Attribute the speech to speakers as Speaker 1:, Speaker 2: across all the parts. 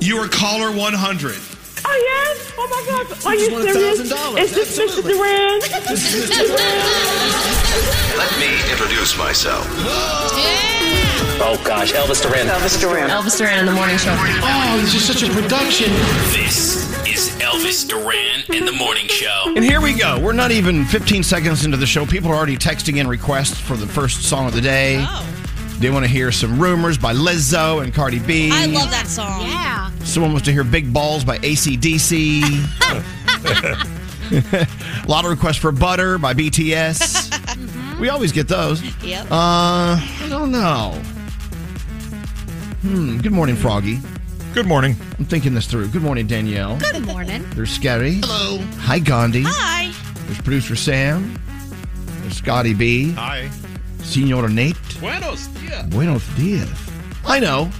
Speaker 1: You are caller 100.
Speaker 2: Oh yes! Oh my God! Are you
Speaker 3: just won
Speaker 2: serious?
Speaker 3: $1,000.
Speaker 2: Is this Mr. Duran?
Speaker 4: Let me introduce myself.
Speaker 5: Oh gosh, Elvis Duran. Elvis Duran.
Speaker 6: Elvis Duran in the morning show.
Speaker 3: Oh, this is such a production.
Speaker 7: This is Elvis Duran and the Morning Show.
Speaker 8: And here we go. We're not even 15 seconds into the show. People are already texting in requests for the first song of the day. They want to hear some rumors by Lizzo and Cardi B.
Speaker 9: Oh. I love that song.
Speaker 6: Yeah.
Speaker 8: Someone wants to hear Big Balls by ACDC. a lot of requests for Butter by BTS. We always get those.
Speaker 9: Mm-hmm. Yep.
Speaker 8: Uh, I don't know. Hmm. Good morning, Froggy.
Speaker 1: Good morning.
Speaker 8: I'm thinking this through. Good morning, Danielle.
Speaker 6: Good morning.
Speaker 8: There's Scary. Hello. Hi, Gandhi.
Speaker 9: Hi.
Speaker 8: There's producer Sam. There's Scotty B.
Speaker 1: Hi.
Speaker 8: Senor Nate.
Speaker 7: Buenos dias.
Speaker 8: Buenos dias. I know.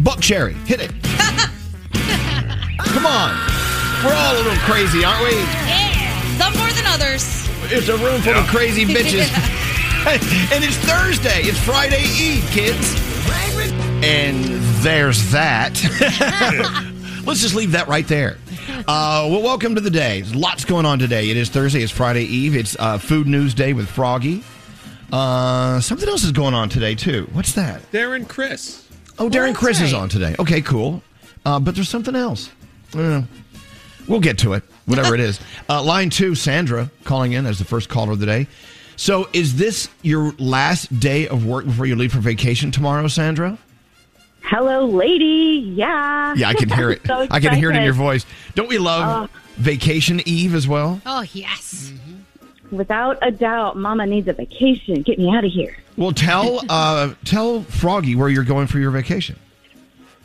Speaker 8: Buck Cherry, hit it. Come on. We're all a little crazy, aren't we?
Speaker 9: Some more than others.
Speaker 8: It's a room full of crazy bitches. and it's Thursday. It's Friday Eve, kids. And there's that. Let's just leave that right there. Uh, well, welcome to the day. There's lots going on today. It is Thursday. It's Friday Eve. It's uh, Food News Day with Froggy. Uh, something else is going on today, too. What's that?
Speaker 7: Darren Chris.
Speaker 8: Oh, Darren
Speaker 6: that's
Speaker 8: Chris is
Speaker 6: right.
Speaker 8: on today. Okay, cool. Uh, but there's something else. I don't know. We'll get to it, whatever it is. Uh, line two, Sandra calling in as the first caller of the day. So, is this your last day of work before you leave for vacation tomorrow, Sandra?
Speaker 2: Hello, lady. Yeah.
Speaker 8: Yeah, I can hear it.
Speaker 2: So
Speaker 8: I can hear it in your
Speaker 2: excited. Uh.
Speaker 8: voice. Don't we love Vacation Eve as well?
Speaker 6: Oh yes.
Speaker 2: Mm-hmm. Without a doubt, Mama needs a vacation. Get me out of here.
Speaker 8: Well, tell uh, tell Froggy where you're going for your vacation.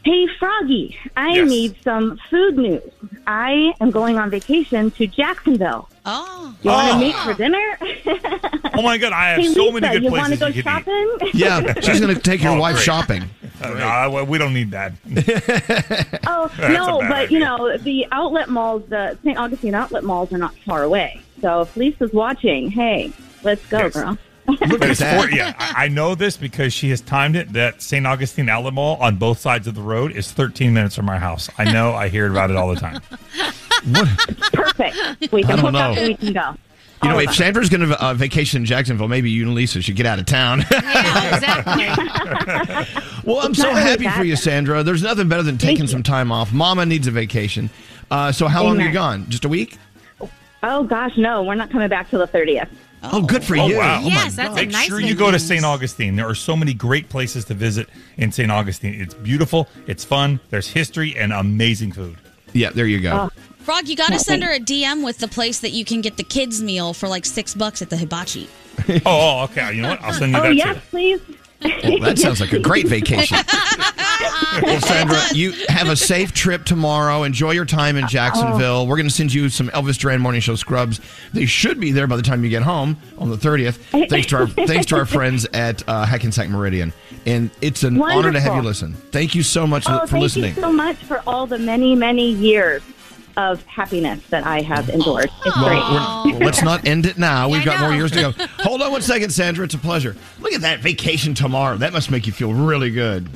Speaker 2: Hey, Froggy. I
Speaker 1: Yes.
Speaker 2: need some food news. I am going on vacation to Jacksonville.
Speaker 9: Oh.
Speaker 2: You want
Speaker 1: Oh.
Speaker 2: to meet for dinner?
Speaker 1: Oh my God, I have
Speaker 2: hey,
Speaker 1: so
Speaker 2: Lisa,
Speaker 1: many good
Speaker 2: you want to
Speaker 1: places
Speaker 2: go
Speaker 1: you could eat.
Speaker 2: shopping?
Speaker 8: Yeah, she's going to take your
Speaker 1: Oh,
Speaker 8: wife
Speaker 1: great.
Speaker 8: shopping.
Speaker 1: Uh, no, we don't need that.
Speaker 2: Oh
Speaker 1: That's
Speaker 2: no,
Speaker 1: a bad
Speaker 2: but you
Speaker 1: idea.
Speaker 2: know the outlet malls, the St. Augustine outlet malls, are not far away. So if Lisa's watching, hey, let's go,
Speaker 1: Yes.
Speaker 2: girl.
Speaker 8: Look
Speaker 1: But
Speaker 8: at
Speaker 1: it's
Speaker 8: that.
Speaker 1: for, yeah, I I know this because she has timed it that St. Augustine Outlet Mall on both sides of the road is 13 minutes from our house. I know, I hear about it all the time.
Speaker 2: Perfect. We
Speaker 8: I
Speaker 2: can
Speaker 8: don't
Speaker 2: hook up
Speaker 8: know.
Speaker 2: and we can go.
Speaker 8: You know,
Speaker 2: All of
Speaker 8: if
Speaker 2: us.
Speaker 8: Sandra's going to uh, vacation in Jacksonville, maybe you and Lisa should get out of town.
Speaker 6: Yeah, exactly.
Speaker 8: well, I'm
Speaker 2: It's
Speaker 8: so
Speaker 2: not really
Speaker 8: happy for
Speaker 2: that
Speaker 8: you,
Speaker 2: bad.
Speaker 8: Sandra. There's nothing better than taking some time off. Mama needs a vacation. Uh, so, how long are you
Speaker 2: Amen.
Speaker 8: gone? Just a week?
Speaker 2: Oh gosh, no, we're not coming back till the thirtieth.
Speaker 8: Oh, good for
Speaker 1: Oh,
Speaker 8: you.
Speaker 1: wow.
Speaker 8: Oh, my
Speaker 6: Yes, that's
Speaker 8: God.
Speaker 6: a
Speaker 1: Make
Speaker 6: nice
Speaker 1: sure you go to
Speaker 6: vacation.
Speaker 1: St. Augustine. There are so many great places to visit in St. Augustine. It's beautiful, it's fun, there's history, and amazing food.
Speaker 8: Yeah, there you go.
Speaker 2: Oh.
Speaker 9: Frog, you got to send her a DM with the place that you can get the kids' meal for like six bucks at the hibachi.
Speaker 1: Oh, oh, okay. You know what? I'll send you
Speaker 2: Oh
Speaker 1: that
Speaker 2: yes, please.
Speaker 8: Well, that sounds like a great vacation. well, Sandra, you have a safe trip tomorrow. Enjoy your time in
Speaker 2: Oh.
Speaker 8: Jacksonville. We're going to send you some Elvis Duran Morning Show scrubs. They should be there by the time you get home on the 30th. Thanks to our thanks to our friends at uh, Hackensack Meridian, and it's an honor to have you
Speaker 2: Wonderful.
Speaker 8: listen. Thank you so much
Speaker 2: Oh,
Speaker 8: for
Speaker 2: thank
Speaker 8: listening.
Speaker 2: you so much for all the many, many years of happiness that I have endured. It's great.
Speaker 8: Well, we're- well, let's not end it now. We've
Speaker 6: I
Speaker 8: got more
Speaker 6: know.
Speaker 8: years to go. Hold on one second, Sandra. It's a pleasure. Look at that vacation tomorrow. That must make you feel really good.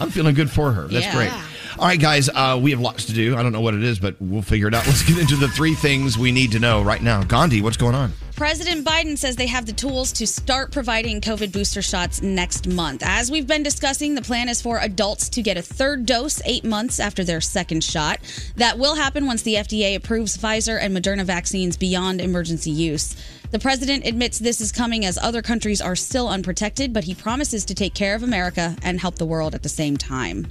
Speaker 8: I'm feeling good for her. That's
Speaker 9: Yeah.
Speaker 8: great. All right, guys, uh, we have lots to do. I don't know what it is, but we'll figure it out. Let's get into the three things we need to know right now. Gandhi, what's going on?
Speaker 9: President Biden says they have the tools to start providing COVID booster shots next month. As we've been discussing, the plan is for adults to get a third dose eight months after their second shot. That will happen once the FDA approves Pfizer and Moderna vaccines beyond emergency use. The president admits this is coming as other countries are still unprotected, but he promises to take care of America and help the world at the same time.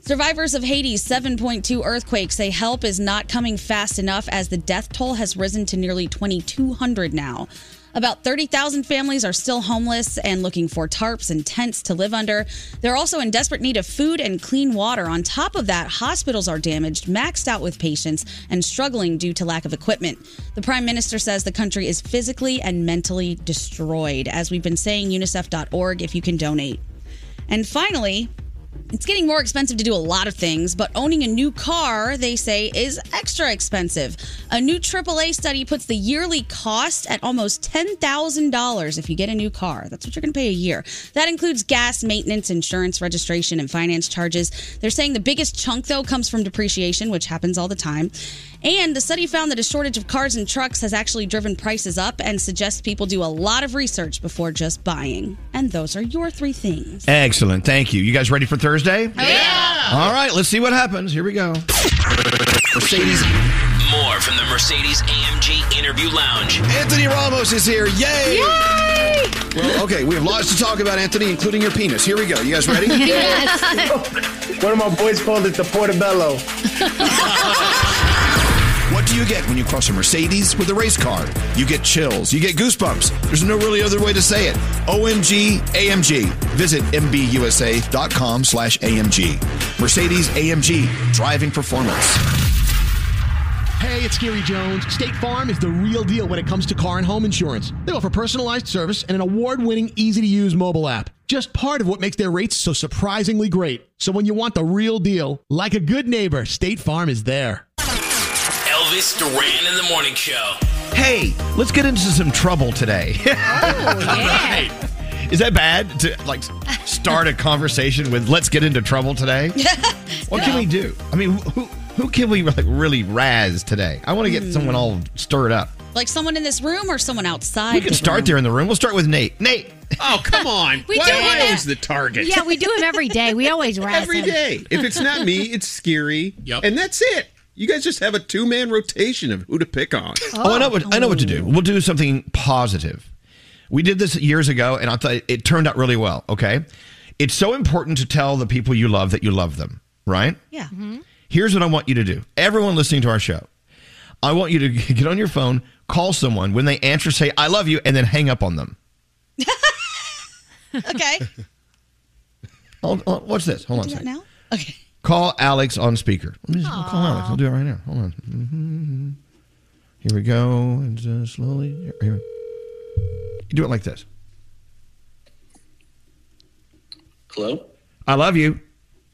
Speaker 9: Survivors of Haiti's 7.2 earthquake say help is not coming fast enough as the death toll has risen to nearly 2,200 now. About 30,000 families are still homeless and looking for tarps and tents to live under. They're also in desperate need of food and clean water. On top of that, hospitals are damaged, maxed out with patients, and struggling due to lack of equipment. The prime minister says the country is physically and mentally destroyed. As we've been saying, unicef.org if you can donate. And finally, It's getting more expensive to do a lot of things, but owning a new car, they say, is extra expensive. A new AAA study puts the yearly cost at almost $10,000 if you get a new car. That's what you're going to pay a year. That includes gas, maintenance, insurance, registration, and finance charges. They're saying the biggest chunk, though, comes from depreciation, which happens all the time. And the study found that a shortage of cars and trucks has actually driven prices up and suggests people do a lot of research before just buying. And those are your three things.
Speaker 8: Excellent. Thank you. You guys ready for Thursday?
Speaker 9: Yeah.
Speaker 8: All right, let's see what happens. Here we go. Mercedes.
Speaker 7: More from the Mercedes AMG Interview Lounge.
Speaker 8: Anthony Ramos is here. Yay! Yay! Well, okay, we have lots to talk about, Anthony, including your penis. Here we go. You guys ready?
Speaker 10: One of my boys called it the Portobello.
Speaker 8: What do you get when you cross a Mercedes with a race car? You get chills. You get goosebumps. There's no really other way to say it. OMG AMG. Visit MBUSA.com slash AMG. Mercedes AMG. Driving performance.
Speaker 11: Hey, it's Gary Jones. State Farm is the real deal when it comes to car and home insurance. They offer personalized service and an award winning, easy to use mobile app. Just part of what makes their rates so surprisingly great. So when you want the real deal, like a good neighbor, State Farm is there.
Speaker 7: Elvis Duran in the Morning Show.
Speaker 5: Oh,
Speaker 8: Hey, let's get into some trouble today.
Speaker 7: yeah.
Speaker 8: Is that bad to like start a conversation with let's get into trouble today? What can we do? I mean, who who can we like really razz today? I want to get
Speaker 9: Hmm.
Speaker 8: someone all stirred up.
Speaker 9: Like someone in this room or someone outside?
Speaker 8: We can start there in the room. We'll start with Nate. Nate.
Speaker 12: Oh, come on.
Speaker 9: We do
Speaker 12: Why
Speaker 9: have
Speaker 12: is the target?
Speaker 6: Yeah, we do him every day. We always razz
Speaker 12: Every
Speaker 6: him.
Speaker 12: day. If it's not me, it's Scary. Yep. And that's it. You guys just have a two man rotation of who to pick on.
Speaker 8: Oh, I know what I know what to do. We'll do something positive. We did this years ago, and I thought it turned out really well. Okay, it's so important to tell the people you love that you love them, right?
Speaker 9: Yeah.
Speaker 2: Mm-hmm.
Speaker 8: Here's what I want you to do. Everyone listening to our show, I want you to get on your phone, call someone. When they answer, say "I love you," and then hang up on them.
Speaker 9: okay.
Speaker 8: Hold, hold, what's this? Hold on a second.
Speaker 9: now?
Speaker 8: Okay. Call Alex on speaker. Let me just I'll call
Speaker 9: Aw.
Speaker 8: Alex. I'll do it right now. Hold on. Mhm. Here we go. And uh, slowly. Here, here. You do it like this.
Speaker 13: Hello?
Speaker 8: I love you.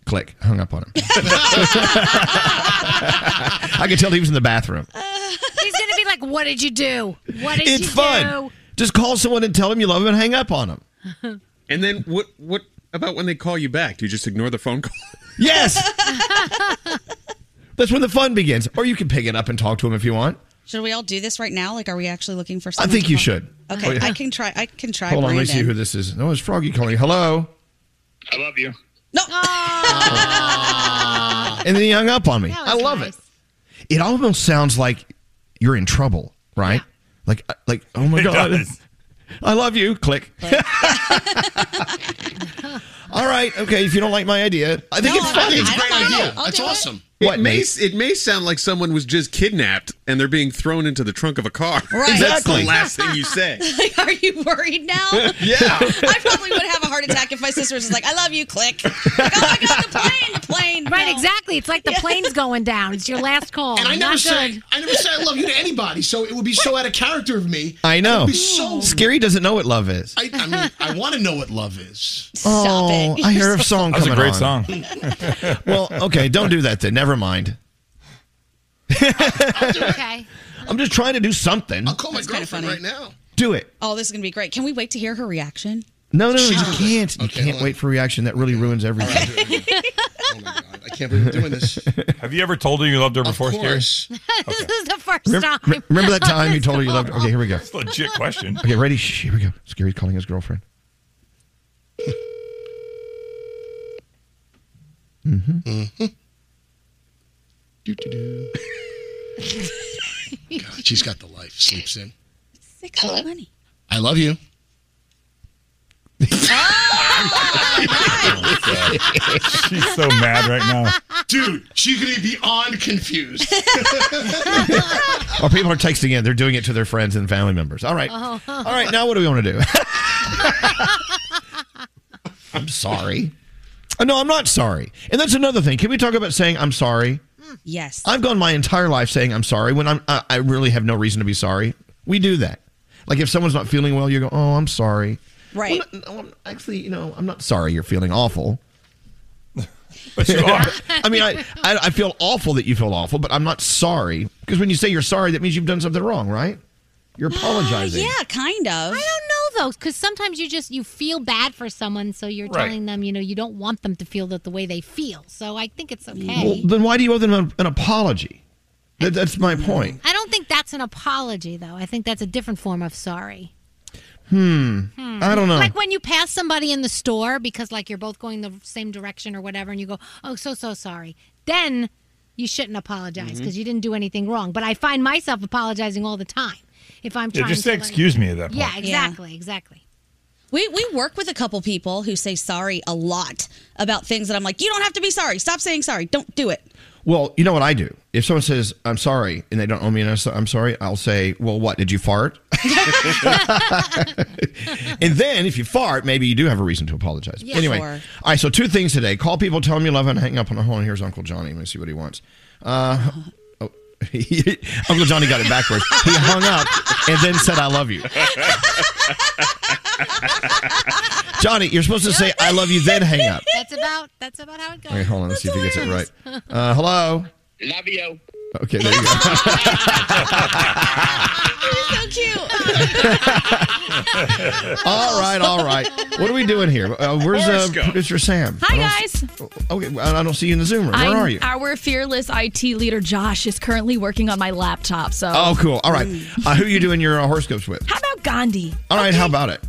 Speaker 8: Click. Hung up on him. I could tell he was in the bathroom.
Speaker 6: He's gonna be like, "What did you do? What did
Speaker 8: It's
Speaker 6: you
Speaker 8: fun.
Speaker 6: do?"
Speaker 8: Just call someone and tell them you love them and hang up on them.
Speaker 12: And then what what about when they call you back? Do you just ignore the phone call?
Speaker 8: Yes. That's when the fun begins. Or you can pick it up and talk to him if you want.
Speaker 9: Should we all do this right now? Like, are we actually looking for?
Speaker 8: I
Speaker 9: Someone
Speaker 8: think
Speaker 9: to
Speaker 8: you
Speaker 9: call?
Speaker 8: should.
Speaker 9: Okay,
Speaker 8: Oh, yeah.
Speaker 9: I can try. I can try.
Speaker 8: Hold on.
Speaker 9: Brandon.
Speaker 8: Let me see who this is. No, it's Froggy calling. Hello.
Speaker 13: I love you.
Speaker 9: No.
Speaker 8: And then he hung up on me. I love it. It almost sounds like you're in trouble, right? Like, like, oh my
Speaker 14: It
Speaker 8: god,
Speaker 14: does.
Speaker 8: I love you. Click. All right. Okay. If you don't like my idea, I think
Speaker 12: No,
Speaker 8: it's
Speaker 12: I-
Speaker 8: funny.
Speaker 12: I don't mind it. I'll
Speaker 8: That's awesome.
Speaker 12: It
Speaker 8: What,
Speaker 12: may
Speaker 8: Nate?
Speaker 12: it may sound like someone was just kidnapped and they're being thrown into the trunk of a car.
Speaker 9: Right.
Speaker 12: That's the
Speaker 9: Exactly.
Speaker 12: last thing you say.
Speaker 9: Like, are you worried now?
Speaker 12: Yeah.
Speaker 9: I probably would have a heart attack if my sister was just like, "I love you." Click. Like, oh my god, the plane, the plane.
Speaker 6: Right, exactly. It's like the plane's going down. It's your last call.
Speaker 11: And I never
Speaker 6: Oh, Not
Speaker 11: say
Speaker 6: good.
Speaker 11: I never say I love you to anybody, so it would be so out of character of me.
Speaker 8: I
Speaker 11: It
Speaker 8: know.
Speaker 11: would be so
Speaker 8: Scary doesn't know what love is.
Speaker 11: I, I mean, I want to know what love is.
Speaker 8: oh, I hear a song
Speaker 1: That's a
Speaker 8: coming
Speaker 1: great
Speaker 8: on. song. well, okay. Don't do that then. Never mind.
Speaker 6: Okay.
Speaker 8: I'm just trying to do something. I'll
Speaker 11: call
Speaker 9: my girlfriend right
Speaker 11: now.
Speaker 8: Do it.
Speaker 9: Oh, this is gonna be great. Can we wait to hear her reaction?
Speaker 8: No, no, no. You can't. You can't wait for reaction. That really ruins everything.
Speaker 11: I can't believe we're doing this.
Speaker 1: Have you ever told her you loved her before, Scary?
Speaker 6: this is the first
Speaker 8: Remem-
Speaker 6: time.
Speaker 8: re- Remember that time you told her you loved her? Okay, here we go.
Speaker 1: That's a legit question.
Speaker 8: Okay, ready? Shh, here we go. Scary's calling his girlfriend. Mm-hmm.
Speaker 11: God, she's got the life. Sleeps in.
Speaker 9: Sick of money.
Speaker 11: I love you.
Speaker 6: Oh.
Speaker 1: Uh, She's so mad right now.
Speaker 11: Dude, she's gonna be beyond confused.
Speaker 8: Or Oh, people are texting in. They're doing it to their friends and family members. All right.
Speaker 15: Uh-huh.
Speaker 11: Oh.
Speaker 8: All right, now what do we want to do? I'm sorry. Oh, no, I'm not sorry. And that's another thing. Can we talk about saying I'm sorry?
Speaker 9: Yes.
Speaker 8: I've gone my entire life saying I'm sorry when I'm I, I really have no reason to be sorry. We do that. Like if someone's not feeling well, you go, "Oh, I'm sorry."
Speaker 9: Right.
Speaker 8: actually, you know, I'm not sorry you're feeling awful.
Speaker 1: But you are.
Speaker 8: I mean, I, I I feel awful that you feel awful, but I'm not sorry because when you say you're sorry, that means you've done something wrong, right? You're apologizing.
Speaker 9: Uh, yeah, kind of.
Speaker 6: I don't know though, because sometimes you just you feel bad for someone, so you're
Speaker 8: Right.
Speaker 6: telling them, you know, you don't want them to feel that the way they feel. So I think it's okay.
Speaker 8: Well, then why do you owe them an, an apology? That, that's my point.
Speaker 6: I don't think that's an apology though. I think that's a different form of sorry.
Speaker 8: Hmm.
Speaker 6: Hmm.
Speaker 8: I don't know.
Speaker 6: Like when you pass somebody in the store because like you're both going the same direction or whatever, and you go, "Oh, so so sorry." Then you shouldn't apologize
Speaker 1: Mhm.
Speaker 6: because you didn't do anything wrong. But I find myself apologizing all the time if I'm
Speaker 1: Yeah,
Speaker 6: trying
Speaker 1: just
Speaker 6: to
Speaker 1: say
Speaker 6: like-
Speaker 1: excuse me at that point.
Speaker 6: Yeah, exactly, exactly.
Speaker 9: We we work with a couple people who say sorry a lot about things that I'm like, you don't have to be sorry. Stop saying sorry. Don't do it.
Speaker 8: Well, you know what I do? If someone says, I'm sorry, and they don't owe me an I'm sorry, I'll say, Well, what? Did you fart? and then if you fart, maybe you do have a reason to apologize.
Speaker 14: Yeah,
Speaker 8: anyway,
Speaker 14: sure.
Speaker 8: all right, so two things today call people, tell them you love them, and hang up on the phone. Here's Uncle Johnny. Let me see what he wants. Uh, oh, Uncle Johnny got it backwards. He hung up and then said, I love you.
Speaker 6: Hmm.
Speaker 8: Johnny, you're supposed to say, I love you, then hang up.
Speaker 6: That's about that's about how it goes.
Speaker 8: Okay, hold on. Let's see if he gets it
Speaker 6: hilarious.
Speaker 8: right. Uh, hello.
Speaker 13: Love you.
Speaker 8: Okay, there you go.
Speaker 9: So cute.
Speaker 8: all right, all right. What are we doing here? Uh, where's uh,
Speaker 16: Horoscope.
Speaker 8: producer Sam?
Speaker 16: Hi,
Speaker 8: I don't
Speaker 16: guys.
Speaker 8: s- Okay, well, I don't see you in the Zoom room. Where
Speaker 16: I'm-
Speaker 8: are you?
Speaker 16: Our fearless IT leader Josh is currently working on my laptop. So, Mm.
Speaker 8: Oh, cool. All right. Uh, who are you doing your uh, horoscopes with?
Speaker 16: how about Gandhi?
Speaker 8: All right, how about it?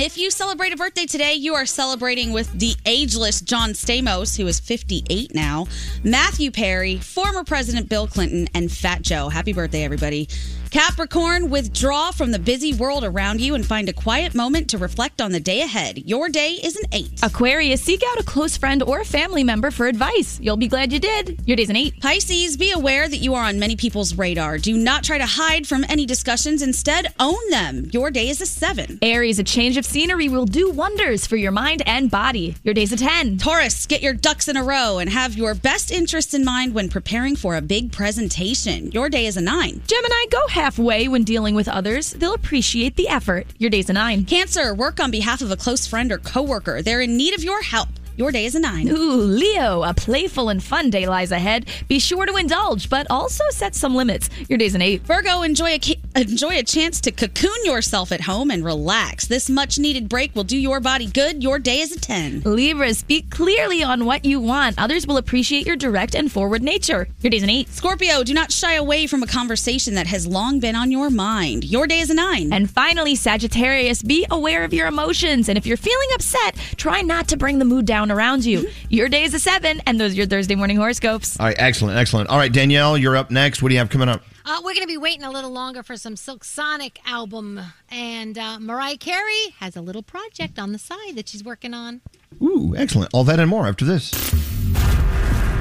Speaker 9: If you celebrate a birthday today, you are celebrating with the ageless John Stamos, who is 58 now, Matthew Perry, former President Bill Clinton, and Fat Joe. Happy birthday, everybody. Capricorn, withdraw from the busy world around you and find a quiet moment to reflect on the day ahead. Your day is an eight.
Speaker 16: Aquarius, seek out a close friend or a family member for advice. You'll be glad you did. Your day's an eight.
Speaker 9: Pisces, be aware that you are on many people's radar. Do not try to hide from any discussions. Instead, own them. Your day is a seven.
Speaker 16: Aries, a change of scenery will do wonders for your mind and body. Your day's a 10.
Speaker 9: Taurus, get your ducks in a row and have your best interests in mind when preparing for a big presentation. Your day is a nine.
Speaker 16: Gemini, go halfway when dealing with others. They'll appreciate the effort. Your day's a nine.
Speaker 9: Cancer, work on behalf of a close friend or coworker. They're in need of your help. Your day is a nine.
Speaker 16: Ooh, Leo, a playful and fun day lies ahead. Be sure to indulge, but also set some limits. Your day's an eight.
Speaker 9: Virgo, enjoy a ca- enjoy a chance to cocoon yourself at home and relax. This much needed break will do your body good. Your day is a 10.
Speaker 16: Libra, speak clearly on what you want. Others will appreciate your direct and forward nature. Your day's an eight.
Speaker 9: Scorpio, do not shy away from a conversation that has long been on your mind. Your day is a nine.
Speaker 16: And finally, Sagittarius, be aware of your emotions. And if you're feeling upset, try not to bring the mood down around you.
Speaker 8: Mm-hmm.
Speaker 16: Your day is a seven, and those are your Thursday morning horoscopes.
Speaker 8: All right, excellent, excellent. All right, Danielle, you're up next. What do you have coming up?
Speaker 6: Uh, we're going to be waiting a little longer for some Silk Sonic album, and uh, Mariah Carey has a little project on the side that she's working on.
Speaker 8: Ooh, excellent. All that and more after this.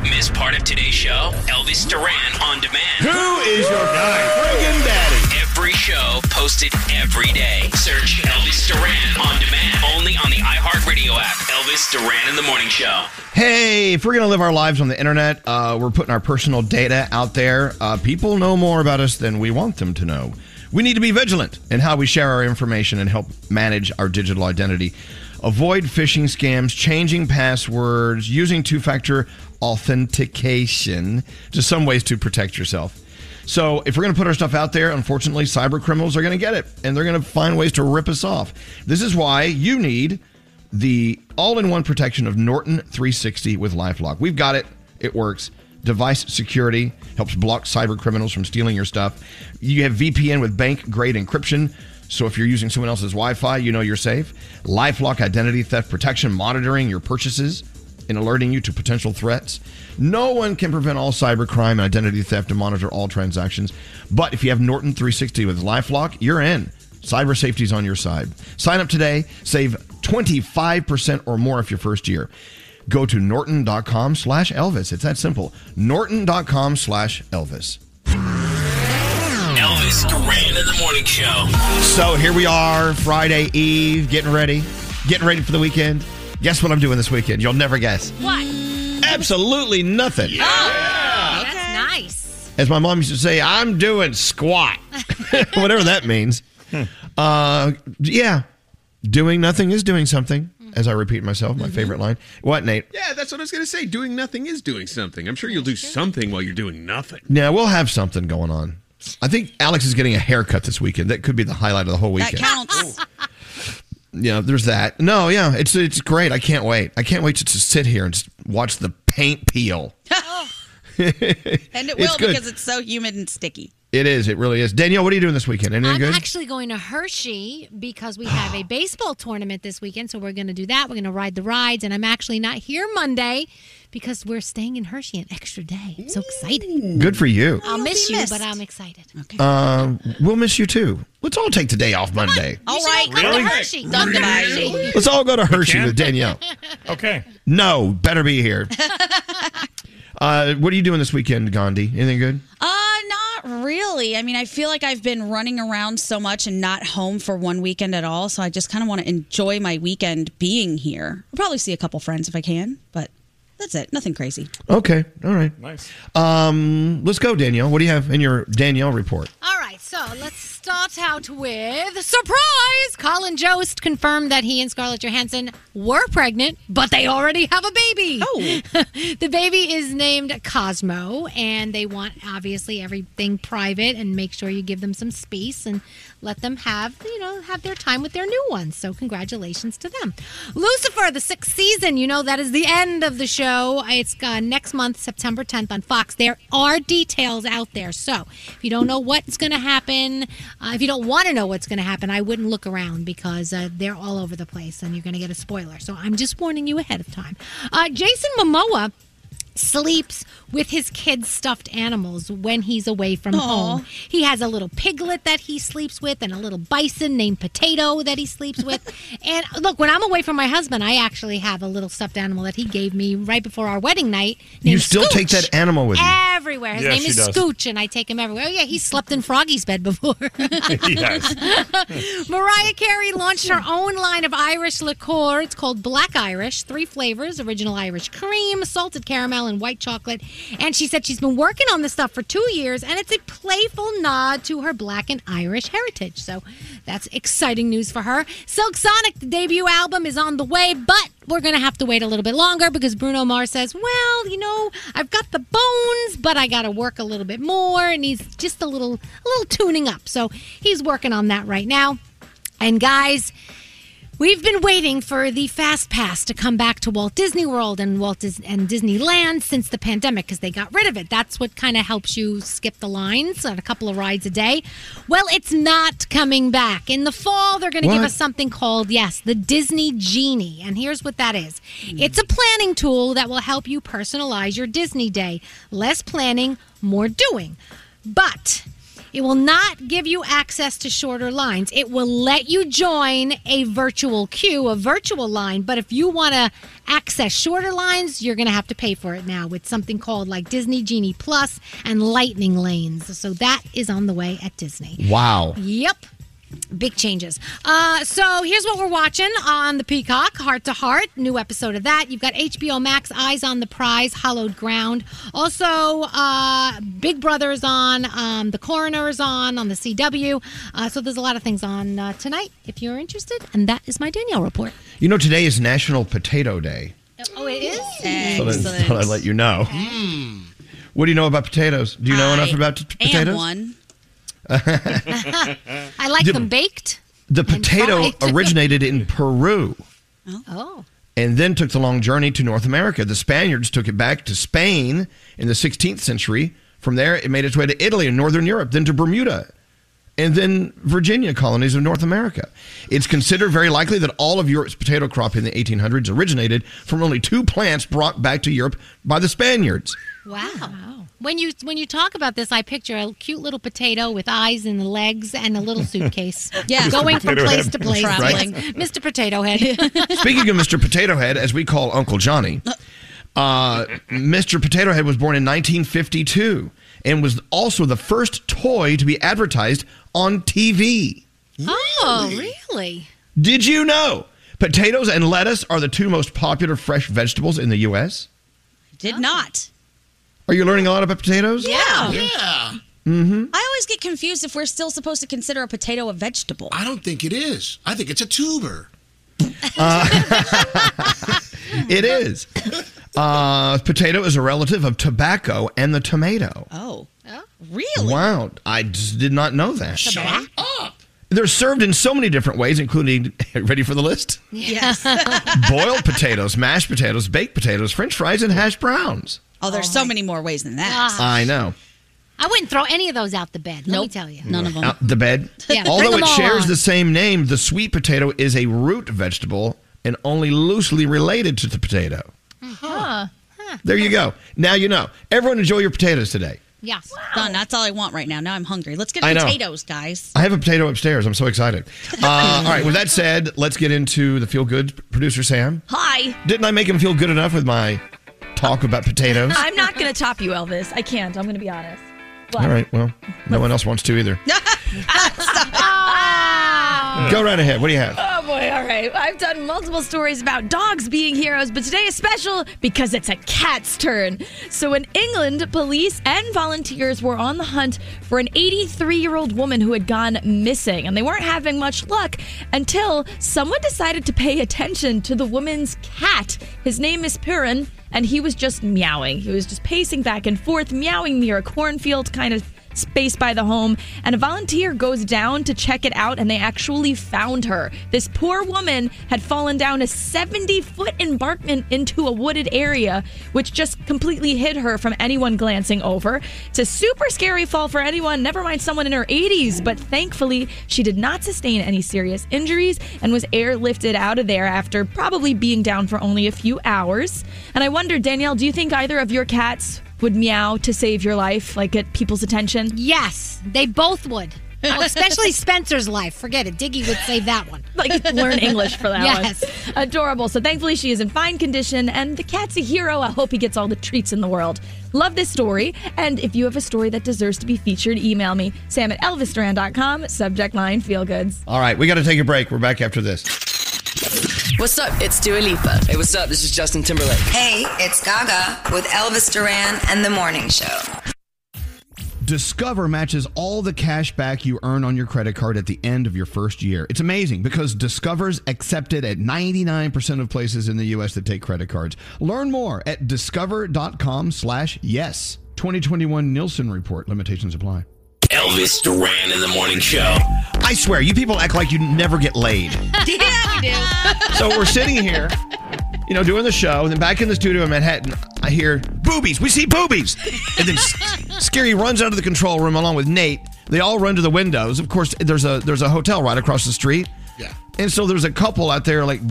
Speaker 7: Miss part of today's show? Elvis Duran on demand.
Speaker 8: Who is your guy? Friggin' daddy.
Speaker 7: Every show posted every day. Search Elvis Duran on demand only on the iHeartRadio app. Elvis Duran in the Morning Show.
Speaker 8: Hey, if we're going to live our lives on the internet, uh, we're putting our personal data out there. Uh, people know more about us than we want them to know. We need to be vigilant in how we share our information and help manage our digital identity. Avoid phishing scams, changing passwords, using two factor authentication, just some ways to protect yourself. So if we're going to put our stuff out there, unfortunately, cyber criminals are going to get it and they're going to find ways to rip us off. This is why you need the all-in-one protection of Norton 360 with LifeLock. We've got it. It works. Device security helps block cyber criminals from stealing your stuff. You have VPN with bank-grade encryption. So if you're using someone else's Wi-Fi, you know you're safe. LifeLock identity theft protection monitoring your purchases and alerting you to potential threats. No one can prevent all cybercrime and identity theft and monitor all transactions. But if you have Norton 360 with LifeLock, you're in. Cyber safety's on your side. Sign up today, save 25% or more if your first year. Go to norton.com slash Elvis. It's that simple. Norton.com slash Elvis.
Speaker 7: Elvis Duran in the Morning Show.
Speaker 8: So here we are, Friday Eve, getting ready, getting ready for the weekend. Guess what I'm doing this weekend? You'll never guess.
Speaker 6: What? Oh,
Speaker 8: Absolutely nothing.
Speaker 6: That's nice.
Speaker 8: As my mom used to say, I'm doing squat, whatever that means. Uh, yeah, doing nothing is doing something. as I repeat myself, my
Speaker 12: Mhm.
Speaker 8: favorite line. What, Nate?
Speaker 12: Yeah, that's what I was going to say. Doing nothing is doing something. I'm sure you'll do something while you're doing nothing.
Speaker 8: Now we'll have something going on. I think Alex is getting a haircut this weekend. That could be the highlight of the whole
Speaker 9: That
Speaker 8: weekend.
Speaker 9: counts.
Speaker 8: Yeah, there's that. No, yeah, it's it's great. I can't wait. I can't wait to, to sit here and just watch the paint peel.
Speaker 9: and it
Speaker 8: It's
Speaker 9: will
Speaker 8: good.
Speaker 9: because it's so humid and sticky.
Speaker 8: It is. It really is. Danielle, what are you doing this weekend? Anything
Speaker 6: I'm
Speaker 8: good?
Speaker 6: actually going to Hershey because we have a baseball tournament this weekend, so we're going to do that. We're going to ride the rides, and I'm actually not here Monday because we're staying in Hershey an extra day. I'm so excited.
Speaker 8: Good for you.
Speaker 6: I'll miss you, but I'm excited. Okay.
Speaker 8: Um, we'll miss you too. Let's all take today off Monday.
Speaker 6: All right,
Speaker 9: come to Really?
Speaker 6: Hershey.
Speaker 9: Come to Hershey.
Speaker 8: Let's all go to Hershey with Danielle.
Speaker 1: Okay.
Speaker 8: No, better be here. Uh, what are you doing this weekend, Gandhi? Anything good?
Speaker 9: Uh, not really. I mean, I feel like I've been running around so much and not home for one weekend at all. So I just kind of want to enjoy my weekend being here. I'll probably see a couple friends if I can, but that's it. Nothing crazy.
Speaker 8: Okay. All right.
Speaker 1: Nice.
Speaker 8: Um, let's go, Danielle. What do you have in your Danielle report?
Speaker 6: All right, so let's start out with surprise. Colin Jost confirmed that he and Scarlett Johansson were pregnant, but they already have a baby. Oh, the baby is named Cosmo, and they want obviously everything private and make sure you give them some space and let them have you know have their time with their new ones. So congratulations to them. Lucifer, the sixth season. You know that is the end of the show. It's uh, next month, September 10th on Fox. There are details out there, so if you don't know what's going to happen, uh, if you don't want to know what's going to happen, I wouldn't look around because uh, they're all over the place, and you're going to get a spoiler. So I'm just warning you ahead of time. Uh, Jason Momoa sleeps with his kids' stuffed animals when he's away from
Speaker 9: Aw.
Speaker 6: home. He has a little piglet that he sleeps with and a little bison named Potato that he sleeps with. and look, when I'm away from my husband, I actually have a little stuffed animal that he gave me right before our wedding night.
Speaker 8: You
Speaker 6: named
Speaker 8: still
Speaker 6: Scooch. Ah.
Speaker 8: take that animal with you.
Speaker 6: Everywhere. His
Speaker 8: Yes,
Speaker 6: name
Speaker 8: she
Speaker 6: is
Speaker 8: does.
Speaker 6: Scooch, and I take him everywhere. Oh, yeah, he slept in Froggy's bed before.
Speaker 5: Yes.
Speaker 6: Mariah Carey launched her own line of Irish liqueur. It's called Black Irish, three flavors original Irish cream, salted caramel, and white chocolate. And she said she's been working on this stuff for two years, and it's a playful nod to her black and Irish heritage. So that's exciting news for her. Silk Sonic, the debut album, is on the way, but we're going to have to wait a little bit longer because Bruno Mars says, well, you know, I've got the bones, but I got to work a little bit more. And he's just a little, a little tuning up. So he's working on that right now. And guys, we've been waiting for the Fast Pass to come back to Walt Disney World and Walt Dis- and Disneyland since the pandemic because they got rid of it. That's what kind of helps you skip the lines on a couple of rides a day. Well, it's not coming back. In the fall, they're going to give
Speaker 9: What?
Speaker 6: us something called, yes, the Disney Genie. And here's what that is it's a planning tool that will help you personalize your Disney day. Less planning, more doing. But it will not give you access to shorter lines. It will let you join a virtual queue, a virtual line. But if you want to access shorter lines, you're going to have to pay for it now with something called like Disney Genie Plus and Lightning Lanes. So that is on the way at Disney.
Speaker 8: Wow.
Speaker 6: Yep. Big changes. Uh, so here's what we're watching on the Peacock, Heart to Heart, new episode of that. You've got HBO Max, Eyes on the Prize, Hollowed Ground. Also, uh, Big Brother is on, um, The Coroner is on, on the CW. Uh, so there's a lot of things on uh, tonight if you're interested. And that is my Danielle report.
Speaker 8: You know, today is National Potato Day.
Speaker 6: Oh, it is?
Speaker 8: So I thought I'd let you know. What do you know about potatoes? Do you know enough about t- potatoes?
Speaker 6: I like
Speaker 8: The-
Speaker 6: them baked.
Speaker 8: The potato
Speaker 6: fried.
Speaker 8: originated in Peru
Speaker 6: Oh.
Speaker 8: and then took the long journey to North America. The Spaniards took it back to Spain in the 16th century. From there, it made its way to Italy and Northern Europe, then to Bermuda, and then Virginia colonies of North America. It's considered very likely that all of Europe's potato crop in the 1800s originated from only two plants brought back to Europe by the Spaniards.
Speaker 6: Wow. When you when you talk about this, I picture a cute little potato with eyes and legs and a little suitcase.
Speaker 8: Yeah. Mr.
Speaker 6: going from
Speaker 8: Potato
Speaker 6: place
Speaker 8: Head.
Speaker 6: to place.
Speaker 8: Traveling.
Speaker 6: Yes. Mr. Potato Head.
Speaker 8: Speaking of Mr. Potato Head, as we call Uncle Johnny, uh, Mr. Potato Head was born in 1952 and was also the first toy to be advertised on TV.
Speaker 6: Oh, really?
Speaker 8: Did you know potatoes and lettuce are the two most popular fresh vegetables in the U.S.?
Speaker 9: Did
Speaker 6: Oh.
Speaker 9: not.
Speaker 8: Are you learning a lot about potatoes?
Speaker 9: Yeah.
Speaker 8: Mm-hmm.
Speaker 9: I always get confused if we're still supposed to consider a potato a vegetable.
Speaker 8: I don't think it is. I think it's a tuber. Uh, it is. Uh, potato is a relative of tobacco and the tomato.
Speaker 9: Oh.
Speaker 8: Wow, I just did not know that. They're served in so many different ways, including ready for the list?
Speaker 9: Yes.
Speaker 8: Boiled potatoes, mashed potatoes, baked potatoes, French fries, and hash browns.
Speaker 9: oh, there's so many more ways than that.
Speaker 8: I know.
Speaker 6: I wouldn't throw any of those out the bed. Let me tell you.
Speaker 8: Out the bed.
Speaker 6: Yeah, bring
Speaker 8: Although
Speaker 6: them
Speaker 8: it
Speaker 6: all
Speaker 8: shares
Speaker 6: on.
Speaker 8: the same name, the sweet potato is a root vegetable and only loosely related to the potato.
Speaker 9: Huh.
Speaker 8: There you go. Now you know. Everyone enjoy your potatoes today.
Speaker 6: Yes.
Speaker 9: Done. That's all I want right now. Now I'm hungry. Let's get
Speaker 8: I know.
Speaker 9: potatoes, guys.
Speaker 8: I have a potato upstairs. I'm so excited. Uh, all right. With that said, let's get into the feel good producer Sam.
Speaker 17: Hi.
Speaker 8: Didn't I make him feel good enough with my talk about potatoes?
Speaker 17: I'm not going to top you, Elvis. I can't. I'm going to be honest. What?
Speaker 8: All right. Well, no one else wants to either. Go right ahead. What do you have?
Speaker 17: Oh boy, all right. I've done multiple stories about dogs being heroes, but today is special because it's a cat's turn. So in England, police and volunteers were on the hunt for an 83 year old woman who had gone missing, and they weren't having much luck until someone decided to pay attention to the woman's cat. His name is Purin, and he was just meowing. He was just pacing back and forth, meowing near a cornfield kind of space by the home and a volunteer goes down to check it out and they actually found her this poor woman had fallen down a 70 foot embankment into a wooded area which just completely hid her from anyone glancing over it's a super scary fall for anyone never mind someone in her 80s but thankfully she did not sustain any serious injuries and was airlifted out of there after probably being down for only a few hours and i wonder danielle do you think either of your cats would meow to save your life, like get people's attention?
Speaker 6: Yes, they both would. Oh, especially Spencer's life. Forget it. Diggy would save that one.
Speaker 17: Like learn English for that
Speaker 6: yes.
Speaker 17: one. Adorable. So thankfully she is in fine condition and the cat's a hero. I hope he gets all the treats in the world. Love this story. And if you have a story that deserves to be featured, email me, sam at elvisduran.com, subject line feel goods.
Speaker 8: All right. We got to take a break. We're back after this.
Speaker 14: What's up? It's Dua Lipa.
Speaker 18: Hey, what's up? This is Justin Timberlake.
Speaker 14: Hey, it's Gaga with Elvis Duran and The Morning Show.
Speaker 8: Discover matches all the cash back you earn on your credit card at the end of your first year. It's amazing because Discover's accepted at 99% of places in the US that take credit cards. Learn more at discover.com/yes. slash yes. 2021 Nielsen report. Limitations apply.
Speaker 7: Elvis Duran in the morning show.
Speaker 8: I swear, you people act like you never get laid.
Speaker 9: yeah, we do.
Speaker 8: So we're sitting here, you know, doing the show, and then back in the studio in Manhattan, I hear boobies. We see boobies. And then S- Scary runs out of the control room along with Nate. They all run to the windows. Of course, there's a there's a hotel right across the street.
Speaker 15: Yeah.
Speaker 8: And so there's a couple out there like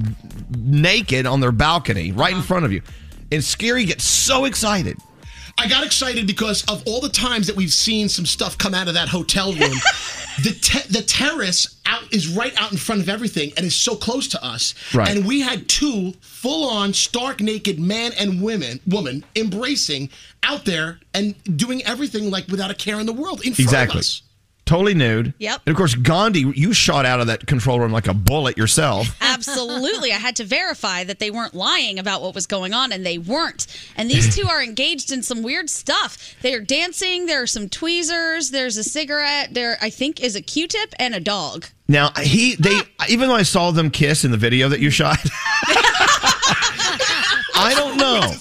Speaker 8: naked on their balcony right in front of you. And Scary gets so excited.
Speaker 3: I got excited because of all the times that we've seen some stuff come out of that hotel room. the te- the terrace out is right out in front of everything and is so close to us.
Speaker 8: Right.
Speaker 3: And we had two full on stark naked man and women woman embracing out there and doing everything like without a care in the world in front
Speaker 8: Exactly.
Speaker 3: of us.
Speaker 8: Totally nude.
Speaker 9: Yep.
Speaker 8: And of course, Gandhi, you shot out of that control room like a bullet yourself.
Speaker 9: Absolutely. I had to verify that they weren't lying about what was going on, and they weren't. And these two are engaged in some weird stuff. They are dancing. There are some tweezers. There's a cigarette. There, I think, is a Q tip and a dog.
Speaker 8: Now he they even though I saw them kiss in the video that you shot, I don't know.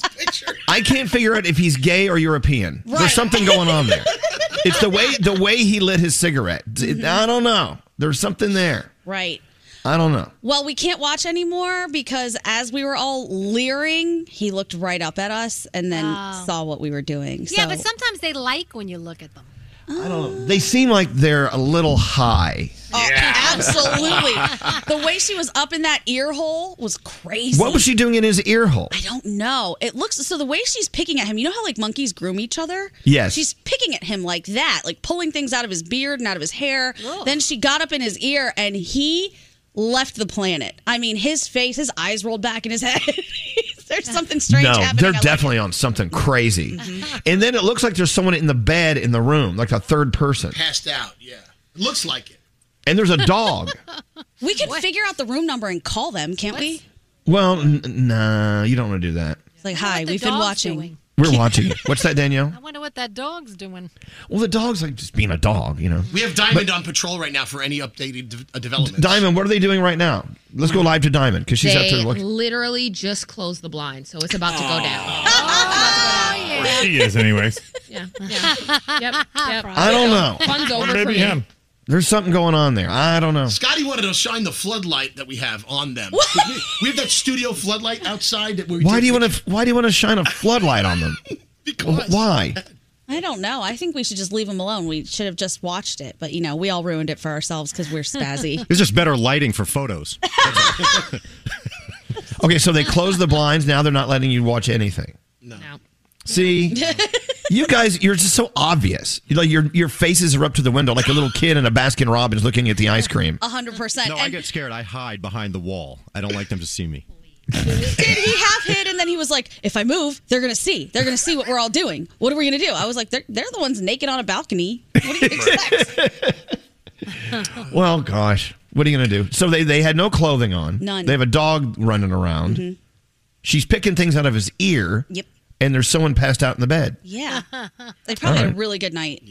Speaker 8: I can't figure out if he's gay or European.
Speaker 9: Right.
Speaker 8: There's something going on there. It's the way the way he lit his cigarette. It- I don't know. There's something there.
Speaker 9: Right.
Speaker 8: I don't know.
Speaker 9: Well, we can't watch anymore because as we were all leering, he looked right up at us and then
Speaker 6: Oh.
Speaker 9: saw what we were doing.
Speaker 6: Yeah,
Speaker 9: So-
Speaker 6: but sometimes they like when you look at them.
Speaker 8: I don't know. They seem like they're a little high.
Speaker 9: Absolutely. the way she was up in that ear hole was crazy.
Speaker 8: What was she doing in his ear hole?
Speaker 9: I don't know. It looks so the way she's picking at him. You know how like monkeys groom each other?
Speaker 8: Yes.
Speaker 9: She's picking at him like that, like pulling things out of his beard and out of his hair. Then she got up in his ear and he left the planet. I mean, his face, his eyes rolled back in his head. There's something strange
Speaker 8: no,
Speaker 9: happening.
Speaker 8: they're
Speaker 9: I like Mm-hmm.
Speaker 8: definitely on something crazy. And then it looks like there's someone in the bed in the room, like a third person.
Speaker 3: Passed out. Yeah. Looks like it.
Speaker 8: And there's a dog.
Speaker 9: We could figure out the room number and call them, can't we?
Speaker 8: Well, n- nah, you don't want to do that.
Speaker 9: It's like, hi,
Speaker 6: the
Speaker 9: we've been
Speaker 6: dog's
Speaker 9: watching.
Speaker 8: We're watching it. What's that, Danielle?
Speaker 6: I wonder what that dog's doing.
Speaker 8: Well, the dog's like just being a dog, you know.
Speaker 11: We have Diamond on patrol right now for any updated de- uh, development.
Speaker 8: Diamond, what are they doing right now? Let's go live to Diamond because she's out
Speaker 19: they
Speaker 8: there looking.
Speaker 19: literally just closed the blind, so it's about to go down.
Speaker 6: Oh,
Speaker 1: She is, anyways.
Speaker 19: Yeah. yeah. yep. yep.
Speaker 8: I don't know.
Speaker 19: Fun's over for me.
Speaker 8: There's something going on there. I don't know.
Speaker 11: Scotty wanted to shine the floodlight that we have on them. We, we have that studio floodlight outside that we
Speaker 8: Why do you want to? Why do you want to shine a floodlight on them? Wh- Why?
Speaker 9: I don't know. I think we should just leave them alone. We should have just watched it, but you know, we all ruined it for ourselves because we're spazzy.
Speaker 20: It's just better lighting for photos.
Speaker 8: Okay, so they closed the blinds. Now they're not letting you watch anything.
Speaker 19: No.
Speaker 8: See, you guys, you're just so obvious. You're Like your your faces are up to the window, like a little kid in a Baskin Robbins looking at the ice cream.
Speaker 9: hundred percent.
Speaker 20: No, I get scared. I hide behind the wall. I don't like them to see me.
Speaker 9: Did he half hid? And then he was like, "If I move, they're gonna see. They're gonna see what we're all doing. What are we gonna do?" I was like, "They're they're the ones naked on a balcony.
Speaker 8: Well, gosh, what are you gonna do? So they they had no clothing on.
Speaker 9: None.
Speaker 8: They have a dog running around.
Speaker 9: Mhm.
Speaker 8: She's picking things out of his ear.
Speaker 9: Yep.
Speaker 8: And there's someone passed out in the bed.
Speaker 9: Yeah, they probably had a
Speaker 8: Alright.
Speaker 9: really good night.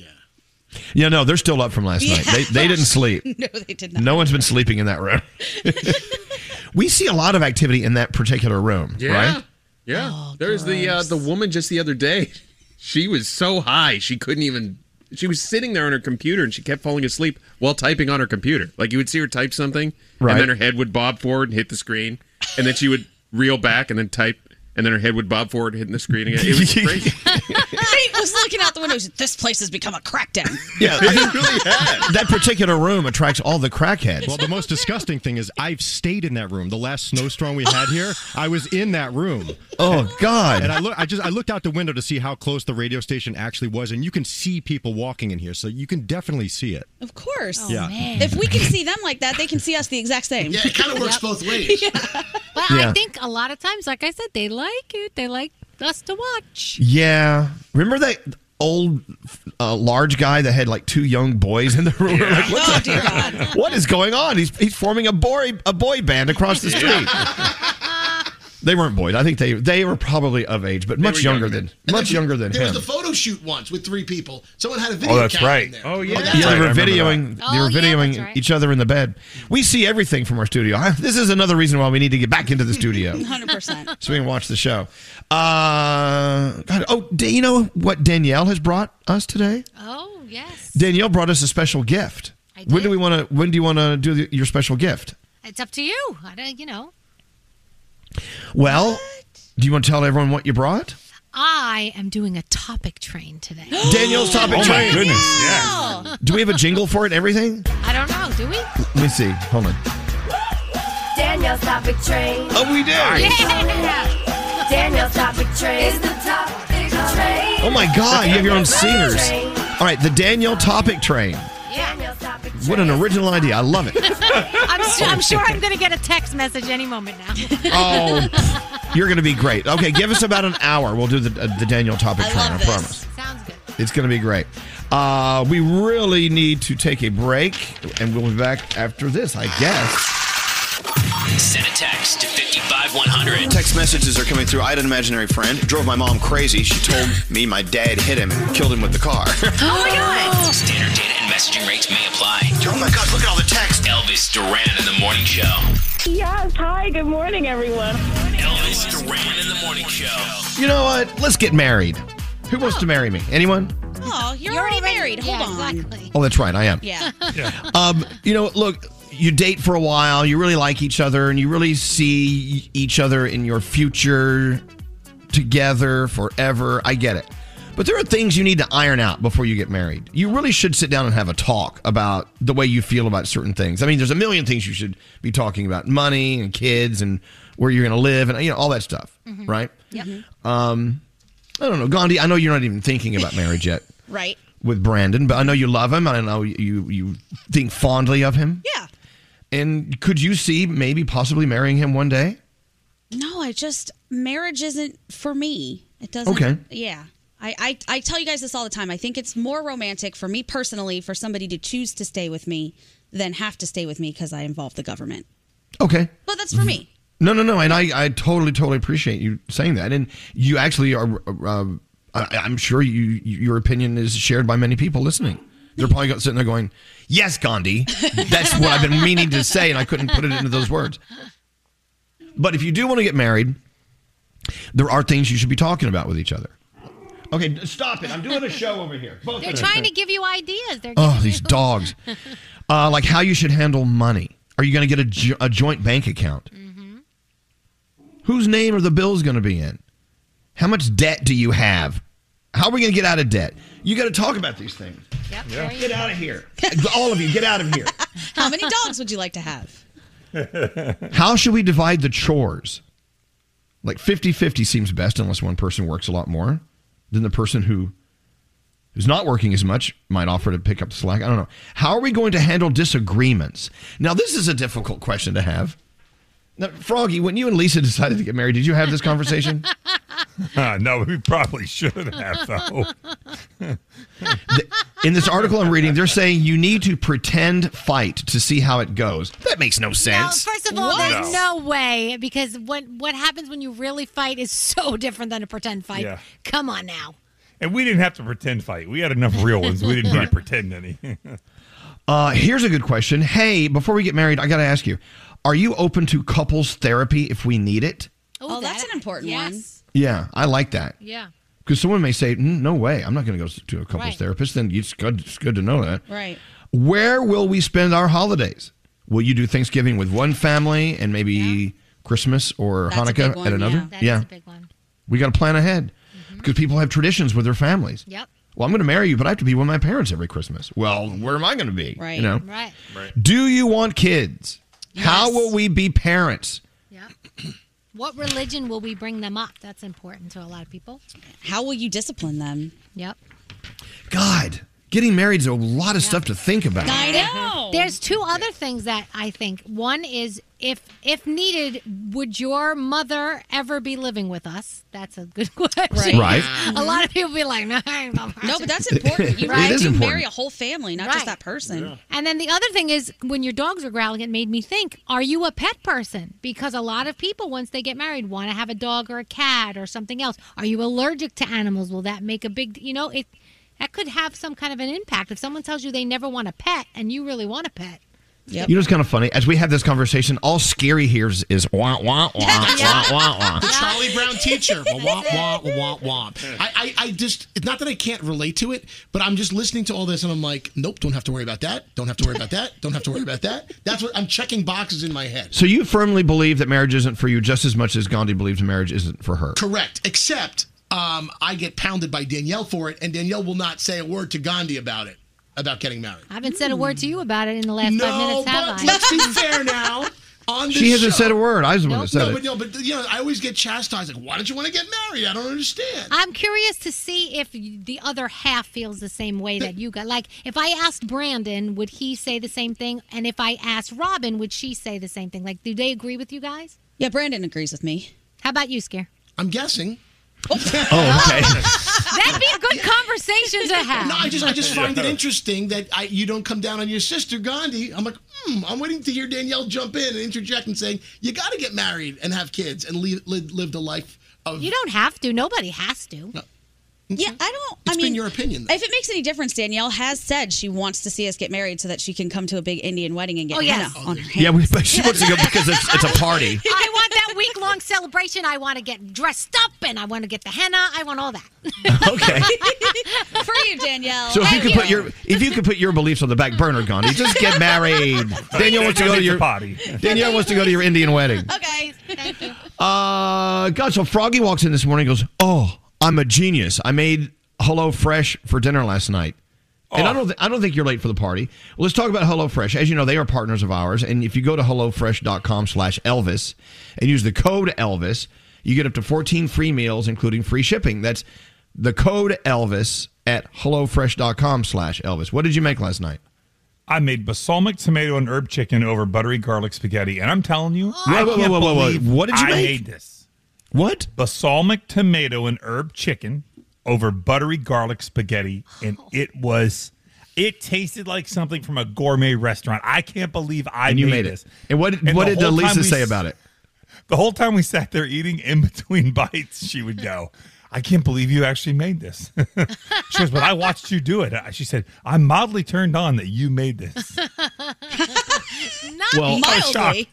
Speaker 8: Yeah, no, they're still up from last night. They they didn't sleep.
Speaker 9: No, they did not.
Speaker 8: No one's been sleeping in that room. we see a lot of activity in that particular room,
Speaker 12: Yeah.
Speaker 8: right?
Speaker 12: Yeah. There's the uh, the woman just the other day. She was so high she couldn't even. She was sitting there on her computer and she kept falling asleep while typing on her computer. Like you would see her type something,
Speaker 8: Right.
Speaker 12: and then her head would bob forward and hit the screen, and then she would reel back and then type, and then her head would bob forward, hitting the screen again. It was crazy.
Speaker 9: Nate was looking out the window. He's like, This place has become a crackdown.
Speaker 8: Yeah, that particular room attracts all the crackheads.
Speaker 20: Well, the most disgusting thing is I've stayed in that room. The last snowstorm we had here, I was in that room.
Speaker 8: Oh God!
Speaker 20: And I look, I just I looked out the window to see how close the radio station actually was, and you can see people walking in here, so you can definitely see it.
Speaker 9: Of course.
Speaker 20: Oh, Yeah. man.
Speaker 9: If we can see them like that, they can see us the exact same. Yeah,
Speaker 11: it kind of works both ways.
Speaker 6: Well, I
Speaker 8: Yeah.
Speaker 6: think a lot of times, like I said, they like it. They like us to watch.
Speaker 8: Yeah. Remember that old uh, large guy that had like two young boys in the room? We're like,
Speaker 9: Oh,
Speaker 8: what, the- what is going on? He's he's forming a boy a boy band across the street. they weren't boys. I think they they were probably of age, but much younger than much younger than
Speaker 11: There
Speaker 8: him.
Speaker 11: was the photo shoot once with three people. Someone had a video
Speaker 8: Oh, that's
Speaker 11: camera in
Speaker 8: right.
Speaker 11: there.
Speaker 8: yeah, they were videoing.
Speaker 3: Oh,
Speaker 8: They were videoing
Speaker 11: right.
Speaker 8: each other in the bed. We see everything from our studio. This is another reason why we need to get back into the studio.
Speaker 9: 100%.
Speaker 8: so we can watch the show. Uh, God, oh, do you know what Danielle has brought us today?
Speaker 6: Oh, yes.
Speaker 8: Danielle brought us a special gift. When do we want to? When do you want to do the, your special gift?
Speaker 6: It's up to you. I don't, you know,
Speaker 8: Well, do you want to tell everyone what you brought?
Speaker 6: I am doing a topic train today.
Speaker 8: Danielle's topic
Speaker 1: Oh,
Speaker 8: train.
Speaker 1: my goodness.
Speaker 6: Oh.
Speaker 8: Do we have a jingle for it? and Everything?
Speaker 6: I don't know. Do we?
Speaker 8: Let me see. Hold on.
Speaker 14: Danielle's topic train.
Speaker 8: Oh, we do.
Speaker 14: Yeah. Danielle's topic train is the topic train.
Speaker 8: Oh my God! You have your own singers. All right, the Danielle topic train.
Speaker 14: Danielle's topic
Speaker 8: What an original idea! I love it.
Speaker 6: I'm, su- I'm sure I'm going to get a text message any moment now.
Speaker 8: Oh, pff, you're going to be great. Okay, give us about an hour. We'll do the uh, the Daniel topic train. I promise.
Speaker 6: Sounds good.
Speaker 8: It's going to be great. Uh, we really need to take a break, and we'll be back after this, I guess.
Speaker 7: Send a text to 55100.
Speaker 8: Text messages are coming through. I had an imaginary friend. Drove my mom crazy. She told me my dad hit him and killed him with the car.
Speaker 7: Oh my god! Standard data and messaging rates may apply. Oh my god, look at all the text. Elvis Duran in the morning show.
Speaker 2: Yes. Hi. Good morning, everyone.
Speaker 7: Elvis Duran in the morning show.
Speaker 8: you know what? Let's get married. Who wants to marry me? Anyone?
Speaker 9: Oh, you're, already, married. Hold on. Exactly.
Speaker 8: Oh, that's right. I am.
Speaker 9: Yeah.
Speaker 8: um, you know, look, you date for a while, you really like each other, and you really see each other in your future together forever. I get it. But there are things you need to iron out before you get married. You really should sit down and have a talk about the way you feel about certain things. I mean, there's a million things you should be talking about money and kids and where you're going to live and, you know, all that stuff,
Speaker 6: Mm-hmm.
Speaker 15: Mm-hmm.
Speaker 9: Mhm.
Speaker 8: right?
Speaker 9: Yep.
Speaker 8: Um, I don't know. Gandhi, I know you're not even thinking about marriage yet
Speaker 9: Right.
Speaker 8: with Brandon, but I know you love him. and I know you you think fondly of him.
Speaker 9: Yeah.
Speaker 8: And could you see maybe possibly marrying him one day?
Speaker 9: No, I just marriage isn't for me. It doesn't.
Speaker 8: Okay.
Speaker 9: Yeah. I, I, I tell you guys this all the time. I think it's more romantic for me personally for somebody to choose to stay with me than have to stay with me because I involve the government.
Speaker 8: Okay.
Speaker 9: But that's for me.
Speaker 8: No, no, no. And I, I totally, totally appreciate you saying that. And you actually are, uh, I, I'm sure you, your opinion is shared by many people listening. They're probably go- sitting there going, Yes, Gandhi. That's what I've been meaning to say, and I couldn't put it into those words. But if you do want to get married, there are things you should be talking about with each other. Okay, stop it. I'm doing a show over here.
Speaker 6: They're trying to give you ideas. They're
Speaker 8: Oh,
Speaker 6: giving
Speaker 8: these
Speaker 6: you-
Speaker 8: dogs. Uh, like how you should handle money. Are you going to get a, jo- a joint bank account? Whose name are the bills going to be in? How much debt do you have? How are we going to get out of debt? You got to talk about these things.
Speaker 9: Yep,
Speaker 8: Yeah. Get out of here. All of you, get out of here.
Speaker 9: How many dogs would you like to have?
Speaker 8: How should we divide the chores? Like 50 50 seems best unless one person works a lot more. Then the person who who's not working as much might offer to pick up the slack. I don't know. How are we going to handle disagreements? Now, this is a difficult question to have. Now, Froggy, when you and Lisa decided to get married, did you have this conversation?
Speaker 1: Uh, no, we probably should have, though.
Speaker 8: In this article I'm reading, they're saying you need to pretend fight to see how it goes. That makes no sense.
Speaker 6: First of all, there's no way because what what happens when you really fight is so different than a pretend fight.
Speaker 1: Yeah.
Speaker 6: Come on now.
Speaker 1: And we didn't have to pretend fight. We had enough real ones. We didn't need to pretend any.
Speaker 8: Uh, here's a good question. Hey, before we get married, I got to ask you: Are you open to couples therapy if we need it?
Speaker 9: Oh, that's an important
Speaker 8: Yeah, I like that
Speaker 9: one. Yeah.
Speaker 8: because someone may say, "Mm, "No way, I'm not going to go to a couples
Speaker 9: Right.
Speaker 8: therapist." Then it's good. It's good to know that.
Speaker 9: Right.
Speaker 8: Where will we spend our holidays? Will you do Thanksgiving with one family and maybe Christmas or
Speaker 6: That's a big
Speaker 8: Hanukkah
Speaker 6: one,
Speaker 8: at
Speaker 6: yeah.
Speaker 8: another?
Speaker 6: That is a big one. Mm-hmm.
Speaker 8: We got to plan ahead because people have traditions with their families.
Speaker 6: Yep.
Speaker 8: Well, I'm going to marry you, but I have to be with my parents every Christmas. Well, where am I going to be?
Speaker 6: Right.
Speaker 8: You know.
Speaker 6: Right. Right.
Speaker 8: Do you want kids? How will we be parents?
Speaker 6: What religion will we bring them up? That's important to a lot of people.
Speaker 9: How will you discipline them?
Speaker 6: Yep.
Speaker 8: God, getting married is a lot of stuff to think about.
Speaker 6: know. There's two other things that I think. One is if if needed, would your mother ever be living with us? That's a good question.
Speaker 9: Right. Right.
Speaker 6: A lot of people be like, no, I ain't gonna-
Speaker 9: No, but that's important. You
Speaker 6: Right.
Speaker 9: really
Speaker 6: It is
Speaker 9: do
Speaker 6: important.
Speaker 9: marry a whole family, not just
Speaker 6: Right.
Speaker 9: that person.
Speaker 6: And then the other thing is when your dogs were growling, it made me think, are you a pet person? Because a lot of people, once they get married, want to have a dog or a cat or something else. Are you allergic to animals? Will that make a big, you know, it that could have some kind of an impact. If someone tells you they never want a pet and you really want a pet.
Speaker 8: You know, it's kind of funny. As we have this conversation, all scary hears is wah, wah, wah, wah, wah, wah.
Speaker 3: The Charlie Brown teacher. Wah, wah, wah, wah, wah. I, I, I just, it's not that I can't relate to it, but I'm just listening to all this and I'm like, nope, don't have to worry about that. Don't have to worry about that. Don't have to worry about that. That's what I'm checking boxes in my head.
Speaker 8: So you firmly believe that marriage isn't for you just as much as Gandhi believes marriage isn't for her.
Speaker 3: Correct. Except um, I get pounded by Danielle for it, and Danielle will not say a word to Gandhi about it, about getting married.
Speaker 6: I haven't said a word to you about it in the
Speaker 3: Hmm.
Speaker 6: last five
Speaker 3: No,
Speaker 6: minutes, have
Speaker 3: but
Speaker 6: I?
Speaker 3: let's be fair now. On
Speaker 8: She
Speaker 3: this
Speaker 8: hasn't
Speaker 3: show-
Speaker 8: said a word. I was the one that said
Speaker 3: no,
Speaker 8: it.
Speaker 3: But, no, but you know, I always get chastised. Like, why don't you want to get married? I don't understand.
Speaker 6: I'm curious to see if you- the other half feels the same way that you got. Like, if I asked Brandon, would he say the same thing? And if I asked Robin, would she say the same thing? Like, do they agree with you guys?
Speaker 9: Yeah, Brandon agrees with me.
Speaker 6: How about you, Scare?
Speaker 3: I'm guessing.
Speaker 8: Oh, okay.
Speaker 6: That'd be a good conversation to have.
Speaker 3: No, I just I just find it interesting that I, you don't come down on your sister Gandhi. I'm like, hmm, I'm waiting to hear Danielle jump in and interject and saying, you got to get married and have kids and live live, live the life of.
Speaker 6: You don't have to. Nobody has to.
Speaker 9: Yeah, I don't. I
Speaker 3: It's
Speaker 9: mean,
Speaker 3: been your opinion.
Speaker 9: If it makes any difference, Danielle has said she wants to see us get married so that she can come to a big Indian wedding and get
Speaker 6: Oh, yes.
Speaker 9: henna on her hand.
Speaker 8: Yeah, we, but she wants to go because it's, it's a party.
Speaker 6: I want that week long celebration. I want to get dressed up and I want to get the henna. I want all that.
Speaker 8: Okay.
Speaker 9: For you, Danielle.
Speaker 8: So if you
Speaker 9: Thank
Speaker 8: could put your if you could put your beliefs on the back burner, Gandhi, just get married. Danielle wants to go to your
Speaker 1: party.
Speaker 8: Danielle wants to go to your Indian wedding.
Speaker 9: Okay.
Speaker 6: Thank you.
Speaker 8: Uh, God, so Froggy walks in this morning and goes, Oh, I'm a genius. I made Hello Fresh for dinner last night. And I don't, th- I don't think you're late for the party. Well, let's talk about HelloFresh. As you know, they are partners of ours. And if you go to HelloFresh.com slash Elvis and use the code Elvis, you get up to 14 free meals, including free shipping. That's the code Elvis at HelloFresh.com slash Elvis. What did you make last night?
Speaker 1: I made balsamic tomato and herb chicken over buttery garlic spaghetti, and I'm telling you, I
Speaker 8: Whoa, whoa,
Speaker 1: can't
Speaker 8: whoa, whoa, whoa.
Speaker 1: believe
Speaker 8: What did you
Speaker 1: I
Speaker 8: make?
Speaker 1: made this.
Speaker 8: What?
Speaker 1: Balsamic tomato and herb chicken over buttery garlic spaghetti, and it was. It tasted like something from a gourmet restaurant. I can't believe I
Speaker 8: and you made,
Speaker 1: made,
Speaker 8: it.
Speaker 1: this.
Speaker 8: And what,
Speaker 1: And
Speaker 8: what
Speaker 1: the
Speaker 8: did uh,
Speaker 1: whole time
Speaker 8: Lisa
Speaker 1: we
Speaker 8: say
Speaker 1: s-
Speaker 8: about it?
Speaker 1: the whole time we sat there eating in between bites, she would go, I can't believe you actually made this. she goes, But I watched you do it. She said, I'm mildly turned on that you made this.
Speaker 6: Not
Speaker 8: Well- oh, I was
Speaker 6: mildly.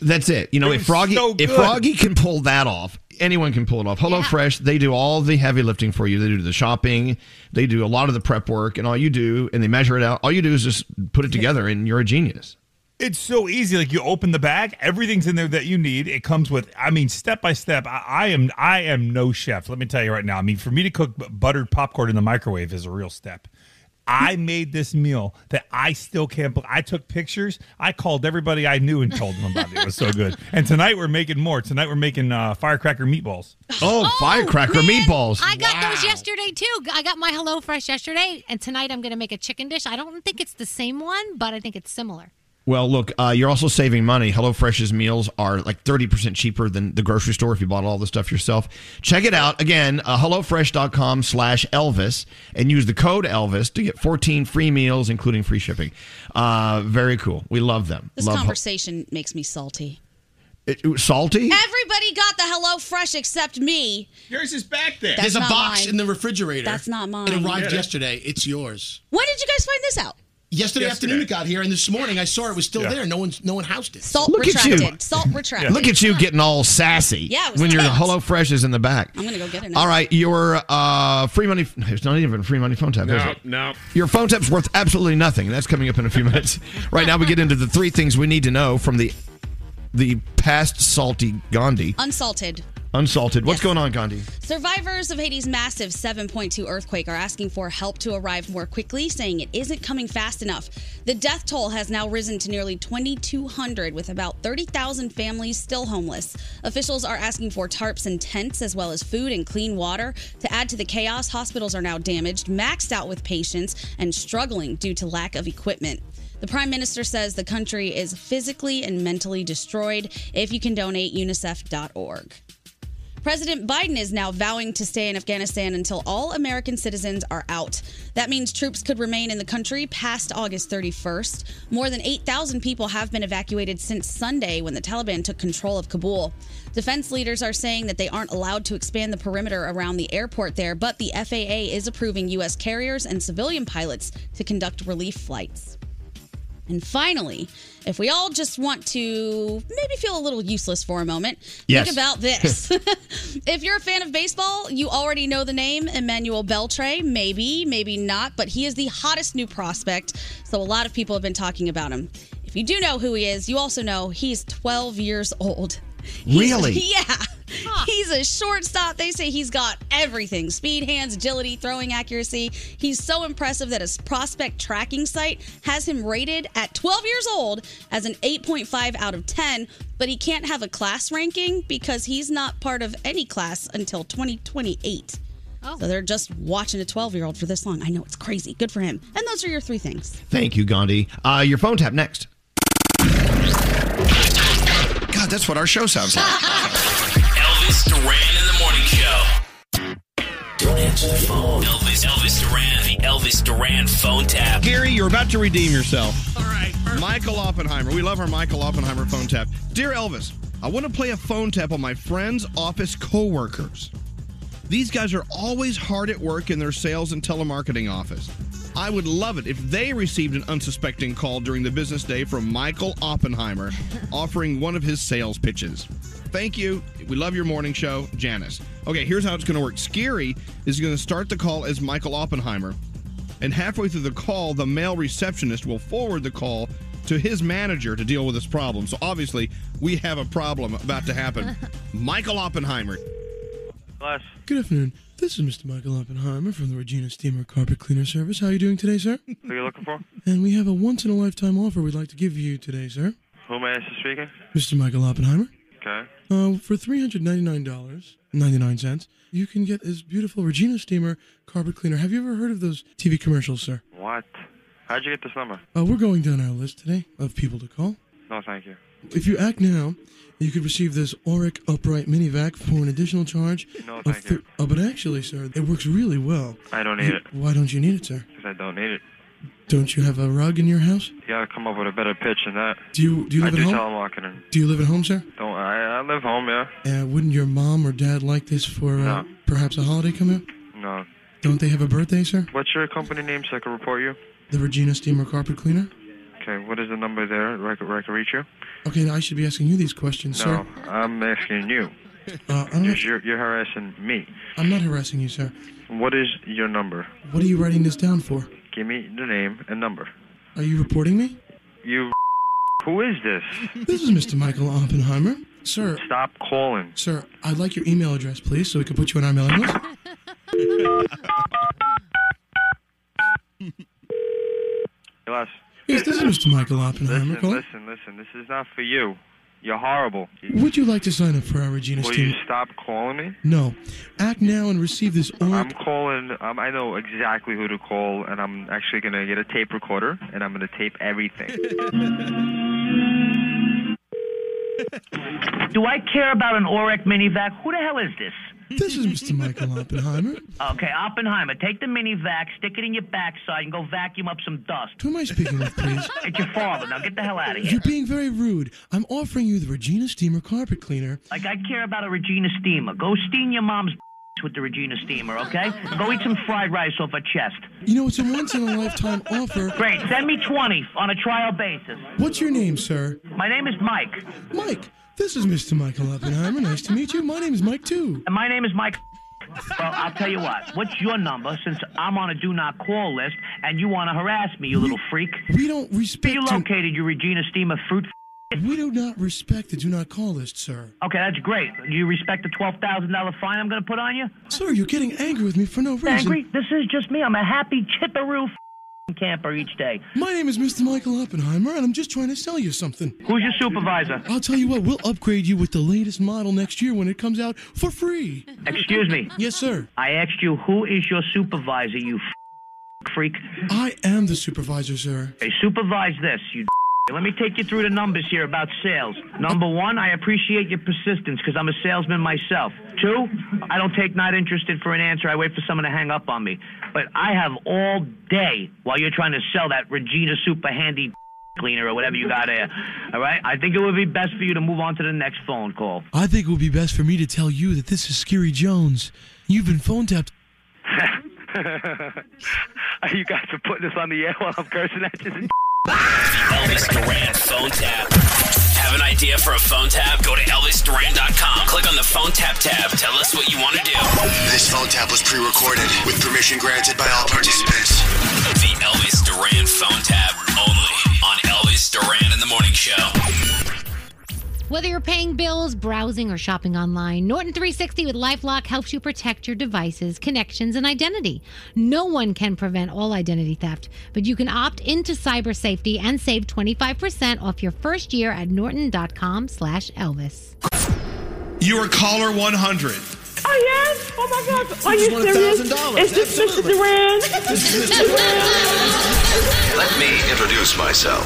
Speaker 8: That's it. You know,
Speaker 6: It
Speaker 8: if
Speaker 6: was
Speaker 8: Froggy
Speaker 6: so
Speaker 8: if
Speaker 6: good.
Speaker 8: Froggy can pull that off, anyone can pull it off. Hello Fresh, they do all the heavy lifting for you. They do the shopping, they do a lot of the prep work, and all you do and they measure it out. All you do is just put it together and you're a genius.
Speaker 1: It's so easy. Like you open the bag, everything's in there that you need. It comes with, I mean, step by step. I, I am, I am no chef. Let me tell you right now. I mean, for me to cook b- buttered popcorn in the microwave is a real step. I made this meal that I still can't. bel I took pictures. I called everybody I knew and told them about it. It was so good. And tonight we're making more. Tonight we're making uh, firecracker meatballs.
Speaker 8: Oh, firecracker meatballs!
Speaker 6: I got those yesterday too. I got my Hello Fresh yesterday, and tonight I'm going to make a chicken dish. I don't think it's the same one, but I think it's similar.
Speaker 8: Well, look, uh, you're also saving money. HelloFresh's meals are like 30% cheaper than the grocery store if you bought all the stuff yourself. Check it out. Again, uh, HelloFresh.com slash Elvis and use the code Elvis to get 14 free meals, including free shipping. Uh, very cool. We love them.
Speaker 9: This
Speaker 8: love
Speaker 9: conversation makes me salty.
Speaker 8: It- ooh, salty?
Speaker 9: Everybody got the Hello Fresh except me.
Speaker 12: Yours is back there.
Speaker 9: That's
Speaker 3: There's a
Speaker 9: not
Speaker 3: box
Speaker 9: mine.
Speaker 3: in the refrigerator.
Speaker 9: That's not mine.
Speaker 3: It arrived
Speaker 9: Yeah.
Speaker 3: yesterday. It's yours.
Speaker 9: When did you guys find this out?
Speaker 3: Yesterday,
Speaker 9: Yesterday.
Speaker 3: afternoon it got here, and this morning I saw it was still
Speaker 8: Yeah.
Speaker 3: there. No one, no one housed it.
Speaker 9: Salt
Speaker 8: Look at you.
Speaker 9: retracted. Salt retracted.
Speaker 8: Look at you getting all sassy
Speaker 9: Yeah, it was
Speaker 8: when your
Speaker 9: tense.
Speaker 8: HelloFresh is in the back.
Speaker 9: I'm gonna go get it. now.
Speaker 8: All right, your uh, free money. It's not even a free money phone tap. is
Speaker 12: No,
Speaker 8: it?
Speaker 12: no.
Speaker 8: Your phone tap's worth absolutely nothing. and That's coming up in a few minutes. Right now, we get into the three things we need to know from the the past salty Gandhi,
Speaker 9: Unsalted.
Speaker 8: unsalted. What's going on, Gandhi?
Speaker 9: Survivors of Haiti's massive 7.2 earthquake are asking for help to arrive more quickly, saying it isn't coming fast enough. The death toll has now risen to nearly 2,200, with about 30,000 families still homeless. Officials are asking for tarps and tents, as well as food and clean water. To add to the chaos, hospitals are now damaged, maxed out with patients, and struggling due to lack of equipment. The prime minister says the country is physically and mentally destroyed. If you can donate, unicef.org. President Biden is now vowing to stay in Afghanistan until all American citizens are out. That means troops could remain in the country past August 31st. More than 8,000 people have been evacuated since Sunday when the Taliban took control of Kabul. Defense leaders are saying that they aren't allowed to expand the perimeter around the airport there, but the FAA is approving U.S. carriers and civilian pilots to conduct relief flights. And finally, if we all just want to maybe feel a little useless for a moment,
Speaker 14: Yes.
Speaker 9: think about this. if you're a fan of baseball, you already know the name Emmanuel Beltre. Maybe, maybe not, but he is the hottest new prospect. So a lot of people have been talking about him. If you do know who he is, you also know he's 12 years old. He's-
Speaker 8: Really?
Speaker 9: Yeah. He's a shortstop. They say he's got everything speed, hands, agility, throwing accuracy. He's so impressive that his prospect tracking site has him rated at 12 years old as an 8.5 out of 10, but he can't have a class ranking because he's not part of any class until 2028. So they're just watching a 12 year old for this long. I know it's crazy. Good for him. And those are your three things.
Speaker 8: Thank you, Gandhi. Uh, your phone tap next. God, that's what our show sounds like.
Speaker 7: Elvis Duran in the morning show. Don't answer the phone. Elvis, Elvis Duran, the Elvis Duran phone tap.
Speaker 8: Gary, you're about to redeem yourself. All right. Michael Oppenheimer. We love our Michael Oppenheimer phone tap. Dear Elvis, I want to play a phone tap on my friends' office coworkers. These guys are always hard at work in their sales and telemarketing office. I would love it if they received an unsuspecting call during the business day from Michael Oppenheimer offering one of his sales pitches. Thank you. We love your morning show, Janice. Okay, here's how it's going to work. Scary is going to start the call as Michael Oppenheimer and halfway through the call, the male receptionist will forward the call to his manager to deal with this problem. So obviously, we have a problem about to happen. Michael Oppenheimer.
Speaker 21: Good afternoon. This is Mr. Michael Oppenheimer from the Regina Steamer Carpet Cleaner Service. How are you doing today, sir?
Speaker 22: Who are you looking for?
Speaker 21: And we have a once in a lifetime offer we'd like to give you today, sir.
Speaker 22: Who am I actually speaking?
Speaker 21: Mr. Michael Oppenheimer.
Speaker 22: Okay.
Speaker 21: Uh, for $399.99, you can get this beautiful Regina Steamer Carpet Cleaner. Have you ever heard of those TV commercials, sir?
Speaker 22: What? How'd you get this number?
Speaker 21: Uh, we're going down our list today of people to call.
Speaker 22: No, thank you.
Speaker 21: If you act now, you could receive this Auric Upright Mini Vac for an additional charge.
Speaker 22: No,
Speaker 21: of oh,
Speaker 22: thank
Speaker 21: thir- uh, but actually, sir, it works really well.
Speaker 22: I don't need
Speaker 21: You-
Speaker 22: it
Speaker 21: Why don't you need it, sir?
Speaker 22: because I don't need it.
Speaker 21: Don't you have a rug in your house?
Speaker 22: You gotta come up with a better pitch than that.
Speaker 21: Do you- do you live
Speaker 22: I
Speaker 21: at
Speaker 22: do
Speaker 21: home?
Speaker 22: telemarketing.
Speaker 21: Do you live at home, sir?
Speaker 22: Don't I? I live home, yeah.
Speaker 21: Uh, wouldn't your mom or dad like this for uh,
Speaker 22: No.
Speaker 21: perhaps a holiday coming up?
Speaker 22: No.
Speaker 21: Don't they have a birthday, sir?
Speaker 22: What's your company name so I can report you?
Speaker 21: The Regina Steamer Carpet Cleaner?
Speaker 22: Okay, what is the number there where I can, where I can reach you?
Speaker 21: Okay, now I should be asking you these
Speaker 22: No,
Speaker 21: questions, sir.
Speaker 22: I'm asking you.
Speaker 21: Uh, I'm,
Speaker 22: You're,
Speaker 21: not,
Speaker 22: you're, you're harassing me.
Speaker 21: I'm not harassing you, sir.
Speaker 22: What is your number?
Speaker 21: What are you writing this down for?
Speaker 22: Give me the name and number.
Speaker 21: Are you reporting me?
Speaker 22: You. Who is this?
Speaker 21: This is Mr. Michael Oppenheimer. Sir,
Speaker 22: Stop calling.
Speaker 21: sir, I'd like your email address, please, so we can put you on our mailing list.
Speaker 22: Hey, Les.
Speaker 21: Yes, this is Mr. Michael Oppenheimer.
Speaker 22: Listen,
Speaker 21: calling.
Speaker 22: listen, listen. This is not for you. You're horrible.
Speaker 21: Would you like to sign up for our Regina
Speaker 22: Will you
Speaker 21: Steamer?
Speaker 22: stop calling me?
Speaker 21: No. Act now and receive this
Speaker 22: I'm
Speaker 21: orange.
Speaker 22: calling. Um, I know exactly who to call, and I'm actually gonna get a tape recorder, and I'm gonna tape everything.
Speaker 23: Do I care about an Orec minivac? Who the hell is this?
Speaker 21: This is Mr. Michael Oppenheimer.
Speaker 23: Okay, Oppenheimer, take the minivac, stick it in your backside, and go vacuum up some dust.
Speaker 21: Who am I speaking with, please?
Speaker 23: It's your father. Now get the hell out of here.
Speaker 21: You're being very rude. I'm offering you the Regina Steamer carpet cleaner.
Speaker 23: Like I care about a Regina steamer. Go steam your mom's with the Regina steamer, okay? Go eat some fried rice off her chest.
Speaker 21: You know, it's a once in a lifetime offer.
Speaker 23: Great. Send me 20 on a trial basis.
Speaker 21: What's your name, sir?
Speaker 23: My name is Mike.
Speaker 21: Mike. This is Mr. Michael Oppenheimer. Nice to meet you. My name is Mike, too.
Speaker 23: And my name is Mike. Well, I'll tell you what. What's your number since I'm on a do not call list and you want to harass me, you little freak?
Speaker 21: We don't respect.
Speaker 23: You located your Regina steamer fruit.
Speaker 21: We do not respect the do not call list, sir.
Speaker 23: Okay, that's great. You respect the twelve thousand dollar fine I'm going to put on you?
Speaker 21: Sir, you're getting angry with me for no reason.
Speaker 23: Angry? This is just me. I'm a happy chipperoo f***ing camper each day.
Speaker 21: My name is Mr. Michael Oppenheimer, and I'm just trying to sell you something.
Speaker 23: Who's your supervisor?
Speaker 21: I'll tell you what, we'll upgrade you with the latest model next year when it comes out for free.
Speaker 23: Excuse me.
Speaker 21: Yes, sir.
Speaker 23: I asked you who is your supervisor, you f***ing freak.
Speaker 21: I am the supervisor, sir.
Speaker 23: Hey, supervise this, you. d- Let me take you through the numbers here about sales. Number one, I appreciate your persistence because I'm a salesman myself. Two, I don't take not interested for an answer. I wait for someone to hang up on me. But I have all day while you're trying to sell that Regina Super Handy cleaner or whatever you got there. All right? I think it would be best for you to move on to the next phone call.
Speaker 21: I think it would be best for me to tell you that this is Scary Jones. You've been phone tapped.
Speaker 13: you guys are putting this on the air while I'm cursing at you.
Speaker 7: Elvis Duran phone tap. Have an idea for a phone tap? Go to ElvisDuran.com. Click on the phone tap tab. Tell us what you want to do.
Speaker 4: This phone tap was pre recorded with permission granted by all participants.
Speaker 7: The Elvis Duran phone tap only on Elvis Duran in the Morning Show.
Speaker 6: Whether you're paying bills, browsing, or shopping online, Norton 360 with Lifelock helps you protect your devices, connections, and identity. No one can prevent all identity theft, but you can opt into cyber safety and save 25% off your first year at norton.com slash Elvis.
Speaker 15: You are caller 100.
Speaker 14: Oh yes! Oh my God! Are
Speaker 15: Just
Speaker 14: you
Speaker 15: won a
Speaker 14: serious?
Speaker 15: thousand dollars,
Speaker 14: Is this Mr.
Speaker 15: absolutely.
Speaker 14: Duran?
Speaker 4: This is Mr. Let me introduce myself.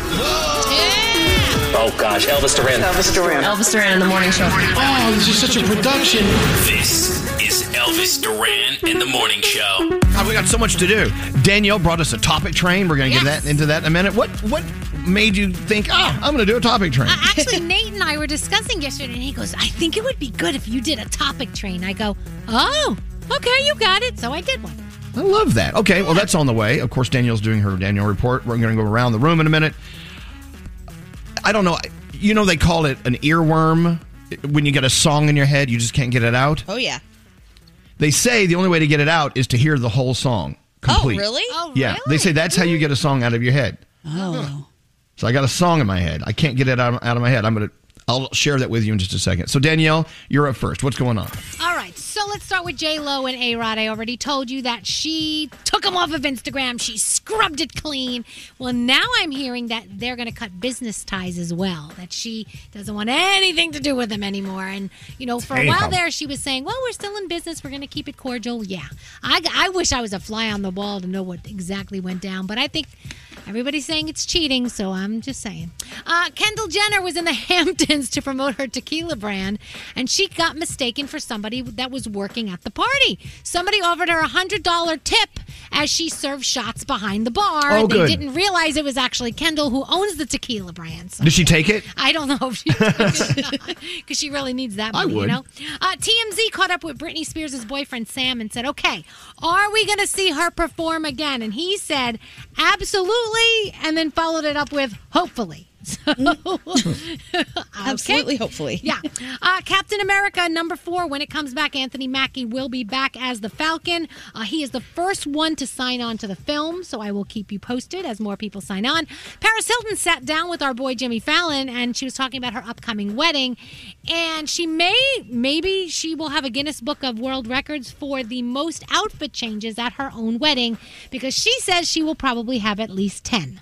Speaker 5: Oh gosh, Elvis Duran. Elvis Duran. Elvis Duran in the morning show.
Speaker 3: Oh, this is such a production.
Speaker 7: This is Elvis Duran in the Morning Show.
Speaker 8: Ah, we got so much to do. Danielle brought us a topic train. We're going to get that into that in a minute. What what made you think? Oh, I'm going to do a topic train.
Speaker 6: Uh, actually, Nate and I were discussing yesterday, and he goes, I think it would be good if you did a topic train. I go, oh, okay, you got it. So I did one.
Speaker 8: I love that. Okay, well that's on the way. Of course, Danielle's doing her Danielle report. We're going to go around the room in a minute. I don't know. You know they call it an earworm when you get a song in your head, you just can't get it out.
Speaker 9: Oh yeah.
Speaker 8: They say the only way to get it out is to hear the whole song complete.
Speaker 9: Oh really? Oh
Speaker 8: Yeah, they say that's how you get a song out of your head.
Speaker 9: Oh.
Speaker 8: So I got a song in my head. I can't get it out of, out of my head. I'm gonna. I'll share that with you in just a second. So Danielle, you're up first. What's going on?
Speaker 6: All right, so let's start with J Lo and A Rod. I already told you that she took him off of Instagram. She scrubbed it clean. Well, now I'm hearing that they're going to cut business ties as well. That she doesn't want anything to do with him anymore. And you know, for a while
Speaker 24: Damn.
Speaker 6: there, she was saying, "Well, we're still in business. We're going to keep it cordial." Yeah, I, I wish I was a fly on the wall to know what exactly went down. But I think Everybody's saying it's cheating, so I'm just saying. Uh, Kendall Jenner was in the Hamptons to promote her tequila brand, and she got mistaken for somebody that was working at the party. Somebody offered her a $100 tip as she served shots behind the bar.
Speaker 8: Oh,
Speaker 6: and they
Speaker 8: good.
Speaker 6: didn't realize it was actually Kendall who owns the tequila brand. So
Speaker 8: Did she take it?
Speaker 6: I don't know if she because she really needs that
Speaker 8: I
Speaker 6: money, you
Speaker 8: would.
Speaker 6: know. Uh, TMZ caught up with Britney Spears' boyfriend Sam and said, "Okay, are we going to see her perform again?" And he said, "Absolutely," and then followed it up with, "Hopefully." So,
Speaker 9: Absolutely, hopefully.
Speaker 6: Yeah. Uh, Captain America number four, when it comes back, Anthony Mackie will be back as the Falcon. Uh, he is the first one to sign on to the film, so I will keep you posted as more people sign on. Paris Hilton sat down with our boy Jimmy Fallon, and she was talking about her upcoming wedding. And she may, maybe she will have a Guinness Book of World Records for the most outfit changes at her own wedding because she says she will probably have at least 10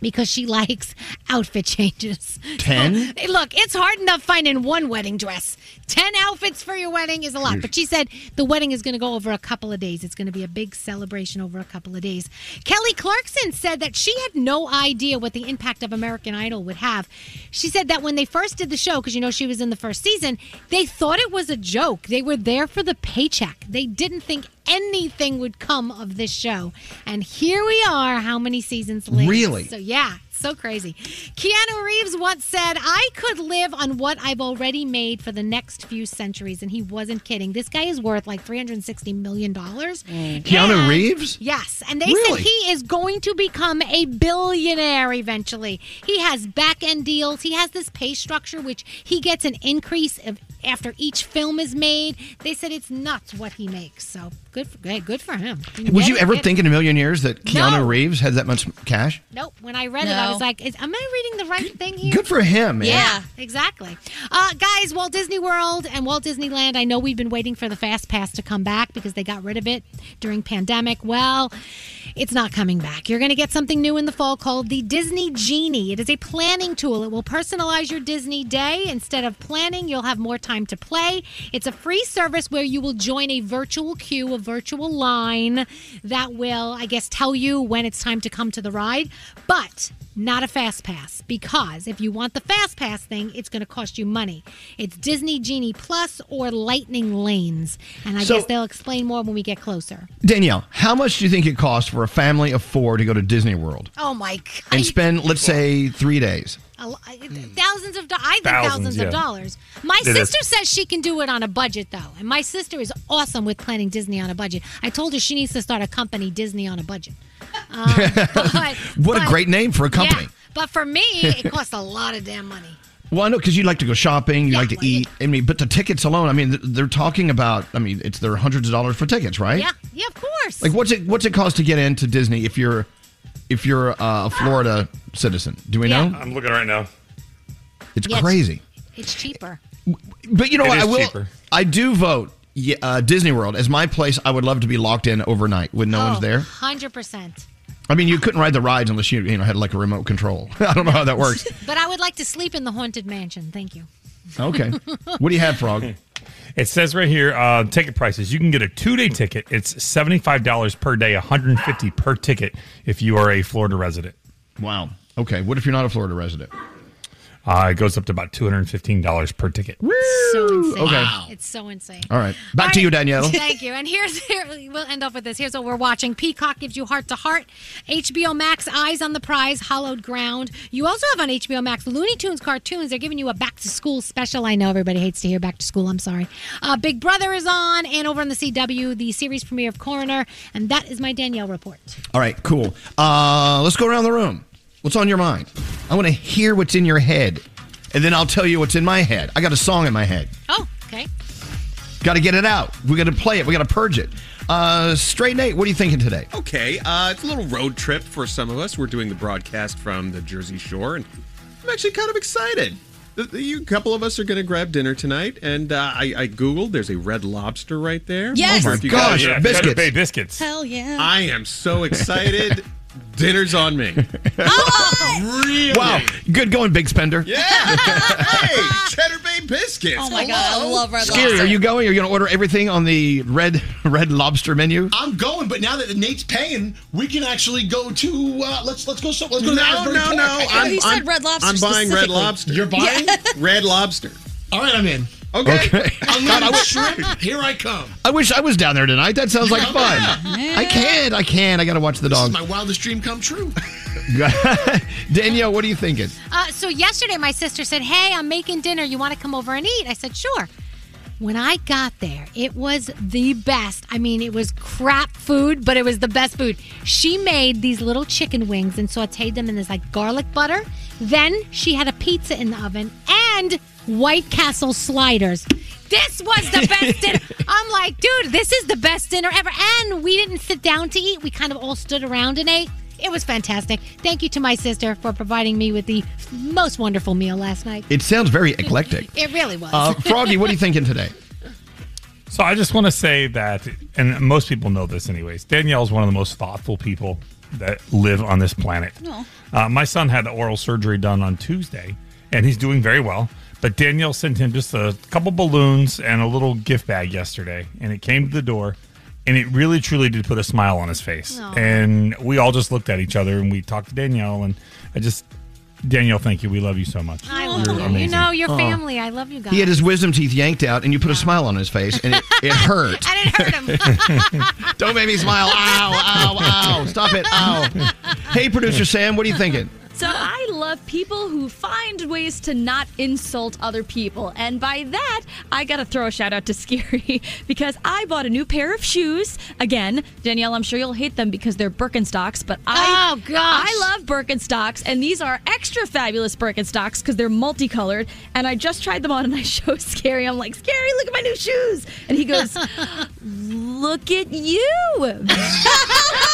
Speaker 6: because she likes outfit changes.
Speaker 8: Ten?
Speaker 6: Hey, Look, it's hard enough finding one wedding dress. Ten outfits for your wedding is a lot. But she said the wedding is going to go over a couple of days. It's going to be a big celebration over a couple of days. Kelly Clarkson said that she had no idea what the impact of American Idol would have. She said that when they first did the show, because you know she was in the first season, they thought it was a joke. They were there for the paycheck. They didn't think anything would come of this show. And here we are, how many seasons later?
Speaker 8: Really?
Speaker 6: So, yeah, so crazy. Keanu Reeves once said, I could live on what I've already made for the next few centuries. And he wasn't kidding. This guy is worth like $360 million.
Speaker 8: Mm. Keanu
Speaker 6: And-
Speaker 8: Reeves?
Speaker 6: Yes. And they
Speaker 8: Really?
Speaker 6: said he is going to become a billionaire eventually. He has back end deals. He has this pay structure, which he gets an increase of, after each film is made. They said it's nuts what he makes. So good for, hey, good for him. He
Speaker 8: Would
Speaker 6: get
Speaker 8: you
Speaker 6: it,
Speaker 8: ever
Speaker 6: get it.
Speaker 8: think in a million years that Keanu
Speaker 6: No.
Speaker 8: Reeves had that much cash?
Speaker 6: Nope. When I read it, I was like, is, "Am I reading the right thing here?"
Speaker 8: Good for him, man.
Speaker 6: Yeah, exactly. Uh, guys, Walt Disney World and Walt Disneyland. I know we've been waiting for the Fast Pass to come back because they got rid of it during pandemic. Well, it's not coming back. You're going to get something new in the fall called the Disney Genie. It is a planning tool. It will personalize your Disney day. Instead of planning, you'll have more time to play. It's a free service where you will join a virtual queue, a virtual line that will, I guess, tell you when it's time to come to the ride. But not a fast pass because if you want the fast pass thing, it's going to cost you money. It's Disney Genie Plus or Lightning Lanes, and I
Speaker 8: So-
Speaker 6: guess they'll explain more when we get closer.
Speaker 8: Danielle, how much do you think it costs for a family of four to go to Disney World
Speaker 6: Oh my god!
Speaker 8: and spend, let's say, three days?
Speaker 6: A lo- Thousands of dollars. I think
Speaker 8: Hmm. Thousands,
Speaker 6: thousands,
Speaker 8: yeah.
Speaker 6: of dollars. My
Speaker 8: It is-
Speaker 6: sister says she can do it on a budget, though, and my sister is awesome with planning Disney on a budget. I told her she needs to start a company, Disney on a budget. Um, but,
Speaker 8: What a
Speaker 6: but-
Speaker 8: great name for a company.
Speaker 6: Yeah, but for me, it costs a lot of damn money.
Speaker 8: Well, I know because you like to go shopping, you like to eat. I mean, but the tickets alone, I mean, th- they're talking about, I mean, it's they're hundreds of dollars for tickets, right?
Speaker 6: Yeah, yeah, of course.
Speaker 8: Like, what's it what's it cost to get into Disney if you're if you're uh, a Florida citizen? Do we know?
Speaker 1: I'm looking right now.
Speaker 8: It's
Speaker 6: Yeah, it's-
Speaker 8: crazy.
Speaker 6: It's cheaper.
Speaker 8: But you know
Speaker 1: It
Speaker 8: what? I
Speaker 1: is
Speaker 8: will.
Speaker 1: cheaper.
Speaker 8: I do vote yeah, uh, Disney World as my place. I would love to be locked in overnight when no
Speaker 6: Oh.
Speaker 8: one's there.
Speaker 6: Hundred percent.
Speaker 8: I mean, you couldn't ride the rides unless you you know had like a remote control. I don't know how that works.
Speaker 6: But I would like to sleep in the haunted mansion. Thank you.
Speaker 8: Okay. What do you have, Frog?
Speaker 1: It says right here, uh, ticket prices. You can get a two day ticket. It's seventy five dollars per day, one hundred and fifty per ticket if you are a Florida resident.
Speaker 8: Wow. Okay. What if you're not a Florida resident?
Speaker 1: Uh, it goes up to about two hundred and fifteen dollars per ticket.
Speaker 6: So insane.
Speaker 1: Okay.
Speaker 6: It's so insane.
Speaker 1: All right. Back to you, Danielle.
Speaker 6: Thank you. And here's here, we'll end off with this. Here's what we're watching. Peacock gives you heart to heart. HBO Max Eyes on the Prize, Hollowed Ground. You also have on HBO Max Looney Tunes cartoons. They're giving you a back to school special. I know everybody hates to hear back to school. I'm sorry. Uh, Big Brother is on, and over on the CW, the series premiere of Coroner. And that is my Danielle report.
Speaker 8: All right. Cool. Uh, let's go around the room. What's on your mind? I want to hear what's in your head, and then I'll tell you what's in my head. I got a song in my head.
Speaker 6: Oh, okay.
Speaker 8: Got to get it out. We got to play it. We got to purge it. Uh, Straight Nate, what are you thinking today?
Speaker 12: Okay, uh, it's a little road trip for some of us. We're doing the broadcast from the Jersey Shore, and I'm actually kind of excited. The- the- You, a couple of us are going to grab dinner tonight, and uh, I, I googled. There's a Red Lobster right there.
Speaker 9: Yes. Oh my
Speaker 12: If you
Speaker 8: gosh,
Speaker 12: guys-
Speaker 8: biscuits. Better
Speaker 1: Bay biscuits.
Speaker 9: Hell yeah.
Speaker 12: I am so excited. Dinner's on me.
Speaker 14: Oh.
Speaker 8: really? Wow. Good going, big spender.
Speaker 12: Yeah. hey, cheddar bay biscuits.
Speaker 9: Oh my God, I love Red
Speaker 8: Scary. Are you going? Are you going to order everything on the red red lobster menu?
Speaker 3: I'm going, but now that Nate's paying, we can actually go to uh, let's let's go so, let's go to
Speaker 12: No,
Speaker 3: Asbury
Speaker 12: no,
Speaker 3: Park.
Speaker 12: no, He I'm- said I'm- Red Lobster I'm buying Red specifically. Lobster.
Speaker 3: You're buying
Speaker 12: Red Lobster.
Speaker 3: All right, I'm in.
Speaker 12: Okay.
Speaker 3: Unlimited shrimp. Here I come.
Speaker 8: I wish I was down there tonight. That sounds like
Speaker 3: Yeah.
Speaker 8: fun.
Speaker 3: Oh, Yeah.
Speaker 8: I can't. I can't. I got to watch the
Speaker 3: This is
Speaker 8: dogs.
Speaker 3: my wildest dream come true.
Speaker 8: Danielle, what are you thinking?
Speaker 6: Uh, so yesterday, my sister said, "Hey, I'm making dinner. You want to come over and eat?" I said, "Sure." When I got there, it was the best. I mean, it was crap food, but it was the best food. She made these little chicken wings and sauteed them in this like garlic butter. Then she had a pizza in the oven and White Castle sliders. This was the best dinner. I'm like, dude, this is the best dinner ever. And we didn't sit down to eat. We kind of all stood around and ate. It was fantastic. Thank you to my sister for providing me with the most wonderful meal last night.
Speaker 8: It sounds very eclectic.
Speaker 6: It really was.
Speaker 8: Uh, Froggy, what are you thinking today?
Speaker 1: So I just want to say that, and most people know this, anyways. Danielle's one of the most thoughtful people that live on this planet.
Speaker 9: Aw.
Speaker 1: Uh, my son had oral surgery done on Tuesday, and he's doing very well. But Danielle sent him just a couple balloons and a little gift bag yesterday, and it came to the door, and it really, truly did put a smile on his face.
Speaker 10: Aw.
Speaker 1: And we all just looked at each other and we talked to Danielle, and I just, Danielle, thank you. We love you so much.
Speaker 6: I love
Speaker 1: You're
Speaker 6: you. You
Speaker 1: amazing.
Speaker 6: know, your
Speaker 8: Aw.
Speaker 6: family. I love you
Speaker 8: Oh.
Speaker 6: guys.
Speaker 8: He had his wisdom teeth yanked out, and you put a smile on his face, and it, it hurt.
Speaker 6: and it hurt him.
Speaker 8: Don't make me smile. Ow, ow, ow. Stop it. Ow. Hey, producer Sam, what are you thinking?
Speaker 16: So I love people who find ways to not insult other people. And by that, I got to throw a shout out to Scary because I bought a new pair of shoes. Again, Danielle, I'm sure you'll hate them because they're Birkenstocks, but I
Speaker 6: Oh, gosh.
Speaker 16: I love Birkenstocks and these are extra fabulous Birkenstocks because they're multicolored and I just tried them on and I show Scary. I'm like, "Scary, look at my new shoes." And he goes, "Look at you."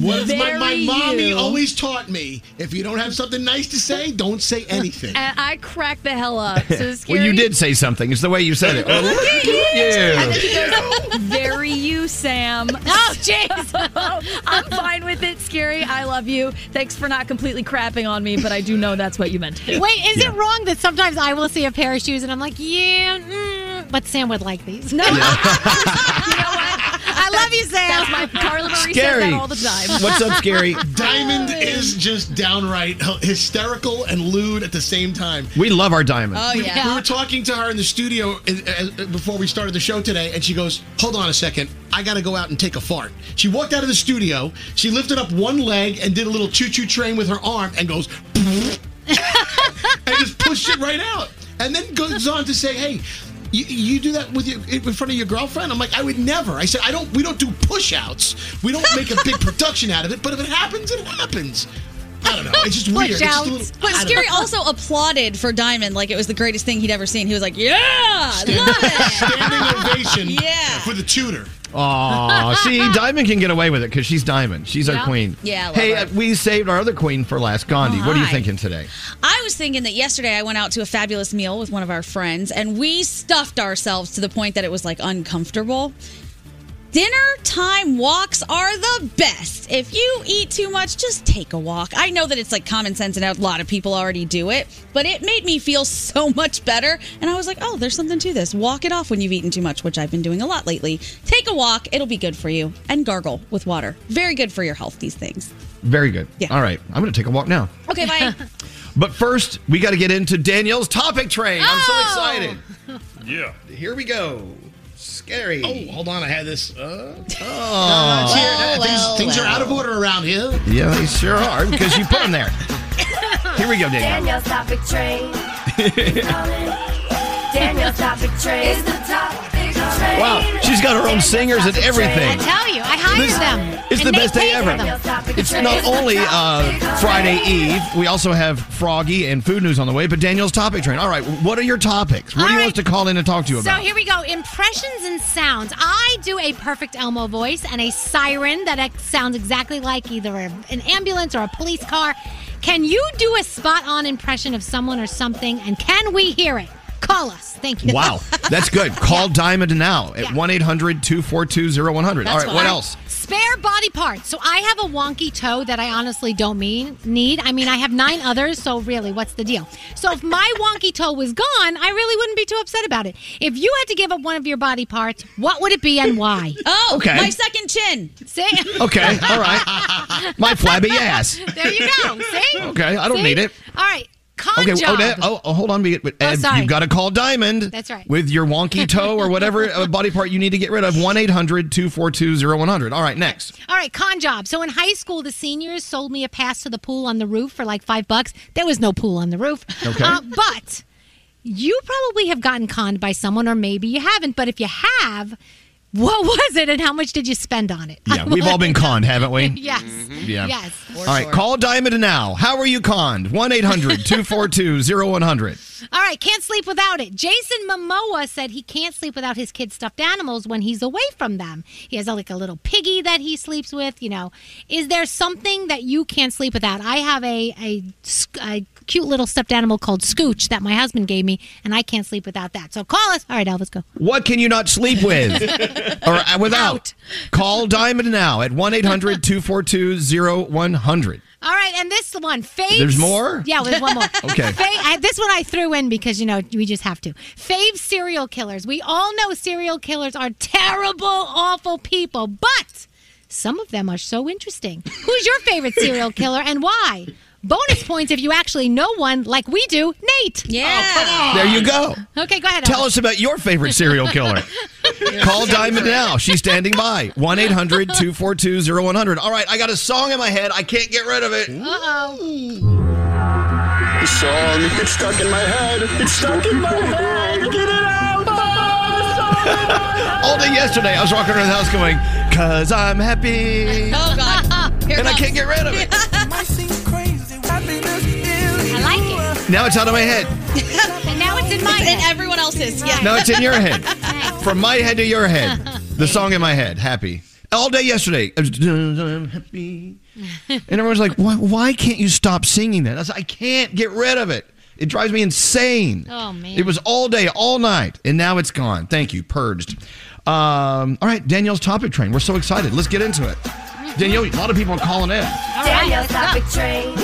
Speaker 3: What is my, my
Speaker 16: Very
Speaker 3: mommy
Speaker 16: you.
Speaker 3: always taught me? If you don't have something nice to say, don't say anything.
Speaker 16: And I cracked the hell up. So
Speaker 8: Well,
Speaker 16: Scary
Speaker 8: you did say something. It's the way you said it. Oh,
Speaker 16: Look at you. And then
Speaker 8: you.
Speaker 16: he goes, very you, Sam.
Speaker 6: Oh,
Speaker 16: jeez. I'm fine with it, Scary. I love you. Thanks for not completely crapping on me, but I do know that's what you meant to do.
Speaker 6: Wait, is it wrong that sometimes I will see a pair of shoes and I'm like, yeah, mm, but Sam would like these? No. I love you, Sam.
Speaker 16: That's my Carla Marie says
Speaker 3: Scary.
Speaker 16: that all the time.
Speaker 8: What's up, Scary?
Speaker 3: Diamond is just downright hy- hysterical and lewd at the same time.
Speaker 8: We love our diamond.
Speaker 9: Oh,
Speaker 3: we, we were talking to her in the studio uh, uh, before we started the show today, and she goes, "Hold on a second, I got to go out and take a fart." She walked out of the studio. She lifted up one leg and did a little choo-choo train with her arm, and goes, and just pushed it right out. And then goes on to say, "Hey." You, you do that with your, in front of your girlfriend? I'm like, I would never. I said, I don't. We don't do push-outs. We don't make a big production out of it. But if it happens, it happens. I don't know. It's just weird. It's just a little-
Speaker 9: But
Speaker 3: I don't
Speaker 9: Scary
Speaker 3: know.
Speaker 9: also applauded for Diamond like it was the greatest thing he'd ever seen. He was like, "Yeah,
Speaker 3: standing ovation
Speaker 9: Yeah.
Speaker 3: for the tutor.
Speaker 8: Aw, see, Diamond can get away with it because she's Diamond. She's
Speaker 9: Yeah.
Speaker 8: our queen.
Speaker 9: Yeah, I love
Speaker 8: Hey,
Speaker 9: her.
Speaker 8: uh, we saved our other queen for last, Gandhi.
Speaker 9: Oh,
Speaker 8: what are you
Speaker 9: hi.
Speaker 8: thinking today?
Speaker 9: I was thinking that yesterday I went out to a fabulous meal with one of our friends and we stuffed ourselves to the point that it was like uncomfortable. Dinner time walks are the best. If you eat too much, just take a walk. I know that it's like common sense and a lot of people already do it, but it made me feel so much better. And I was like, oh, there's something to this. Walk it off when you've eaten too much, which I've been doing a lot lately. Take a walk, it'll be good for you. And gargle with water. Very good for your health, these things.
Speaker 8: Very good.
Speaker 9: Yeah.
Speaker 8: All right, I'm going to take a walk now.
Speaker 9: Okay, bye.
Speaker 8: But first, we got to get into Danielle's topic train. I'm
Speaker 6: Oh.
Speaker 9: Oh!
Speaker 8: so excited.
Speaker 1: Yeah.
Speaker 8: Here we go. Scary.
Speaker 3: Oh, hold on. I had this. Uh, oh, uh,
Speaker 8: Oh.
Speaker 3: things
Speaker 8: Well,
Speaker 3: things are
Speaker 8: well.
Speaker 3: out of order around here.
Speaker 8: Yeah, they sure are because you put them there. Here we go, Danielle.
Speaker 14: Danielle's topic train. Danielle's topic train is the topic train.
Speaker 8: Wow, she's got her own singers and
Speaker 6: I
Speaker 8: everything.
Speaker 6: tell you, I hired
Speaker 8: This-
Speaker 6: them.
Speaker 8: It's the
Speaker 6: and they
Speaker 8: best day
Speaker 6: paid for
Speaker 8: ever.
Speaker 6: them.
Speaker 8: It's not only uh, Friday Eve, we also have Froggy and food news on the way, but Danielle's topic train. All right, what are your topics? What do you want us to call in and talk to you
Speaker 6: So
Speaker 8: about?
Speaker 6: here we go. Impressions and sounds. I do a perfect Elmo voice and a siren that ex- sounds exactly like either a- an ambulance or a police car. Can you do a spot on impression of someone or something? And can we hear it? Call us. Thank you.
Speaker 8: Wow, that's good. Call Diamond now at 1 800 242 0100. All
Speaker 6: That's
Speaker 8: right, what
Speaker 6: fine.
Speaker 8: else?
Speaker 6: Spare body parts. So I have a wonky toe that I honestly don't mean need. I mean I have nine others, so really, what's the deal? So if my wonky toe was gone, I really wouldn't be too upset about it. If you had to give up one of your body parts, what would it be and why?
Speaker 9: Oh,
Speaker 8: Okay. my
Speaker 9: second chin.
Speaker 6: See?
Speaker 8: Okay, all right. My flabby ass.
Speaker 6: There you go. See?
Speaker 8: Okay, I don't
Speaker 6: See?
Speaker 8: need it.
Speaker 6: All right. Con
Speaker 8: okay,
Speaker 6: job.
Speaker 8: Odette, oh, oh, hold on. We, but,
Speaker 6: Oh,
Speaker 8: Ed,
Speaker 6: sorry.
Speaker 8: You've got to call Diamond.
Speaker 6: That's right.
Speaker 8: With your wonky toe or whatever uh, body part you need to get rid of. 1 800 242 0100. All right, next.
Speaker 6: All right, con job. So in high school, the seniors sold me a pass to the pool on the roof for like five bucks. There was no pool on the roof.
Speaker 8: Okay.
Speaker 6: Uh, but you probably have gotten conned by someone, or maybe you haven't. But if you have, what was it and how much did you spend on it?
Speaker 8: Yeah, we've all been conned, haven't we? Mm-hmm.
Speaker 6: yes.
Speaker 8: Yeah.
Speaker 6: Yes.
Speaker 8: All right, call Diamond now. How are you conned? 1 800 242 0100.
Speaker 6: All right, can't sleep without it. Jason Momoa said he can't sleep without his kids' stuffed animals when he's away from them. He has uh, like a little piggy that he sleeps with. You know, is there something that you can't sleep without? I have a a, sc- a cute little stuffed animal called Scooch that my husband gave me, and I can't sleep without that. So call us. All right, Elvis, go.
Speaker 8: What can you not sleep with? or uh, without? Call Diamond now at 1 800 242 0100.
Speaker 6: All right, and this one, Fave.
Speaker 8: There's more?
Speaker 6: Yeah, there's one more.
Speaker 8: Okay.
Speaker 6: Fave, I, this one I threw in because you know we just have to. Fave serial killers. We all know serial killers are terrible, awful people, but some of them are so interesting. Who's your favorite serial killer and why? Bonus points if you actually know one, like we do, Nate. Oh,
Speaker 9: Yeah.
Speaker 8: There you go.
Speaker 6: Okay, go ahead.
Speaker 8: Tell
Speaker 6: Elvis.
Speaker 8: us about your favorite serial killer. Call Diamond now. She's standing by. 1 800 242 0100. All right, I got a song in my head. I can't get rid of it.
Speaker 6: Uh-oh.
Speaker 4: The song, it's stuck in my head. It's stuck in my head. Get it out.
Speaker 8: All day yesterday, I was walking around the house going, Cause I'm happy.
Speaker 9: Oh God! Here
Speaker 8: And I can't get rid of
Speaker 9: it.
Speaker 6: I like
Speaker 8: Now it's out of my head.
Speaker 6: it. and now it's in my
Speaker 9: and everyone else's. Yeah.
Speaker 8: Now it's in your head. From my head to your head. The song in my head, happy. All day yesterday. I was, I'm happy. And everyone's like, why, why can't you stop singing that? I was like, I can't get rid of it. It drives me insane.
Speaker 4: Oh, man.
Speaker 8: It was all day, all night, and now it's gone. Thank you, purged. Um, all right, Danielle's topic train. We're so excited. Let's get into it. Danielle, a lot of people are calling in.
Speaker 14: Daniel's topic train.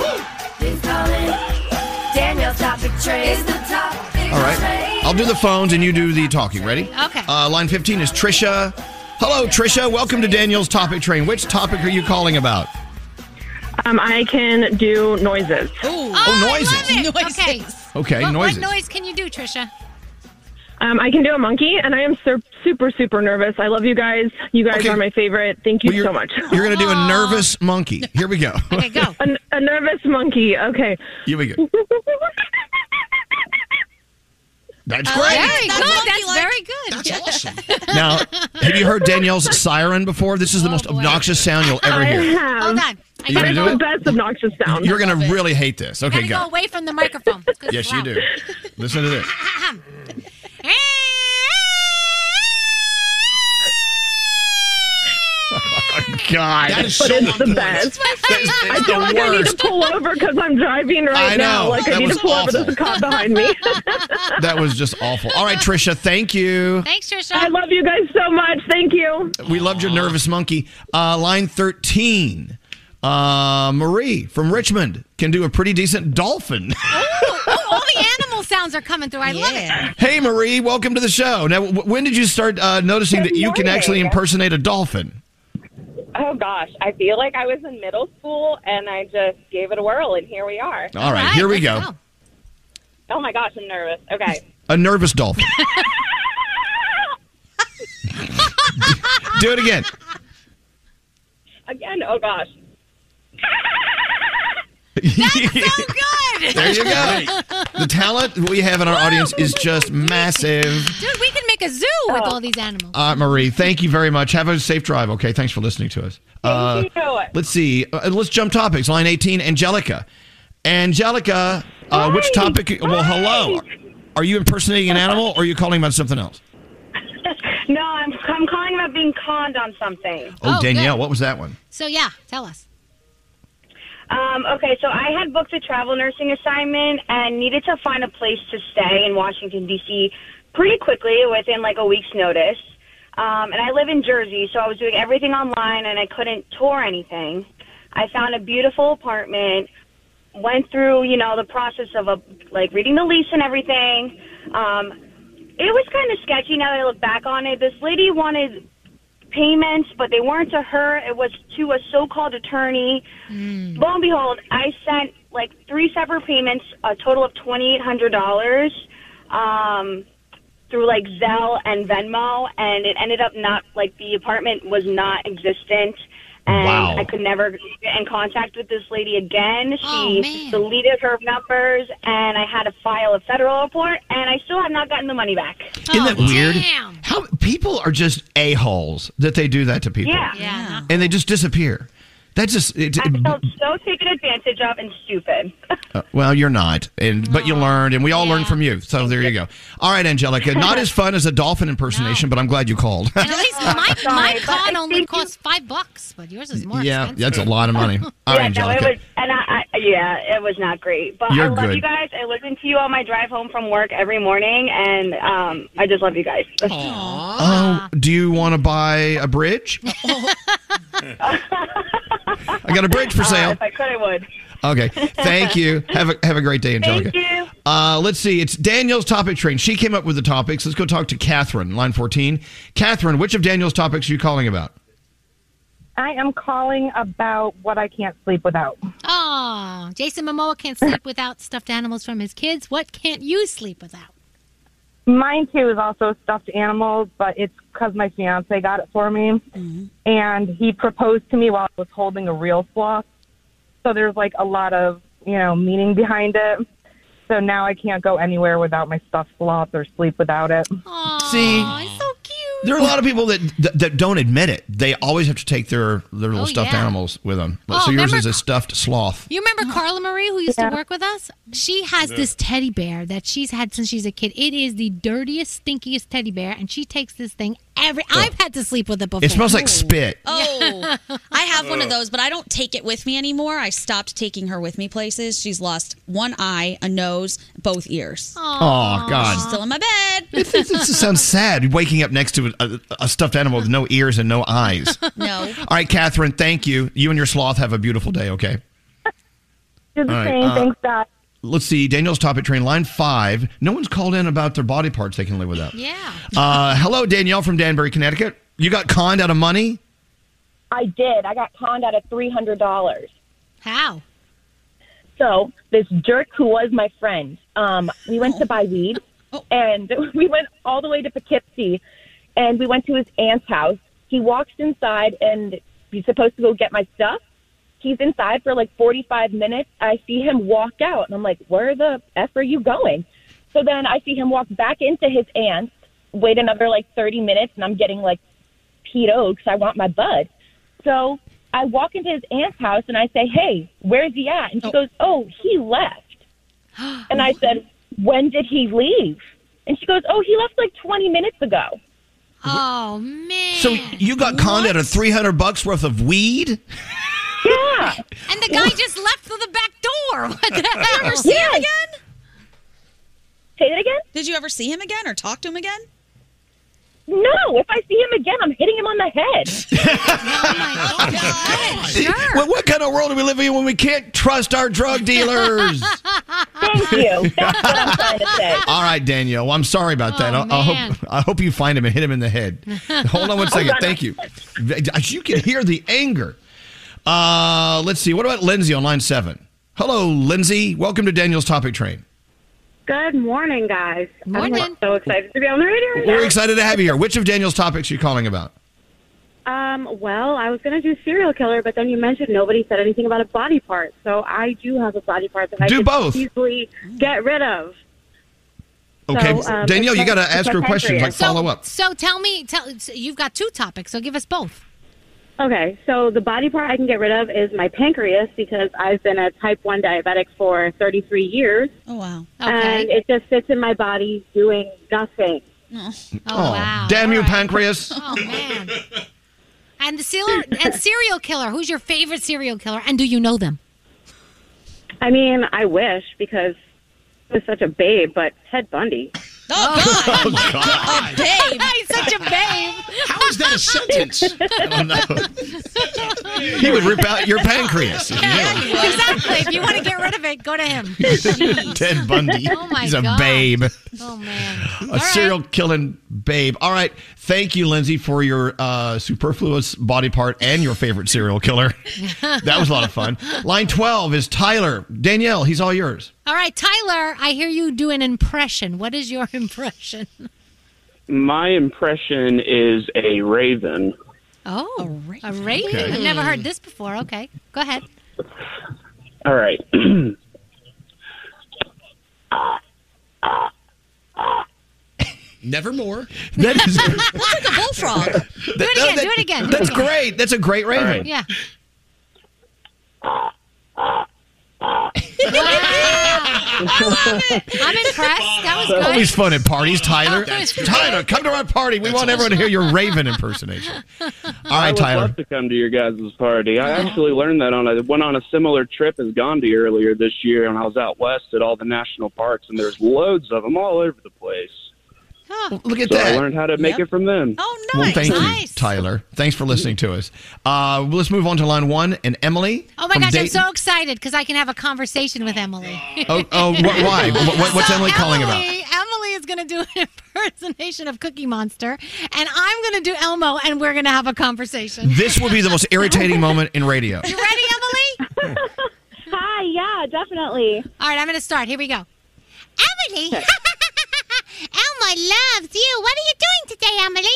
Speaker 14: Please call in. Daniel's topic train is the topic
Speaker 8: All right. I'll do the phones and you do the talking. Ready?
Speaker 14: Okay.
Speaker 8: Uh, line 15 is Trisha. Hello, Trisha. Welcome to Daniel's topic train. Which topic are you calling about?
Speaker 10: Um, I can do noises.
Speaker 6: Oh,
Speaker 8: noises.
Speaker 6: Okay.
Speaker 8: Okay,
Speaker 6: What-
Speaker 8: noises.
Speaker 6: What noise can you do, Trisha?
Speaker 10: Um, I can do a monkey, and I am sur- super, super nervous. I love you guys. You guys are my favorite. Thank you
Speaker 8: Well, you're-
Speaker 10: so much.
Speaker 8: You're going to do a nervous monkey. Here we go.
Speaker 6: Okay, go.
Speaker 10: A, a nervous monkey. Okay.
Speaker 8: Here we go. That's great.
Speaker 6: Very
Speaker 4: That's
Speaker 6: good.
Speaker 4: monkey-like.
Speaker 6: That's very good. That's
Speaker 8: awesome. Now, have you heard Danielle's siren before? This is the most obnoxious sound you'll ever
Speaker 10: I
Speaker 8: hear.
Speaker 10: have.
Speaker 6: Hold on. I
Speaker 8: You
Speaker 6: gotta
Speaker 8: ready to
Speaker 6: go,
Speaker 8: do
Speaker 10: The best obnoxious sound.
Speaker 8: You're going to really hate this. Okay,
Speaker 6: gotta go
Speaker 8: go.
Speaker 6: away from the microphone.
Speaker 8: Yes, you do. Listen to this. God.
Speaker 10: That is But so it's on the point. best.
Speaker 6: It's my favorite.
Speaker 10: I feel like I need to pull over because I'm driving right
Speaker 8: I know.
Speaker 10: now. Like
Speaker 8: That
Speaker 10: I need to
Speaker 8: was
Speaker 10: pull over.
Speaker 8: awful.
Speaker 10: There's a cop behind me.
Speaker 8: That was just awful. All right, Trisha, thank you.
Speaker 6: Thanks, Trisha.
Speaker 10: I love you guys so much. Thank you.
Speaker 8: We loved your nervous monkey. Uh, line 13. Uh, Marie from Richmond can do a pretty decent dolphin.
Speaker 6: Oh, all the animal sounds are coming through. I love it.
Speaker 8: hey, Marie, welcome to the show. Now, w- when did you start uh, noticing
Speaker 24: Good
Speaker 8: that you can
Speaker 24: morning.
Speaker 8: actually impersonate a dolphin?
Speaker 24: Oh gosh, I feel like I was in middle school and I just gave it a whirl, and here we are.
Speaker 8: All right, here we go.
Speaker 24: Oh my gosh, I'm nervous. Okay,
Speaker 8: A nervous dolphin. do it again.
Speaker 24: again. Oh gosh.
Speaker 6: Good.
Speaker 8: There you go. The talent we have in our audience is just massive.
Speaker 6: Dude, we can make a zoo with all these animals.
Speaker 8: Uh, Marie, thank you very much. Have a safe drive. Okay, thanks for listening to us. Uh,
Speaker 6: you.
Speaker 8: Let's see. Uh, let's jump topics. Line 18, Angelica. Angelica, uh, which topic? Well, hello. Are you impersonating an animal or are you calling about something else?
Speaker 25: No, I'm, I'm calling about being conned on something.
Speaker 8: Oh, Danielle, what was that one?
Speaker 6: So, yeah, tell us.
Speaker 25: Um, okay, so I had booked a travel nursing assignment and needed to find a place to stay in Washington, D.C. pretty quickly within like a week's notice. Um, and I live in Jersey, so I was doing everything online and I couldn't tour anything. I found a beautiful apartment, went through, you know, the process of a, like reading the lease and everything. Um, it was kind of sketchy now that I look back on it. This lady wanted payments, but they weren't to her. It was to a so-called attorney.
Speaker 8: Hmm.
Speaker 25: Lo and behold, I sent like three separate payments, a total of twenty eight hundred dollars, um, through like Zelle and Venmo, and it ended up not like the apartment was not existent. And
Speaker 11: Wow.
Speaker 25: Um, I could never get in contact with this lady again.
Speaker 11: Oh,
Speaker 25: She
Speaker 11: man.
Speaker 25: deleted her numbers, and I had to file a federal report, and I still have not gotten the money back.
Speaker 8: Isn't that weird? How people are just a holes that they do that to people.
Speaker 25: Yeah. Yeah.
Speaker 8: And they just disappear. That just it,
Speaker 25: I felt so taken advantage of and stupid.
Speaker 8: uh, well, you're not, and but
Speaker 25: Oh,
Speaker 8: you learned, and we all learned from you. So there you go. All right, Angelica, not as fun as a dolphin impersonation, but I'm glad you called.
Speaker 6: And at least my, my con only costs five bucks, but yours is more
Speaker 8: yeah,
Speaker 6: expensive.
Speaker 8: that's a lot of money. All right,
Speaker 25: yeah,
Speaker 8: Angelica.
Speaker 25: no, it was, and I, I, yeah, it was not great. But
Speaker 8: You're
Speaker 25: I love
Speaker 8: good.
Speaker 25: you guys. I listen to you on my drive home from work every morning, and um, I just love you guys. Ah.
Speaker 8: Oh, do you want to buy a bridge? I got a bridge for
Speaker 25: Uh,
Speaker 8: sale.
Speaker 25: if I could, I would.
Speaker 8: Okay, thank you. Have a have a great day, Angelica.
Speaker 25: Thank you.
Speaker 8: Uh, let's see. It's Daniel's topic train. She came up with the topics. Let's go talk to Catherine, line fourteen. Catherine, which of Daniel's topics are you calling about?
Speaker 19: I am calling about what I can't sleep without.
Speaker 6: Oh, Jason Momoa can't sleep without stuffed animals from his kids. What can't you sleep without?
Speaker 19: Mine too is also stuffed animals, but it's because my fiance got it for me, and he proposed to me while I was holding a real flock. So there's like a lot of you know meaning behind it. So now I can't go anywhere without my stuffed sloth or sleep without it.
Speaker 8: See, there are a lot of people that, that that don't admit it. They always have to take their their little
Speaker 6: Oh,
Speaker 8: stuffed
Speaker 6: yeah.
Speaker 8: animals with them.
Speaker 6: Oh,
Speaker 8: so yours
Speaker 6: remember-
Speaker 8: is a stuffed sloth.
Speaker 6: You
Speaker 10: Oh.
Speaker 6: remember Carla Marie, who used to work with us? She has
Speaker 8: Yeah.
Speaker 6: this teddy bear that she's had since she's a kid. It is the dirtiest, stinkiest teddy bear, and she takes this thing every. I've had to sleep with it before.
Speaker 8: It smells like spit.
Speaker 9: Oh, I have one of
Speaker 8: Ugh.
Speaker 9: those, but I don't take it with me anymore. I stopped taking her with me places. She's lost one eye, a nose, both ears.
Speaker 8: Aw, God.
Speaker 9: She's still in my bed.
Speaker 8: It, it, it sounds sad. Waking up next to a, a stuffed animal with no ears and no eyes.
Speaker 9: no.
Speaker 8: All right, Catherine. Thank you. You and your sloth have a beautiful day. Okay.
Speaker 19: Do
Speaker 8: All
Speaker 19: the
Speaker 8: right,
Speaker 19: same.
Speaker 8: uh,
Speaker 19: Thanks, Dad.
Speaker 8: Let's see. Daniel's topic train line five. No one's called in about their body parts they can live without.
Speaker 6: Yeah.
Speaker 8: Uh, hello, Danielle from Danbury, Connecticut. You got conned out of money.
Speaker 11: I did. I got conned out of three hundred dollars.
Speaker 6: How?
Speaker 11: So this jerk who was my friend, um, we went to buy weed, and we went all the way to Poughkeepsie, and we went to his aunt's house. He walks inside, and he's supposed to go get my stuff. He's inside for like forty-five minutes. I see him walk out, and I'm like, "Where the f are you going?" So then I see him walk back into his aunt's, wait another like thirty minutes, and I'm getting like pedo because I want my bud. So I walk into his aunt's house and I say, "Hey, where's he at?" And she goes, "Oh, he left." And I said, "When did he leave?" And she goes, "Oh, he left like 20 minutes ago."
Speaker 6: Oh man!
Speaker 8: So you got conned out of three hundred bucks worth of weed.
Speaker 11: Yeah.
Speaker 6: And the guy just left through the back door. What the hell?
Speaker 9: Did you ever see him
Speaker 11: Yes.
Speaker 9: again?
Speaker 11: Say that again.
Speaker 9: Did you ever see him again or talk to him again?
Speaker 11: No, if I see him again, I'm hitting him on the head.
Speaker 8: What, what kind of world are we living in when we can't trust our drug dealers?
Speaker 11: Thank you. That's what I'm trying to say.
Speaker 8: All right, Danielle. Well, I'm sorry about that.
Speaker 11: Oh,
Speaker 8: I, I
Speaker 11: man.
Speaker 8: hope I hope you find him and hit him in the head. Hold on one second.
Speaker 11: Hold on.
Speaker 8: Thank you. You can hear the anger. Uh, let's see. What about Lindsay on line seven? Hello, Lindsay. Welcome to Daniel's topic train.
Speaker 20: Good morning, guys.
Speaker 6: Morning.
Speaker 20: I'm like, so excited to be on the radio. right
Speaker 8: We're
Speaker 20: now.
Speaker 8: excited to have you here. Which of Daniel's topics are you calling about?
Speaker 20: Um, well, I was going to do serial killer, but then you mentioned nobody said anything about a body part. So I do have a body part that I
Speaker 8: Do
Speaker 20: could
Speaker 8: both.
Speaker 20: easily get rid of.
Speaker 8: Okay,
Speaker 20: So, um,
Speaker 8: Danielle, you
Speaker 20: it's
Speaker 8: got to
Speaker 20: like- it's
Speaker 8: ask her
Speaker 20: like
Speaker 8: questions, like
Speaker 20: pancreas.
Speaker 8: follow up.
Speaker 6: So tell me, tell so you've got two topics, so give us both.
Speaker 20: Okay, so the body part I can get rid of is my pancreas because I've been a type 1 diabetic for 33 years.
Speaker 9: Oh, wow.
Speaker 20: And it just sits in my body doing nothing.
Speaker 11: oh,
Speaker 8: Aw, Oh, Damn you, pancreas.
Speaker 6: Oh man! And the sealer and serial killer. Who's your favorite serial killer? And do you know them?
Speaker 20: I mean, I wish because he was such a babe, but Ted Bundy.
Speaker 9: Oh, God. A babe.
Speaker 6: He's such a babe.
Speaker 3: How is that a sentence?
Speaker 8: I don't know. he would rip out your pancreas.
Speaker 6: exactly. If you want to get rid of it, go to him.
Speaker 8: Ted Bundy.
Speaker 6: Oh my
Speaker 8: He's a
Speaker 6: God.
Speaker 8: babe.
Speaker 6: Oh man.
Speaker 8: A serial killing babe. All right. Thank you, Lindsay, for your uh, superfluous body part and your favorite serial killer. That was a lot of fun. Line 12 is Tyler. Danielle, he's all yours.
Speaker 6: All right, Tyler. I hear you do an impression. What is your impression?
Speaker 2: My impression is a raven.
Speaker 6: Oh, a raven.
Speaker 2: Okay.
Speaker 6: I've never heard this before. Okay, go ahead.
Speaker 2: All right.
Speaker 3: Nevermore.
Speaker 8: That is.
Speaker 9: That's like a bullfrog.
Speaker 6: Do it again. do it again. do it
Speaker 8: That's
Speaker 6: again.
Speaker 8: great. That's a great raven.
Speaker 6: Yeah. I'm impressed. That was good.
Speaker 8: Always fun at parties, Tyler.
Speaker 6: That's good.
Speaker 8: Tyler, come to our party. We want everyone to hear your Raven impersonation. All
Speaker 2: I
Speaker 8: right,
Speaker 2: would
Speaker 8: Tyler.
Speaker 2: love to come to your guys' party. I actually learned that on a went on a similar trip as Gandhi earlier this year, and I was out west at all the national parks, and there's loads of them all over the place.
Speaker 8: Look at
Speaker 2: so
Speaker 8: that.
Speaker 2: I learned how to make
Speaker 8: Yep.
Speaker 2: it from them.
Speaker 6: Oh,
Speaker 8: Well, thank you, Tyler. Thanks for listening to us. Uh, well, let's move on to line one and Emily.
Speaker 6: Oh my
Speaker 8: from
Speaker 6: gosh, I'm
Speaker 8: Dayton.
Speaker 6: so excited because I can have a conversation with Emily.
Speaker 8: Oh, oh wh- why? What, what- what's Emily calling about?
Speaker 6: Emily, Emily is going to do an impersonation of Cookie Monster, and I'm going to do Elmo, and we're going to have a conversation.
Speaker 8: This will be the most irritating moment in radio.
Speaker 6: You ready, Emily?
Speaker 25: Hi, yeah, definitely.
Speaker 6: All right, I'm going to start. Here we go. Emily! Elmo Oh, loves you. What are you doing today, Emily?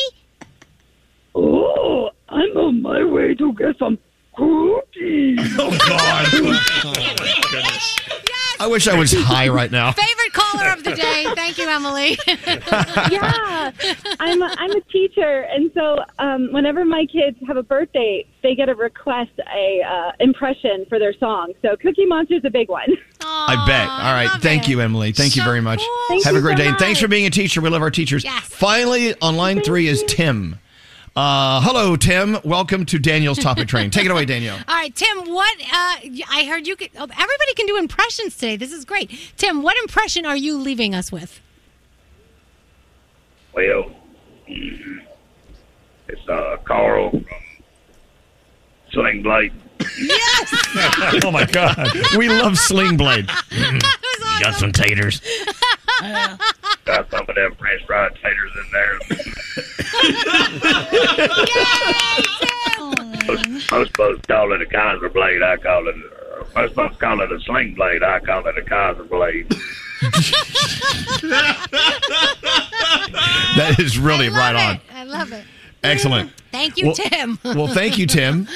Speaker 22: Oh, I'm on my way to get some cookies.
Speaker 8: Oh, God. Oh, I wish I was high right now.
Speaker 6: Favorite caller of the day. Thank you, Emily.
Speaker 25: yeah, I'm a, I'm a teacher, and so um, whenever my kids have a birthday, they get a request a uh, impression for their song. So Cookie Monster's a big one.
Speaker 8: I bet. All right. Thank you, Emily. Thank you very much.
Speaker 25: Thank
Speaker 8: Have
Speaker 25: you
Speaker 8: a great
Speaker 25: so
Speaker 8: day. And
Speaker 25: much.
Speaker 8: thanks for being a teacher. We love our teachers. Finally, on line three is Tim. Uh, hello, Tim. Welcome to Daniel's Topic Train. Take it away, Danielle.
Speaker 6: All right, Tim, what uh, y- I heard you could, oh, everybody can do impressions today. This is great. Tim, what impression are you leaving us with?
Speaker 23: Well, mm, it's uh, Carl from Sling Blade.
Speaker 8: Yes. oh my God. We love Sling Blade.
Speaker 6: You
Speaker 23: got some taters. got some of them French fried taters in there. most, most folks call it a Kaiser blade. I call it. uh, Most folks call it a sling blade. I call it a Kaiser blade.
Speaker 8: That is really right on.
Speaker 6: Ah, I love it.
Speaker 8: Excellent.
Speaker 6: Thank you,
Speaker 8: Well-
Speaker 6: Tim.
Speaker 8: Well, thank you, Tim.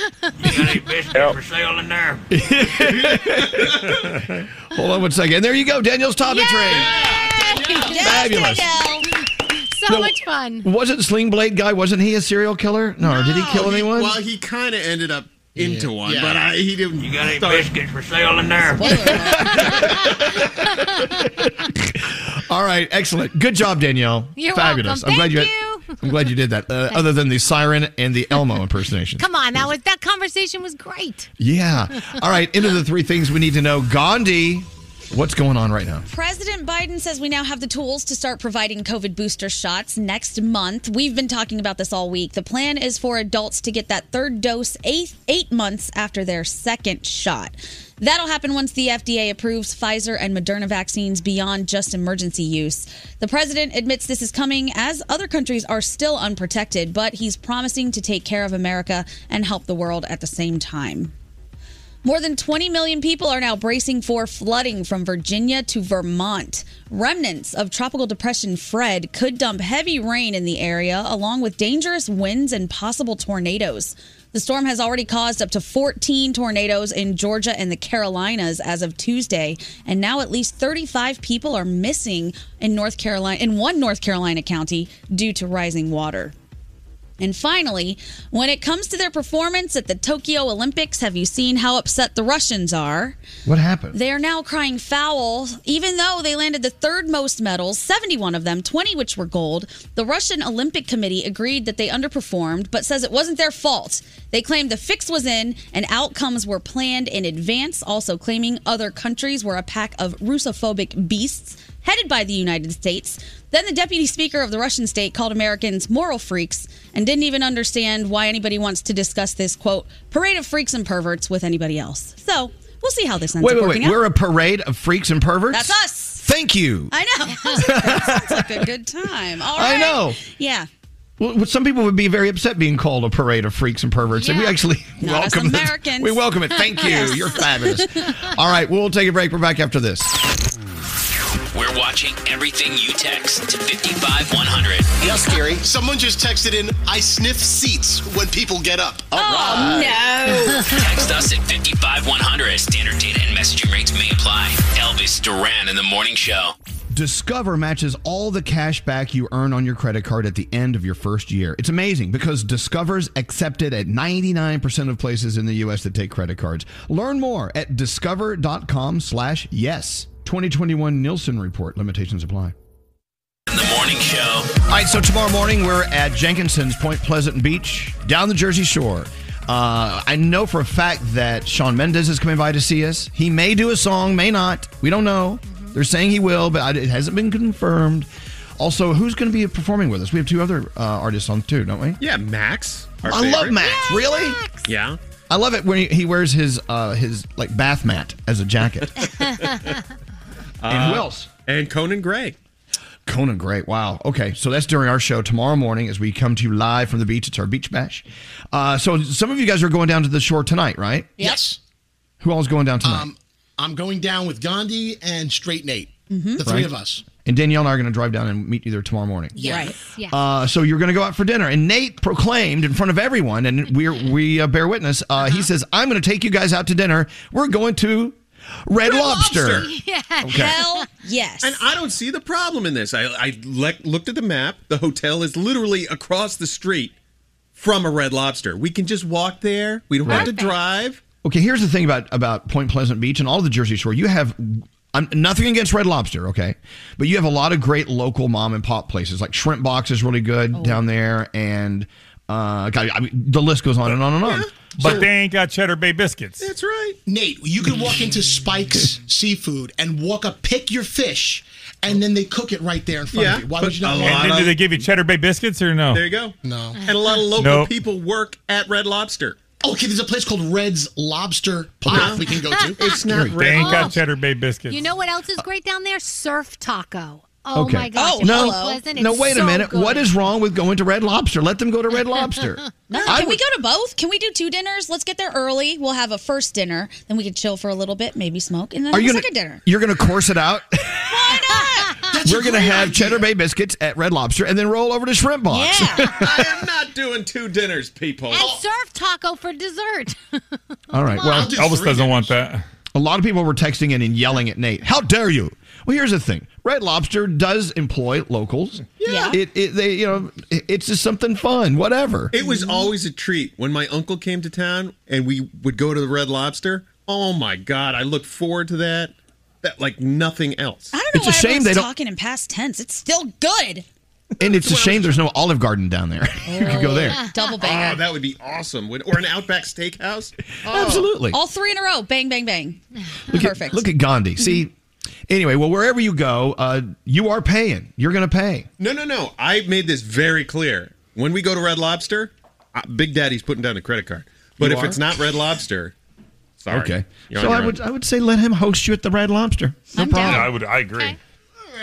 Speaker 23: Biscuit for sale in there.
Speaker 8: Hold on one second. There you go, Daniel's Topic Train. Fabulous.
Speaker 6: So
Speaker 8: No,
Speaker 6: much fun.
Speaker 8: Wasn't Sling Blade guy? Wasn't he a serial killer? No, did he kill
Speaker 12: he-
Speaker 8: anyone?
Speaker 12: well, he kind of ended up into one,
Speaker 8: Yeah.
Speaker 12: but I, he didn't.
Speaker 23: You got any
Speaker 12: start-
Speaker 23: biscuits for sale in there?
Speaker 8: All right, excellent. Good job, Danielle.
Speaker 6: You're
Speaker 8: Fabulous.
Speaker 6: welcome.
Speaker 8: I'm glad
Speaker 6: Thank
Speaker 8: you. I'm glad you did that. Uh, other than the siren and the Elmo impersonation.
Speaker 6: Come on, that was that conversation was great.
Speaker 8: Yeah. All right. Into the three things we need to know. Gandhi, what's going on right now?
Speaker 9: President Biden says we now have the tools to start providing COVID booster shots next month. We've been talking about this all week. The plan is for adults to get that third dose eight, eight months after their second shot. That'll happen once the FDA approves Pfizer and Moderna vaccines beyond just emergency use. The president admits this is coming as other countries are still unprotected, but he's promising to take care of America and help the world at the same time. More than 20 million people are now bracing for flooding from Virginia to Vermont. Remnants of Tropical Depression Fred could dump heavy rain in the area, along with dangerous winds and possible tornadoes. The storm has already caused up to 14 tornadoes in Georgia and the Carolinas as of Tuesday, and now at least 35 people are missing in North Carolina in one North Carolina county due to rising water. And finally, when it comes to their performance at the Tokyo Olympics, have you seen how upset the Russians are?
Speaker 8: What happened?
Speaker 9: They are now crying foul, even though they landed the third most medals, 71 of them, 20 which were gold. The Russian Olympic Committee agreed that they underperformed, but says it wasn't their fault. They claimed the fix was in and outcomes were planned in advance, also claiming other countries were a pack of Russophobic beasts headed by the United States. Then the deputy speaker of the Russian state called Americans moral freaks and didn't even understand why anybody wants to discuss this, quote, parade of freaks and perverts with anybody else. So we'll see how this ends
Speaker 8: Wait,
Speaker 9: up
Speaker 8: wait,
Speaker 9: working
Speaker 8: wait.
Speaker 9: out.
Speaker 8: We're a parade of freaks and perverts?
Speaker 9: That's us.
Speaker 8: Thank you.
Speaker 9: I know. I was like, that sounds like a good time. All
Speaker 8: I
Speaker 9: right.
Speaker 8: know.
Speaker 9: Yeah.
Speaker 8: Well, well, some people would be very upset being called a parade of freaks and perverts, and we
Speaker 9: Yeah.
Speaker 8: actually
Speaker 9: Not us
Speaker 8: welcome it.
Speaker 9: Americans.
Speaker 8: We welcome it. Thank you.
Speaker 9: Yes.
Speaker 8: You're fabulous. All right, we'll take a break. We're back after this.
Speaker 7: We're watching everything you text to 55100.
Speaker 13: Yes, Gary. Someone just texted in, I sniff seats when people get up.
Speaker 6: Oh,
Speaker 3: Oh,
Speaker 7: Text us at 55100. Standard data and messaging rates may apply. Elvis Duran in the morning show.
Speaker 8: Discover matches all the cash back you earn on your credit card at the end of your first year. It's amazing because Discover's accepted at 99% of places in the US that take credit cards. Learn more at discover.com slash yes. 2021 Nielsen Report. Limitations apply.
Speaker 7: Morning show.
Speaker 8: All right, so tomorrow morning we're at Jenkinson's Point Pleasant Beach, down the Jersey Shore. Uh, I know for a fact that Sean Mendez is coming by to see us. He may do a song, may not. We don't know. They're saying he will, but I- it hasn't been confirmed. Also, who's going to be performing with us? We have two other uh, artists on too, don't we?
Speaker 12: Yeah, Max. our
Speaker 8: I love
Speaker 12: favorite.
Speaker 8: Max. really?
Speaker 12: Yeah.
Speaker 8: I love it when he, he wears his uh, his like bath mat as a jacket. And who else?
Speaker 12: And Conan Gray.
Speaker 8: Conan, great. Wow. Okay. So that's during our show tomorrow morning as we come to you live from the beach. It's our beach bash. Uh, so some of you guys are going down to the shore tonight, right?
Speaker 3: Yes.
Speaker 8: Who all's going down tonight?
Speaker 3: Um, I'm going down with Gandhi and Straight Nate.
Speaker 6: Mm-hmm.
Speaker 3: The three
Speaker 8: Right?
Speaker 3: of us.
Speaker 8: And Danielle and I are going to drive down and meet you there tomorrow morning.
Speaker 3: Right. Yeah.
Speaker 8: Uh, so you're going to go out for dinner, and Nate proclaimed in front of everyone, and we we uh, bear witness. Uh,
Speaker 3: Uh-huh.
Speaker 8: He says, "I'm going to take you guys out to dinner. We're going to Red, Lobster."
Speaker 9: Yeah.
Speaker 8: Okay.
Speaker 9: Hell yes.
Speaker 12: And I don't see the problem in this. I, I le- looked at the map. The hotel is literally across the street from a Red Lobster. We can just walk there. We don't have to drive.
Speaker 8: Okay, here's the thing about about Point Pleasant Beach and all of the Jersey Shore. You have I'm nothing against Red Lobster, okay, but you have a lot of great local mom and pop places. Like Shrimp Box is really
Speaker 6: Oh.
Speaker 8: good down there, and uh, God, I mean, the list goes on and on and on.
Speaker 1: But they ain't got Cheddar Bay biscuits.
Speaker 12: That's right.
Speaker 3: Nate, you can walk into Spike's Seafood and walk up, pick your fish, and then they cook it right there in front
Speaker 12: Yeah,
Speaker 3: of you. Why
Speaker 12: but
Speaker 3: would you not?
Speaker 12: a
Speaker 3: want
Speaker 12: lot
Speaker 1: And
Speaker 3: that?
Speaker 1: then do they give you Cheddar Bay biscuits or no?
Speaker 12: There you go.
Speaker 3: No.
Speaker 12: And a lot of local
Speaker 1: Nope.
Speaker 12: people work at Red Lobster.
Speaker 3: Okay, there's a place called Red's Lobster Pie
Speaker 12: Okay.
Speaker 3: we can go to.
Speaker 12: It's not
Speaker 1: They
Speaker 12: Red
Speaker 1: ain't got
Speaker 12: Lobster.
Speaker 1: Cheddar Bay biscuits.
Speaker 6: You know what else is great down there? Surf taco. Oh
Speaker 8: Uh, okay.
Speaker 6: my gosh. it's
Speaker 8: no,
Speaker 6: so pleasant.
Speaker 8: no,
Speaker 6: It's
Speaker 8: wait
Speaker 6: so
Speaker 8: a minute.
Speaker 6: good.
Speaker 8: What is wrong with going to Red Lobster? Let them go to Red Lobster.
Speaker 9: No,
Speaker 8: I
Speaker 9: can we go to both? Can we do two dinners? Let's get there early. We'll have a first dinner, then we can chill for a little bit, maybe smoke, and then
Speaker 8: Are
Speaker 9: have
Speaker 8: you
Speaker 9: a
Speaker 8: gonna,
Speaker 9: second dinner.
Speaker 8: You're going to course it out.
Speaker 3: That's a
Speaker 8: We're going to
Speaker 3: great
Speaker 8: have Cheddar Bay biscuits at Red Lobster, and then roll over to Shrimp Box.
Speaker 12: I am not doing two dinners, people.
Speaker 6: And surf taco for dessert.
Speaker 8: All right. Well,
Speaker 6: I'll do Elvis three doesn't
Speaker 8: want that. A lot of people were texting in and yelling at Nate. How dare you? Well, here's the thing. Red Lobster does employ locals.
Speaker 9: Yeah.
Speaker 8: It, it they you know it- it's just something fun. Whatever.
Speaker 12: It was always a treat when my uncle came to town and we would go to the Red Lobster. Oh my God, I look forward to that. That like nothing else.
Speaker 9: I don't know
Speaker 8: It's a
Speaker 9: why
Speaker 8: shame
Speaker 9: everyone's
Speaker 8: they don't-
Speaker 9: talking in past tense. It's still good.
Speaker 8: and it's a shame there's no Olive Garden down there. you could go there.
Speaker 9: Double
Speaker 12: Oh,
Speaker 9: banger.
Speaker 12: that would be awesome. Would- Or an Outback Steakhouse. Oh.
Speaker 8: Absolutely.
Speaker 9: All three in a row. Bang, bang, bang.
Speaker 8: Look
Speaker 9: Perfect.
Speaker 8: At, look at Gandhi. See. Anyway, well, wherever you go, uh, you are paying. You're going to pay.
Speaker 12: No, no, no. I made this very clear. When we go to Red Lobster, uh, Big Daddy's putting down the credit card. But
Speaker 8: You
Speaker 12: if
Speaker 8: are?
Speaker 12: it's not Red Lobster, sorry.
Speaker 8: Okay.
Speaker 12: You're on
Speaker 8: so
Speaker 12: your
Speaker 8: I
Speaker 12: own.
Speaker 8: would uh, I would say let him host you at the Red Lobster. No
Speaker 9: I'm
Speaker 8: problem.
Speaker 9: down.
Speaker 1: I would. I agree.
Speaker 3: All right,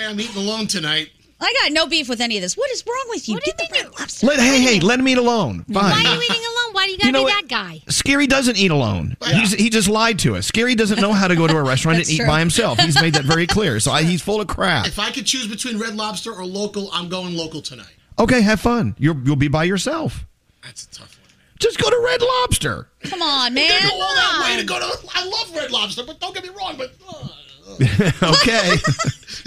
Speaker 3: I'm eating alone tonight.
Speaker 9: I got no beef with any of this. What is wrong with you? Get the red lobster.
Speaker 8: Let hey hey let him eat alone. Fine.
Speaker 6: Why are you eating alone? Why do you gotta
Speaker 8: You know
Speaker 6: be
Speaker 8: what?
Speaker 6: that guy?
Speaker 8: Scary doesn't eat alone. He's, he just lied to us. Scary doesn't know how to go to a restaurant and
Speaker 3: That's
Speaker 8: eat
Speaker 3: true.
Speaker 8: by himself. He's made that very clear. So I, he's full of crap.
Speaker 3: If I could choose between Red Lobster or local, I'm going local tonight.
Speaker 8: Okay, have fun. You're, you'll be by yourself.
Speaker 3: That's a tough one.
Speaker 8: Just go to Red Lobster.
Speaker 9: Come on,
Speaker 3: You
Speaker 9: man.
Speaker 3: gotta go all that way to go to. I love Red Lobster, but don't get me wrong. But
Speaker 8: okay.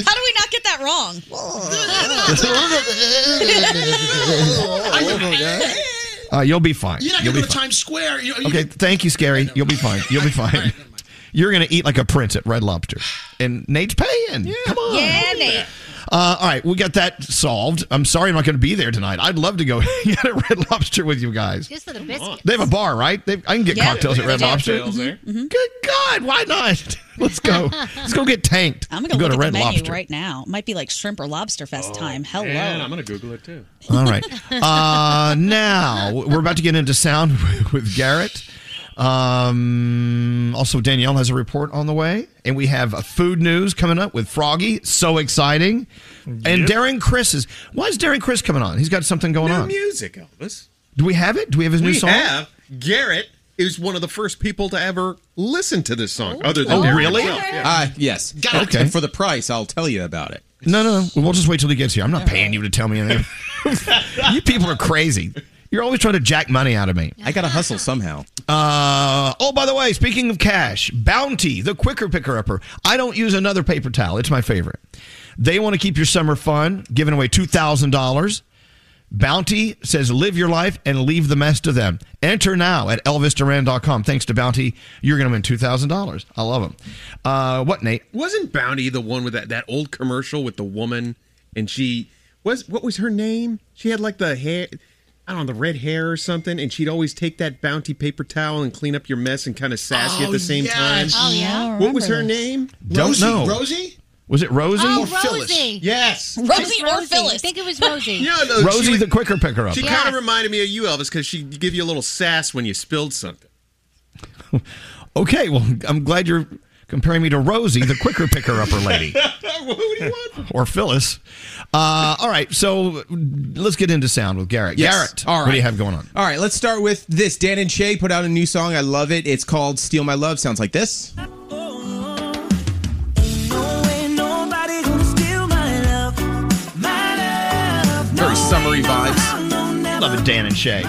Speaker 9: How do we not get that wrong?
Speaker 12: Oh
Speaker 8: Uh, you'll be fine.
Speaker 3: you're not
Speaker 8: You'll be
Speaker 3: gonna go to
Speaker 8: fine.
Speaker 3: Times Square. You, you
Speaker 8: Okay, thank you, Scary. You'll be fine. You'll be fine. You're going to eat like a prince at Red Lobster. And Nate's paying. Come on.
Speaker 9: Yeah, Nate.
Speaker 8: Uh, all right, we got that solved. I'm sorry I'm not going to be there tonight. I'd love to go get a Red Lobster with you guys.
Speaker 6: Just for the biscuit.
Speaker 8: They have a bar, right? They, I can get
Speaker 6: Yeah. Mm-hmm.
Speaker 8: cocktails at Red
Speaker 6: Yeah.
Speaker 8: Lobster.
Speaker 6: Cocktails there.
Speaker 8: Good God, why not? Let's go. Let's go get tanked.
Speaker 9: I'm
Speaker 8: and
Speaker 9: gonna
Speaker 8: go
Speaker 9: look
Speaker 8: to
Speaker 9: at
Speaker 8: Red
Speaker 9: the menu
Speaker 8: Lobster.
Speaker 9: right now. Might be like shrimp or lobster fest
Speaker 3: Oh,
Speaker 9: time. Hello.
Speaker 12: And I'm going to Google it too.
Speaker 8: All right. Uh, now we're about to get into sound with Garrett. Um, also, Danielle has a report on the way, and we have a food news coming up with Froggy. So exciting! And Darren Chris is. Why is Darren Chris coming on? He's got something going
Speaker 12: New
Speaker 8: on.
Speaker 12: music, Elvis.
Speaker 8: Do we have it? Do we have his new
Speaker 12: we
Speaker 8: song?
Speaker 12: have Garrett is one of the first people to ever listen to this song. Other than
Speaker 8: Oh,
Speaker 12: Darren
Speaker 8: really?
Speaker 12: himself, yeah.
Speaker 5: Uh, yes.
Speaker 12: Got it.
Speaker 5: And for the price, I'll tell you about it.
Speaker 8: No, no, no. We'll just wait till he gets here. I'm not paying you to tell me anything. you people are crazy. You're always trying to jack money out of me.
Speaker 5: I got to hustle somehow.
Speaker 8: Uh, oh, by the way, speaking of cash, Bounty, the quicker picker upper. I don't use another paper towel. It's my favorite. They want to keep your summer fun, giving away $2,000. Bounty says live your life and leave the mess to them. Enter now at elvisduran.com. Thanks to Bounty, you're going to win $2,000. I love them. Uh, what, Nate?
Speaker 12: Wasn't Bounty the one with that, that old commercial with the woman and she was what was her name? She had like the hair I don't know, the red hair or something, and she'd always take that bounty paper towel and clean up your mess and kind of sassy at the same time. What was her name?
Speaker 8: Don't
Speaker 12: Rosie-
Speaker 8: know.
Speaker 12: Rosie?
Speaker 8: Was it Rosie?
Speaker 6: Oh, Rosie.
Speaker 12: Yes.
Speaker 9: Rosie
Speaker 6: or Phyllis. I think it was Rosie.
Speaker 12: Yeah, no,
Speaker 8: Rosie,
Speaker 12: she-
Speaker 8: the quicker picker upper.
Speaker 12: She kind of reminded me of you, Elvis, because she give you a little sass when you spilled something.
Speaker 8: Okay, well, I'm glad you're comparing me to Rosie, the quicker picker upper lady,
Speaker 12: Who do you want?
Speaker 8: or Phyllis. Uh, all right, so let's get into sound with Garrett.
Speaker 5: Yes.
Speaker 8: Garrett,
Speaker 5: All
Speaker 8: what do
Speaker 5: right.
Speaker 8: you have going on?
Speaker 5: All right, let's start with this. Dan and Shay put out a new song. I love it. It's called Steal My Love. Sounds like this.
Speaker 8: Very summery vibes. Love it, Dan and Shay.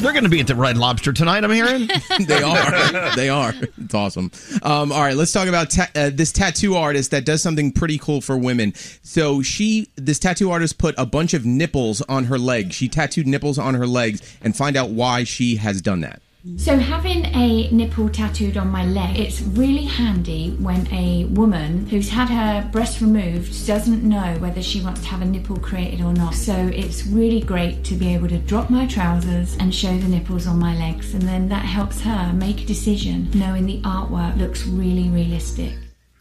Speaker 8: They're going to be at the Red Lobster tonight. I'm hearing
Speaker 5: they are. They are. It's awesome. Um, all right, let's talk about ta- uh, this tattoo artist that does something pretty cool for women. So she, this tattoo artist, put a bunch of nipples on her legs. She tattooed nipples on her legs, and find out why she has done that.
Speaker 21: So having a nipple tattooed on my leg, it's really handy when a woman who's had her breast removed doesn't know whether she wants to have a nipple created or not. So it's really great to be able to drop my trousers and show the nipples on my legs and then that helps her make a decision knowing the artwork looks really realistic.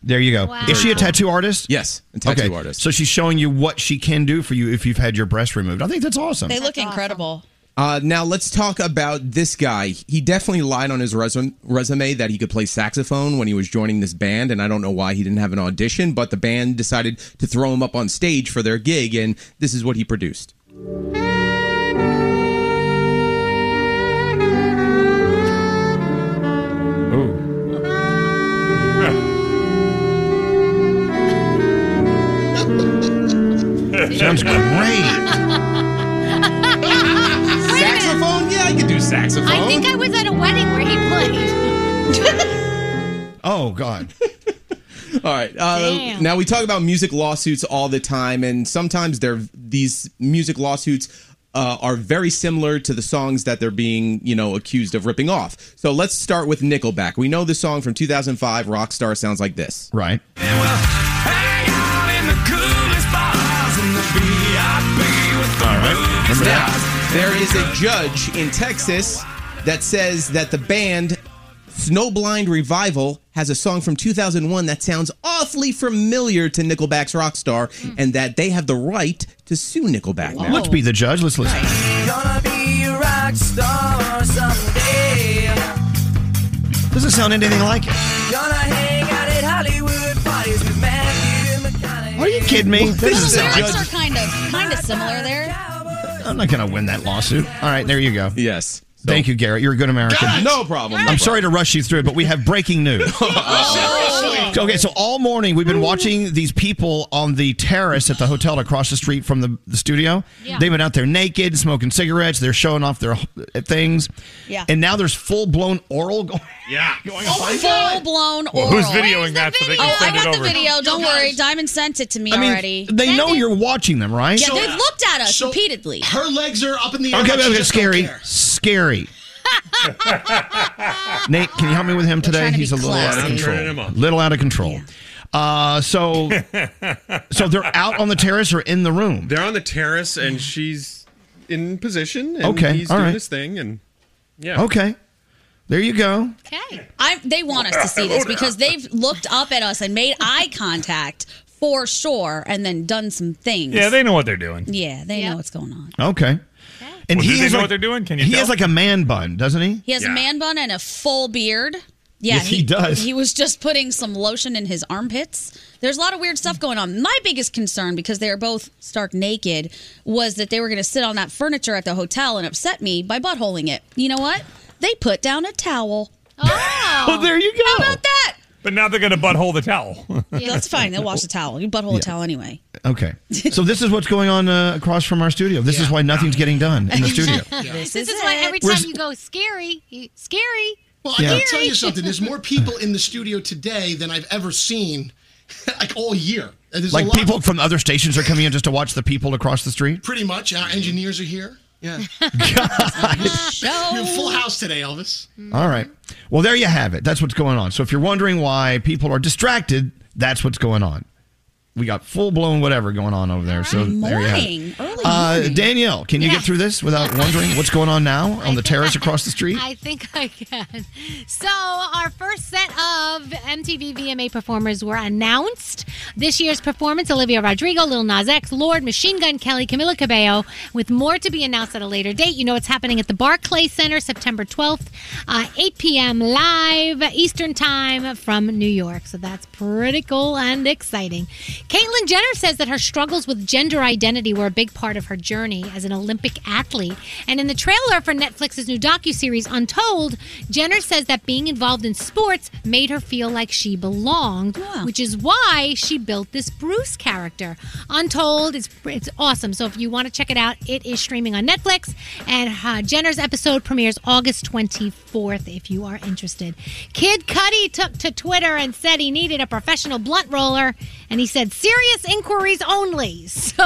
Speaker 8: There you go.
Speaker 21: Wow.
Speaker 8: Is she
Speaker 21: Very
Speaker 8: a
Speaker 21: cool.
Speaker 8: tattoo artist?
Speaker 5: Yes, a tattoo
Speaker 8: okay.
Speaker 5: artist.
Speaker 8: So she's showing you what she can do for you if you've had your breast removed. I think that's awesome.
Speaker 9: They look incredible.
Speaker 5: Uh, now let's talk about this guy. He definitely lied on his resume, resume that he could play saxophone when he was joining this band, and I don't know why he didn't have an audition. But the band decided to throw him up on stage for their gig, and this is what he produced.
Speaker 8: Sounds great.
Speaker 5: saxophone? Yeah, I could do saxophone.
Speaker 6: I think I was at a wedding where he played.
Speaker 8: Oh God.
Speaker 5: all right. Uh,
Speaker 6: Damn.
Speaker 5: now we talk about music lawsuits all the time, and sometimes they're these music lawsuits. Uh, are very similar to the songs that they're being, you know, accused of ripping off. So let's start with Nickelback. We know the song from 2005, Rockstar, sounds like this.
Speaker 8: Right.
Speaker 5: Now, there is a judge in Texas that says that the band Snowblind Revival has a song from 2001 that sounds awfully familiar to Nickelback's Rockstar and that they have the right to sue Nickelback now.
Speaker 8: Let's be the judge. Let's listen.
Speaker 15: Gonna be a rock star someday.
Speaker 8: Doesn't sound anything like it.
Speaker 15: Gonna hang out at Hollywood parties with Matthew McConaughey.
Speaker 8: Are you kidding me?
Speaker 9: This
Speaker 8: This
Speaker 9: the
Speaker 8: is a
Speaker 9: lyrics
Speaker 8: judge.
Speaker 9: are kind of kind of similar there.
Speaker 8: I'm not going to win that lawsuit. All right, there you go.
Speaker 5: Yes.
Speaker 8: Thank you, Garrett. You're a good American.
Speaker 5: No problem. Oh,
Speaker 8: I'm sorry to rush you through it, but we have breaking news. okay, so all morning we've been watching these people on the terrace at the hotel across the street from the, the studio.
Speaker 4: Yeah.
Speaker 8: They've been out there naked, smoking cigarettes. They're showing off their uh, things.
Speaker 9: Yeah.
Speaker 8: And now there's full blown oral going.
Speaker 1: Yeah.
Speaker 9: Full blown oral.
Speaker 8: Well, who's videoing that so they can
Speaker 9: Oh,
Speaker 8: send
Speaker 9: I
Speaker 8: it
Speaker 9: got
Speaker 8: over?
Speaker 9: the video. Don't
Speaker 8: Yo,
Speaker 9: worry. Diamond sent it to me
Speaker 8: I mean,
Speaker 9: already.
Speaker 8: they know you're watching them, right?
Speaker 9: Yeah, they've looked at us
Speaker 3: so-
Speaker 9: repeatedly.
Speaker 3: Her legs are up in the air.
Speaker 8: Okay,
Speaker 3: but she
Speaker 8: okay,
Speaker 3: just don't
Speaker 8: scary,
Speaker 3: care.
Speaker 8: scary. Nate, can you help me with him today?
Speaker 3: trying to
Speaker 8: He's a
Speaker 3: be
Speaker 8: little out of
Speaker 3: classy. I'm
Speaker 8: control.
Speaker 3: turning him up.
Speaker 8: Little out of control. Uh, so, so they're out on the terrace or in the room.
Speaker 12: They're on the terrace, and she's in position. And
Speaker 8: Okay,
Speaker 12: he's
Speaker 8: all
Speaker 12: doing
Speaker 8: right.
Speaker 12: his thing, and yeah.
Speaker 8: Okay, there you go.
Speaker 9: Okay. I, they want us to see this because they've looked up at us and made eye contact for sure and then done some things.
Speaker 1: Yeah, they know what they're doing.
Speaker 9: Yeah, they know what's going on.
Speaker 8: Okay. And
Speaker 1: Well, do
Speaker 8: he
Speaker 1: they
Speaker 8: is
Speaker 1: know
Speaker 8: like,
Speaker 1: what they're doing? Can you
Speaker 8: He
Speaker 1: tell?
Speaker 8: has like a man bun, doesn't he?
Speaker 9: He has a man bun and a full beard. Yeah,
Speaker 8: Yes, he does.
Speaker 9: He was just putting some lotion in his armpits. There's a lot of weird stuff going on. My biggest concern, because they are both stark naked, was that they were going to sit on that furniture at the hotel and upset me by buttholing it. You know what? They put down a towel.
Speaker 1: Well, there you go. How about
Speaker 9: that?
Speaker 1: But now they're going to butthole the towel.
Speaker 9: Yeah, that's fine. They'll wash the towel. You butthole the towel anyway.
Speaker 8: Okay. So this is what's going on uh, across from our studio. This is why nothing's getting done in the studio.
Speaker 6: This, is, why every
Speaker 8: We're
Speaker 6: time
Speaker 8: s-
Speaker 6: you go scary, you, scary.
Speaker 3: Well, I
Speaker 8: Yeah.
Speaker 3: gotta tell you something. There's more people in the studio today than I've ever seen, like all year. And There's a
Speaker 8: Like
Speaker 3: lot,
Speaker 8: people from other stations are coming in just to watch the people across the street.
Speaker 3: Pretty much, our engineers are here. Yeah. We have a full house today, Elvis.
Speaker 8: Mm-hmm. All right. Well, there you have it. That's what's going on. So if you're wondering why people are distracted, that's what's going on. We got full blown whatever going on over there. So there you have it.
Speaker 6: Morning, early
Speaker 8: Uh,
Speaker 6: morning.
Speaker 8: Danielle, can you get through this without wondering what's going on now on the terrace across the street?
Speaker 6: I think I can. So, our first set of MTV VMA performers were announced. This year's performance Olivia Rodrigo, Lil Nas X, Lord, Machine Gun Kelly, Camila Cabello, with more to be announced at a later date. You know, it's happening at the Barclay Center September 12th, uh, 8 p.m. live Eastern Time from New York. So, that's pretty cool and exciting. Caitlyn Jenner says that her struggles with gender identity were a big part of her journey as an Olympic athlete. And in the trailer for Netflix's new docuseries Untold, Jenner says that being involved in sports made her feel like she belonged, which is why she built this Bruce character. Untold is it's awesome. So if you want to check it out, it is streaming on Netflix. And uh, Jenner's episode premieres August 24th if you are interested. Kid Cudi took to Twitter and said he needed a professional blunt roller, and he said serious inquiries only. So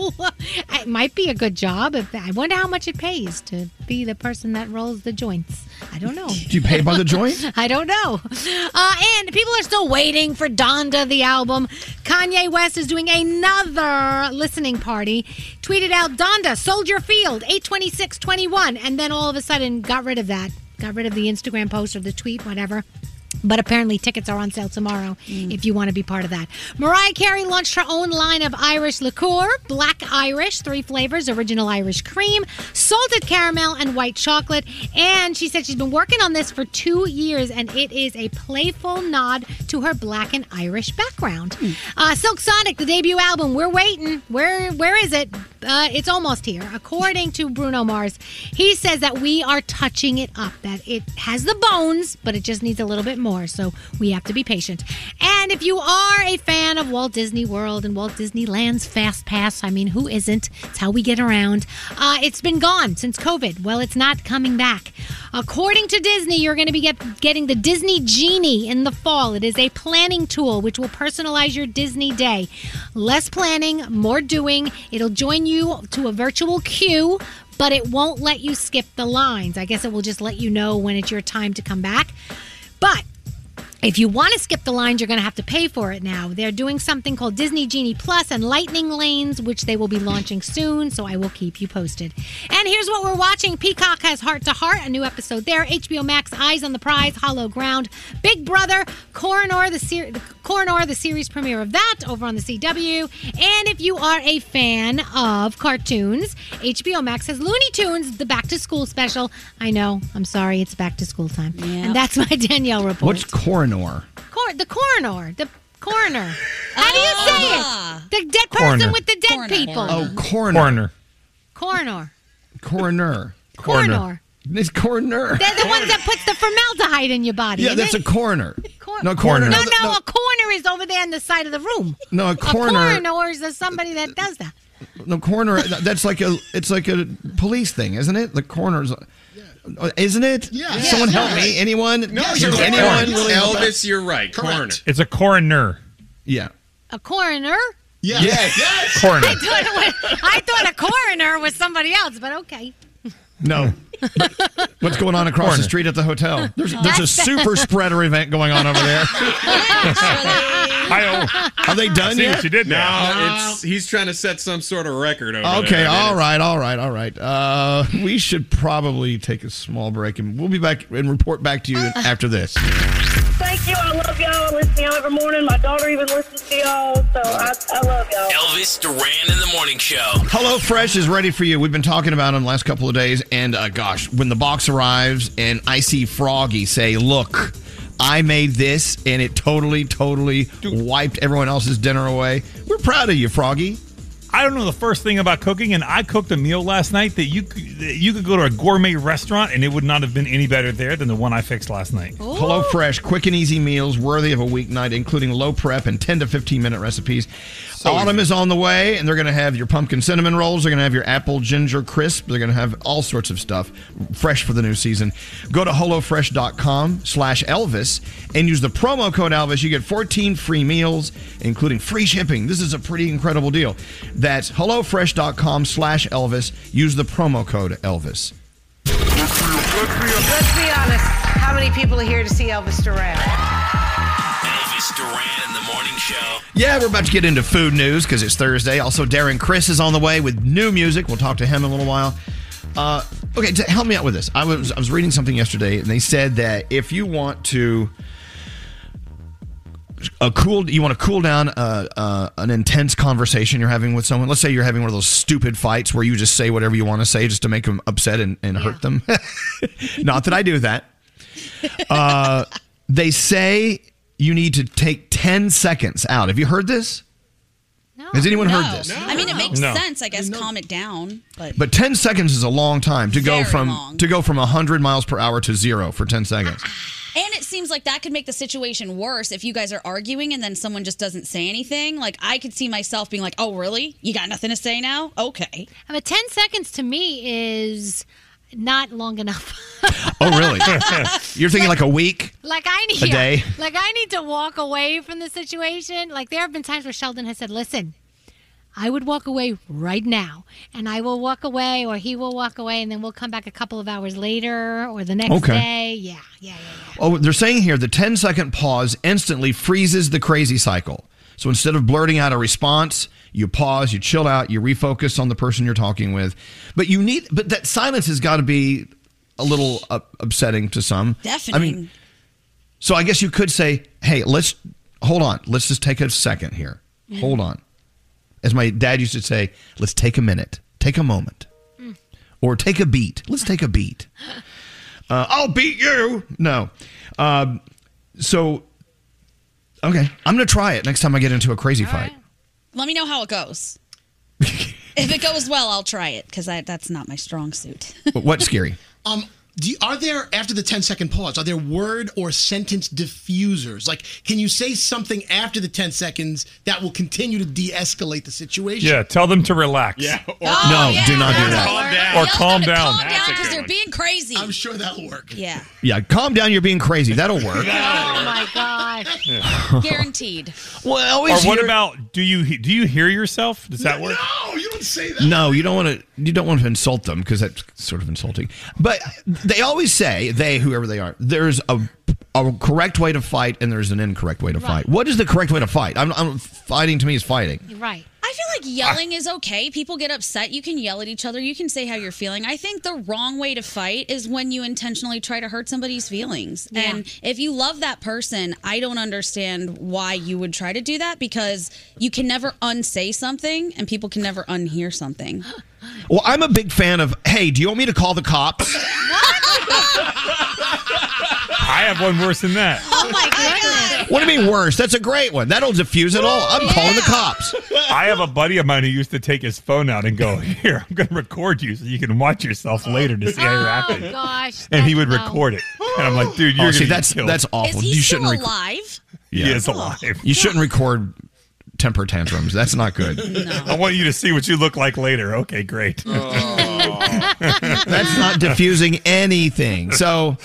Speaker 6: it might be a good job. If I wonder how much it pays to be the person that rolls the joints. I don't know.
Speaker 8: Do you pay by the joint?
Speaker 6: I don't know. Uh, and people are still waiting for Donda, the album. Kanye West is doing another listening party. Tweeted out Donda, Soldier Field, 82621, and then all of a sudden got rid of that. Got rid of the Instagram post or the tweet, whatever. But apparently, tickets are on sale tomorrow if you want to be part of that. Mariah Carey launched her own line of Irish liqueur Black Irish, three flavors original Irish cream, salted caramel, and white chocolate. And she said she's been working on this for two years, and it is a playful nod to her black and Irish background. Uh, Silk Sonic, the debut album, we're waiting. Where Where is it? Uh, it's almost here. According to Bruno Mars, he says that we are touching it up, that it has the bones, but it just needs a little bit more. So we have to be patient. And if you are a fan of Walt Disney World and Walt Disneyland's Fast Pass, I mean, who isn't? It's how we get around. Uh, it's been gone since COVID. Well, it's not coming back. According to Disney, you're going to be get, getting the Disney Genie in the fall. It is a planning tool which will personalize your Disney day. Less planning, more doing. It'll join you to a virtual queue but it won't let you skip the lines. I guess it will just let you know when it's your time to come back. But if you want to skip the lines, you're going to have to pay for it now. They're doing something called Disney Genie Plus and Lightning Lanes, which they will be launching soon, so I will keep you posted. And here's what we're watching Peacock has Heart to Heart, a new episode there. HBO Max Eyes on the Prize, Hollow Ground, Big Brother, Coronor, the, ser- the Coronor, the series premiere of that over on the CW. And if you are a fan of cartoons, HBO Max has Looney Tunes, the back to school special. I know, I'm sorry, it's back to school time. And that's my Danielle report.
Speaker 8: What's coronor?
Speaker 6: Cor- the coroner. The coroner. How do you say it? The dead person
Speaker 8: Coroner.
Speaker 6: with the dead people.
Speaker 8: Oh, coroner. Coroner.
Speaker 6: Coroner.
Speaker 8: Coroner.
Speaker 6: Coroner.
Speaker 8: It's coroner.
Speaker 6: They're the ones that puts the formaldehyde in your body.
Speaker 8: Yeah,
Speaker 6: isn't
Speaker 8: that's
Speaker 6: it?
Speaker 8: a coroner.
Speaker 6: Cor-
Speaker 8: no, coroner.
Speaker 6: No, no, a corner is over there on the side of the room.
Speaker 8: No, a coroner.
Speaker 6: A coroner is somebody that does that.
Speaker 8: No corner. That's like a. It's like a police thing, isn't it? The corners, isn't it?
Speaker 3: Yeah.
Speaker 8: Someone help me. Anyone?
Speaker 12: No,
Speaker 8: Yes.
Speaker 12: you're right.
Speaker 8: Anyone?
Speaker 12: Correct.
Speaker 8: Really?
Speaker 12: Elvis, you're right. Corner.
Speaker 1: It's a coroner.
Speaker 8: Yeah.
Speaker 6: A coroner?
Speaker 3: Yeah.
Speaker 1: Yes. Coroner.
Speaker 6: I thought, it was, I thought a coroner was somebody else, but okay.
Speaker 8: No. What's going on across
Speaker 1: Corner.
Speaker 8: the street at the hotel? There's there's a
Speaker 6: That's-
Speaker 8: super spreader event going on over there.
Speaker 1: I
Speaker 8: Are they done
Speaker 12: I see
Speaker 8: yet?
Speaker 12: what you did
Speaker 8: No,
Speaker 12: now.
Speaker 8: it's-
Speaker 12: it's he's trying to set some sort of record over
Speaker 8: Okay,
Speaker 12: there.
Speaker 8: all right, all right, all right. Uh, we should probably take a small break, and we'll be back and report back to you after this.
Speaker 10: Thank you. I love y'all. I listen to y'all every morning. My daughter even listens to y'all, so I, I love y'all.
Speaker 7: Elvis Duran in the morning show.
Speaker 8: Hello Fresh is ready for you. We've been talking about them the last couple of days, and uh, gosh, when the box arrives and I see Froggy say, "Look, I made this," and it totally, totally wiped everyone else's dinner away. We're proud of you, Froggy.
Speaker 1: I don't know the first thing about cooking, and I cooked a meal last night that you could, that you could go to a gourmet restaurant and it would not have been any better there than the one I fixed last night.
Speaker 8: Hello Fresh, quick and easy meals worthy of a weeknight, including low prep and 10 to 15 minute recipes. Autumn is on the way, and they're going to have your pumpkin cinnamon rolls. They're going to have your apple ginger crisp. They're going to have all sorts of stuff fresh for the new season. Go to HelloFresh.com slash Elvis and use the promo code Elvis. You get 14 free meals, including free shipping. This is a pretty incredible deal. That's HelloFresh.com slash Elvis. Use the promo code Elvis.
Speaker 14: Let's be honest. How many people are here to see Elvis Duran?
Speaker 7: Elvis Duran in the morning show.
Speaker 8: Yeah, we're about to get into food news because it's Thursday. Also, Darren Chris is on the way with new music. We'll talk to him in a little while. Uh, okay, t- help me out with this. I was I was reading something yesterday, and they said that if you want to a cool you want to cool down uh, uh, an intense conversation you're having with someone. Let's say you're having one of those stupid fights where you just say whatever you want to say just to make them upset and, and hurt them. Not that I do that. Uh, they say you need to take 10 seconds out. Have you heard this? Has anyone
Speaker 9: No.
Speaker 8: heard this?
Speaker 9: I mean, it makes
Speaker 8: No.
Speaker 9: sense. I guess calm it down. But,
Speaker 8: But 10 seconds is a long time to go
Speaker 9: Very
Speaker 8: from
Speaker 9: long.
Speaker 8: to go from 100 miles per hour to 0 for 10 seconds.
Speaker 9: and it seems like that could make the situation worse if you guys are arguing and then someone just doesn't say anything. Like I could see myself being like, "Oh, really? You got nothing to say now? Okay."
Speaker 6: But 10 seconds to me is not long enough.
Speaker 8: oh, really? You're thinking like a week?
Speaker 6: Like I need
Speaker 8: A day.
Speaker 6: Like I need to walk away from the situation. Like there have been times where Sheldon has said, "Listen, I would walk away right now, and I will walk away, or he will walk away, and then we'll come back a couple of hours later, or the next
Speaker 8: Okay.
Speaker 6: day." Yeah.
Speaker 8: Oh, they're saying here the 10 second pause instantly freezes the crazy cycle. So instead of blurting out a response, you pause, you chill out, you refocus on the person you're talking with. But you need, but that silence has got to be a little up, upsetting to some. I mean,
Speaker 9: Deafening.
Speaker 8: so I guess you could say, hey, let's hold on. Let's just take a second here.
Speaker 9: Mhm.
Speaker 8: Hold on. As my dad used to say, let's take a minute, take a moment, or take a beat. Let's take a beat. Uh, I'll beat you. No. Um, so, okay. I'm going to try it next time I get into a crazy fight.
Speaker 9: Let me know how it goes. if it goes well, I'll try it because that's not my strong suit.
Speaker 8: But what's scary?
Speaker 3: Um, do you, are there after the 10 second pause? Are there word or sentence diffusers? Like, can you say something after the 10 seconds that will continue to de-escalate the situation?
Speaker 1: Yeah, tell them to relax.
Speaker 3: Yeah, or-
Speaker 8: no, do not do that.
Speaker 1: Oh, Or calm down.
Speaker 9: because they're being crazy. I'm
Speaker 3: sure that'll work.
Speaker 9: Yeah.
Speaker 8: Yeah, calm down. You're being crazy. That'll work.
Speaker 9: Oh my gosh. Guaranteed.
Speaker 8: Well,
Speaker 1: or
Speaker 8: always
Speaker 1: what
Speaker 8: hear-
Speaker 1: about do you he- do you hear yourself? Does that work?
Speaker 3: No, you don't say that.
Speaker 8: No, you don't want to. You don't want to insult them because that's sort of insulting. But they always say they, whoever they are, there's a a correct way to fight and there's an incorrect way to fight. What is the correct way to fight? I'm, I'm fighting to me is fighting.
Speaker 6: Right.
Speaker 9: I feel like yelling is okay. People get upset. You can yell at each other. You can say how you're feeling. I think the wrong way to fight is when you intentionally try to hurt somebody's feelings. And if you love that person, I don't understand why you would try to do that because you can never unsay something and people can never unhear something.
Speaker 8: Well, I'm a big fan of. Hey, do you want me to call the cops?
Speaker 1: I have one worse than that.
Speaker 9: Oh my goodness.
Speaker 8: What do you mean worse? That's a great one. That'll diffuse it all. I'm calling the cops.
Speaker 1: I have a buddy of mine who used to take his phone out and go, "Here, I'm going to record you, so you can watch yourself later to see how you're acting."
Speaker 6: Oh gosh.
Speaker 1: and he would
Speaker 6: that's-
Speaker 1: record it, and I'm like, "Dude,
Speaker 8: Oh,
Speaker 1: you're
Speaker 8: see,
Speaker 1: gonna
Speaker 8: that's-
Speaker 1: get killed.
Speaker 8: that's awful. Is he You shouldn't still rec-
Speaker 9: alive?
Speaker 1: He is alive.
Speaker 8: You shouldn't record temper tantrums. That's not good.
Speaker 1: I want you to see what you look like later. Okay, great.
Speaker 8: Oh. That's not diffusing anything. So,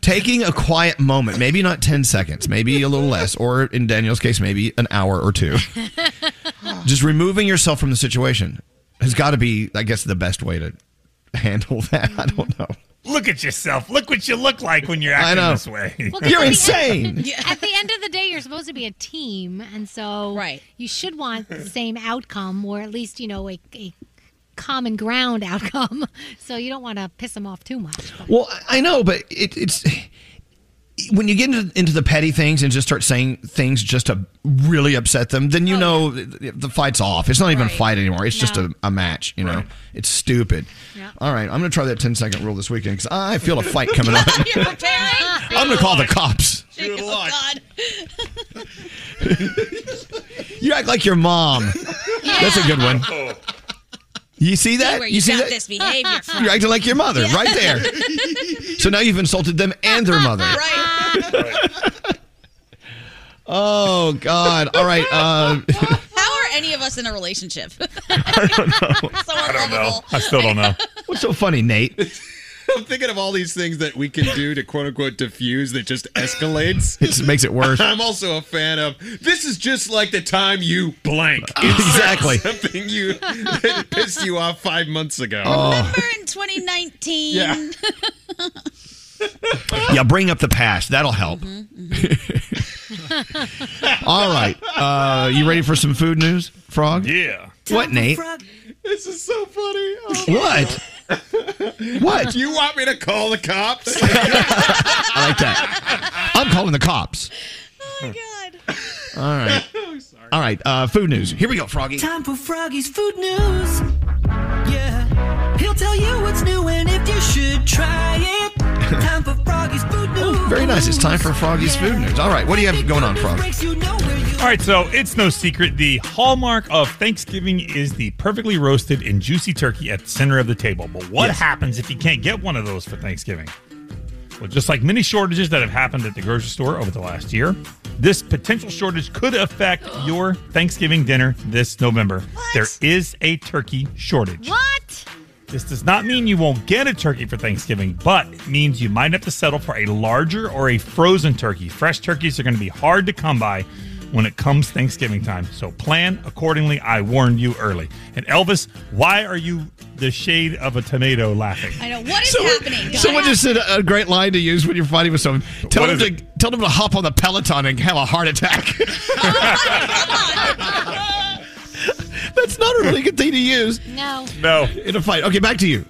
Speaker 8: taking a quiet moment, maybe not 10 seconds, maybe a little less, or in Daniel's case, maybe an hour or two, just removing yourself from the situation has got to be, I guess, the best way to handle that. I don't know.
Speaker 1: Look at yourself. Look what you look like when you're
Speaker 8: I
Speaker 1: acting
Speaker 8: know.
Speaker 1: this way.
Speaker 8: Well, 'cause You're at the insane. end-
Speaker 6: At the end of the day, you're supposed to be a team, and so right. you should want the same outcome, or at least you know a, a common ground outcome. So you don't want to piss them off too much.
Speaker 8: Well, I- I know, but it, it's when you get into, into the petty things and just start saying things just to really upset them, then you
Speaker 9: Oh,
Speaker 8: know the, the fight's off. It's not even a fight anymore. It's just a, a match. You know, it's stupid. All right, I'm gonna try that 10 second rule this weekend because I feel a fight coming up. I'm gonna call the cops.
Speaker 9: Good luck. God.
Speaker 8: You act like your mom. That's a good one. You see that?
Speaker 9: Where
Speaker 8: you see
Speaker 9: got
Speaker 8: that?
Speaker 9: this behavior from.
Speaker 8: You're acting like your mother,
Speaker 9: Yeah.
Speaker 8: right there. So now you've insulted them and their mother. Oh God! All right. Uh,
Speaker 9: How are any of us in a relationship?
Speaker 1: I don't know. I still don't know.
Speaker 8: What's so funny, Nate?
Speaker 12: I'm thinking of all these things that we can do to quote unquote diffuse that just escalates.
Speaker 8: It makes it worse.
Speaker 12: I'm also a fan of this is just like the time you blank.
Speaker 8: Exactly.
Speaker 12: Something you that pissed you off five months ago.
Speaker 9: Remember in 2019?
Speaker 12: Yeah.
Speaker 8: yeah, bring up the past. That'll help. All right. Uh, you ready for some food news, Frog?
Speaker 1: Yeah.
Speaker 8: What, Nate?
Speaker 12: This is so funny. Oh, my
Speaker 8: What?
Speaker 12: God.
Speaker 8: What?
Speaker 12: You want me to call the cops?
Speaker 8: I like that. I'm calling the cops.
Speaker 9: Oh my God.
Speaker 8: All right.
Speaker 6: Oh,
Speaker 8: All right. Uh, food news. Here we go, Froggy.
Speaker 15: Time for Froggy's food news. Yeah. He'll tell you what's new and if you should try it. Time for Froggy's food news.
Speaker 8: Very nice. It's time for Froggy's food news. All right. What do you have going on, Frog?
Speaker 15: Breaks you know where you
Speaker 1: All right, so it's no secret. The hallmark of Thanksgiving is the perfectly roasted and juicy turkey at the center of the table. But what happens if you can't get one of those for Thanksgiving? Well, just like many shortages that have happened at the grocery store over the last year, this potential shortage could affect your Thanksgiving dinner this November. There is a turkey shortage.
Speaker 6: What?
Speaker 1: This does not mean you won't get a turkey for Thanksgiving, but it means you might have to settle for a larger or a frozen turkey. Fresh turkeys are going to be hard to come by when it comes Thanksgiving time. So plan accordingly. I warned you early. And Elvis, why are you the shade of a tomato laughing?
Speaker 9: I know. What is
Speaker 8: Someone-
Speaker 9: happening? guys?
Speaker 8: Someone just said a a great line to use when you're fighting with someone. Tell
Speaker 1: What
Speaker 8: them
Speaker 1: is
Speaker 8: to tell them to hop on the Peloton and have a heart attack. That's not a really good thing to use.
Speaker 6: No.
Speaker 1: No.
Speaker 8: In a fight. Okay, back to you.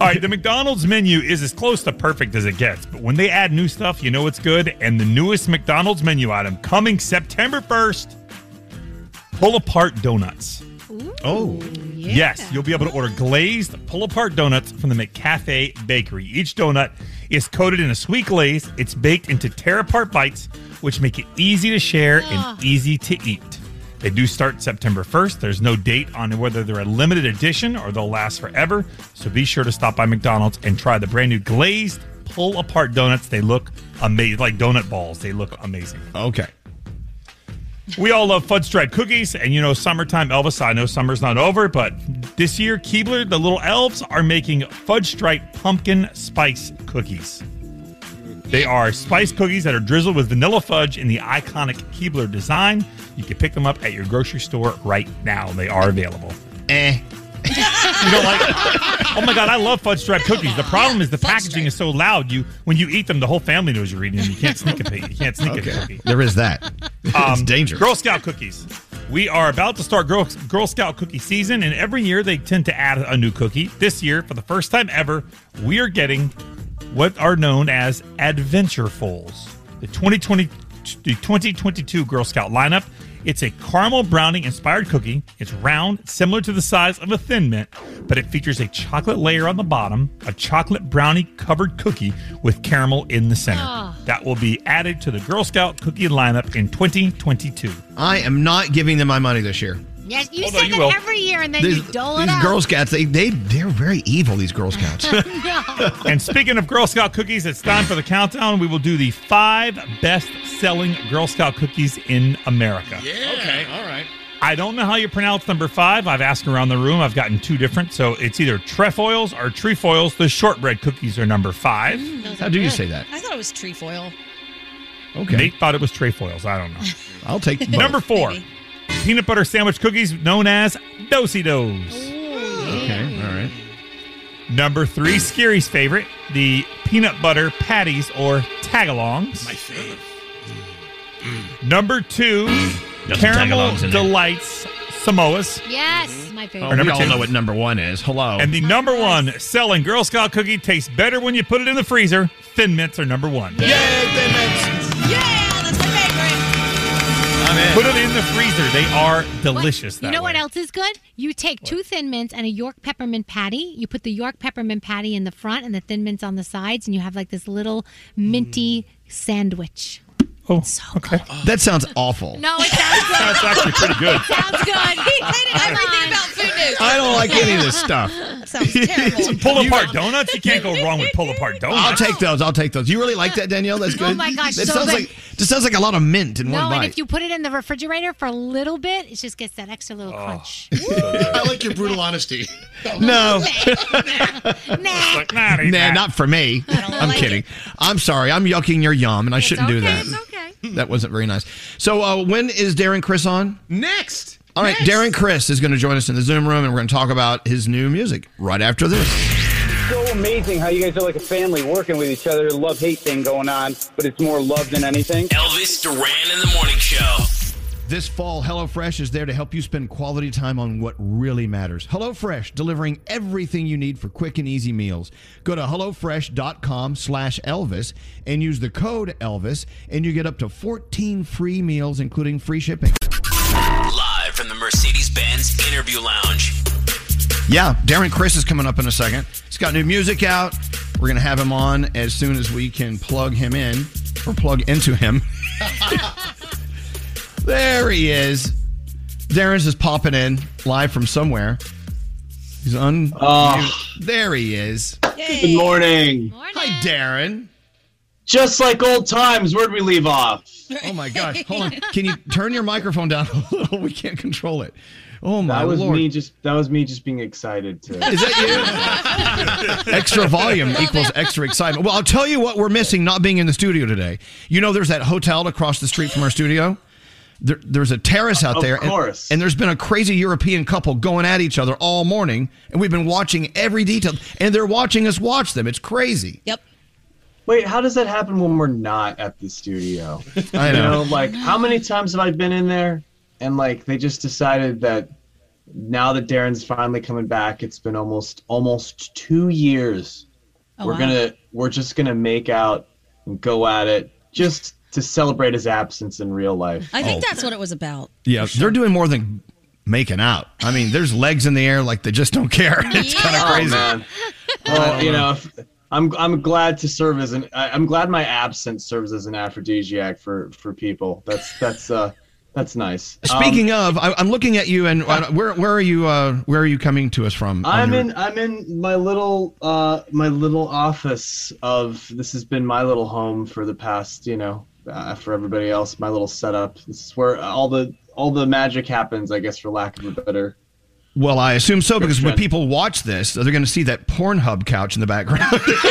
Speaker 1: All right, the McDonald's menu is as close to perfect as it gets, but when they add new stuff, you know it's good. And the newest McDonald's menu item coming September 1st pull apart donuts.
Speaker 8: oh.
Speaker 1: Yes, you'll be able to order glazed pull apart donuts from the McCafe Bakery. Each donut is coated in a sweet glaze, it's baked into tear apart bites, which make it easy to share
Speaker 6: Ugh.
Speaker 1: and easy to eat. They do start September 1st. There's no date on whether they're a limited edition or they'll last forever. So be sure to stop by McDonald's and try the brand new glazed pull apart donuts. They look amazing, like donut balls. They look amazing.
Speaker 8: Okay.
Speaker 1: We all love fudge stripe cookies, and you know, summertime Elvis. I know summer's not over, but this year, Keebler, the little elves, are making fudge stripe pumpkin spice cookies. They are spice cookies that are drizzled with vanilla fudge in the iconic Keebler design. You can pick them up at your grocery store right now. They are available.
Speaker 8: Eh.
Speaker 1: you don't like? Oh my god, I love fudge stripe cookies. The problem is the packaging is so loud. You when you eat them, the whole family knows you're eating them. You can't sneak a pic- you can't sneak a cookie.
Speaker 8: There is that. it's dangerous.
Speaker 1: Um, Girl Scout cookies. We are about to start Girl, Girl Scout cookie season, and every year they tend to add a new cookie. This year, for the first time ever, we are getting what are known as Adventurefuls. The 2020, the 2022 Girl Scout lineup. It's a caramel brownie inspired cookie. It's round, similar to the size of a Thin Mint, but it features a chocolate layer on the bottom, a chocolate brownie covered cookie with caramel in the center.
Speaker 6: Ah.
Speaker 1: That will be added to the Girl Scout cookie lineup in 2022.
Speaker 8: I am not giving them my money this year.
Speaker 6: Yes,
Speaker 8: oh,
Speaker 6: you
Speaker 1: Although
Speaker 6: say
Speaker 1: you
Speaker 6: that
Speaker 1: will.
Speaker 6: every year, and then
Speaker 8: these
Speaker 6: you dole it
Speaker 8: these
Speaker 6: out.
Speaker 8: Girl Scouts, they, they they're very evil, these Girl Scouts.
Speaker 6: no.
Speaker 1: and speaking of Girl Scout cookies, it's time for the countdown. We will do the five best selling Girl Scout cookies in America.
Speaker 8: Okay, all right.
Speaker 1: I don't know how you pronounce number five. I've asked around the room. I've gotten two different. So it's either trefoils or trefoils. The shortbread cookies are number five.
Speaker 6: Mm,
Speaker 9: Those
Speaker 8: How
Speaker 9: are
Speaker 8: do you
Speaker 9: good.
Speaker 8: say that?
Speaker 9: I thought it was trefoil.
Speaker 8: Okay.
Speaker 1: Nate thought it was trefoils. I don't know.
Speaker 8: Oh. I'll take both.
Speaker 1: number four,
Speaker 9: Maybe.
Speaker 1: peanut butter sandwich cookies known as dosey dos.
Speaker 8: Okay, all right.
Speaker 1: Number three, Scary's favorite, the peanut butter patties or tagalongs. My
Speaker 3: favorite.
Speaker 1: Number two,
Speaker 8: There's some
Speaker 1: caramel
Speaker 8: tagalongs in there.
Speaker 1: delights Samoas.
Speaker 6: Yes, my favorite.
Speaker 8: Oh, we all know what number one is. Hello.
Speaker 1: And the number one selling Girl Scout cookie tastes better when you put it in the freezer. Thin mints are number one.
Speaker 6: Yeah, that's my favorite.
Speaker 1: Put it in the freezer. They are delicious.
Speaker 6: You
Speaker 1: that
Speaker 6: know
Speaker 1: way.
Speaker 6: what else is good? You take two thin mints and a York peppermint patty. You put the York peppermint patty in the front and the thin mints on the sides, and you have like this little minty
Speaker 8: Mm.
Speaker 6: sandwich.
Speaker 1: Oh,
Speaker 8: okay. That sounds awful.
Speaker 9: Oh,
Speaker 6: No, it sounds good.
Speaker 8: That's actually pretty good.
Speaker 6: Sounds good. He
Speaker 9: hated everything about food news.
Speaker 8: I don't like any of this stuff.
Speaker 9: Sounds terrible.
Speaker 1: Some pull apart donuts. You can't go wrong with pull apart donuts.
Speaker 8: I'll take those. I'll take those. You really like that, Danielle? That's
Speaker 6: Oh
Speaker 8: good.
Speaker 6: my gosh,
Speaker 8: That
Speaker 6: so
Speaker 8: sounds
Speaker 6: good.
Speaker 8: like just sounds like a lot of mint in
Speaker 6: No,
Speaker 8: one
Speaker 6: and
Speaker 8: bite.
Speaker 6: if you put it in the refrigerator for a little bit, it just gets that extra little
Speaker 8: Oh.
Speaker 6: crunch.
Speaker 3: I like your brutal honesty.
Speaker 8: no,
Speaker 1: nah,
Speaker 8: not for me. I'm
Speaker 3: like
Speaker 8: kidding. I'm sorry. I'm yucking your yum, and I shouldn't do that.
Speaker 6: okay.
Speaker 8: That wasn't very nice. So, uh, when is Darren Chris on?
Speaker 12: Next.
Speaker 8: All right, Darren Chris is going to join us in the Zoom room, and we're going to talk about his new music right after this.
Speaker 16: so amazing how you guys are like a family working with each other. Love hate thing going on, but it's more love than anything.
Speaker 7: Elvis Duran in the morning show.
Speaker 8: This fall, HelloFresh is there to help you spend quality time on what really matters. HelloFresh, delivering everything you need for quick and easy meals. Go to HelloFresh.com slash Elvis and use the code Elvis, and you get up to 14 free meals, including free shipping.
Speaker 7: Live from the Mercedes Benz Interview Lounge.
Speaker 8: Yeah, Darren Chris is coming up in a second. He's got new music out. We're going to have him on as soon as we can plug him in or plug into him. there he is. Darren's is popping in live from somewhere. He's un.
Speaker 16: Oh.
Speaker 8: There he is.
Speaker 16: Good morning.
Speaker 8: Hi, Darren.
Speaker 16: Just like old times, where'd we leave off?
Speaker 8: Oh my gosh! Hold on. Can you turn your microphone down a little? We can't control it. Oh my
Speaker 16: That was
Speaker 8: lord!
Speaker 16: me just that was me just being excited to
Speaker 8: Is that you? extra volume equals extra excitement. Well, I'll tell you what we're missing not being in the studio today. You know, there's that hotel across the street from our studio. There, there's a terrace out
Speaker 16: Of
Speaker 8: there, and-
Speaker 16: course.
Speaker 8: And, there's been a crazy European couple going at each other all morning, and we've been watching every detail, and they're watching us watch them. It's crazy.
Speaker 9: Yep.
Speaker 16: Wait, how does that happen when we're not at the studio?
Speaker 8: I
Speaker 16: You
Speaker 8: know.
Speaker 16: know, like how many times have I been in there and like they just decided that now that Darren's finally coming back, it's been almost almost 2 years.
Speaker 9: Oh,
Speaker 16: we're
Speaker 9: wow.
Speaker 16: going to we're just going to make out and go at it just to celebrate his absence in real life.
Speaker 9: I
Speaker 8: Oh.
Speaker 9: think that's what it was about.
Speaker 8: Yeah, they're doing more than making out. I mean, there's legs in the air like they just don't care. It's kind of
Speaker 16: Oh,
Speaker 8: crazy.
Speaker 16: man.
Speaker 8: I
Speaker 16: Well,
Speaker 8: don't
Speaker 16: you
Speaker 8: know.
Speaker 16: know, if, I'm I'm glad to serve as an I- I'm glad my absence serves as an aphrodisiac for for people. That's that's uh that's nice. Um,
Speaker 8: Speaking of, I, I'm looking at you, and uh, where where are you? Uh, where are you coming to us from? on
Speaker 16: I'm
Speaker 8: your-
Speaker 16: in I'm in my little uh my little office of this has been my little home for the past you know uh, for everybody else my little setup. This is where all the all the magic happens, I guess, for lack of a better.
Speaker 8: Well, I assume so because when
Speaker 16: Richmond.
Speaker 8: people watch this, they're going to see that Pornhub couch in the background.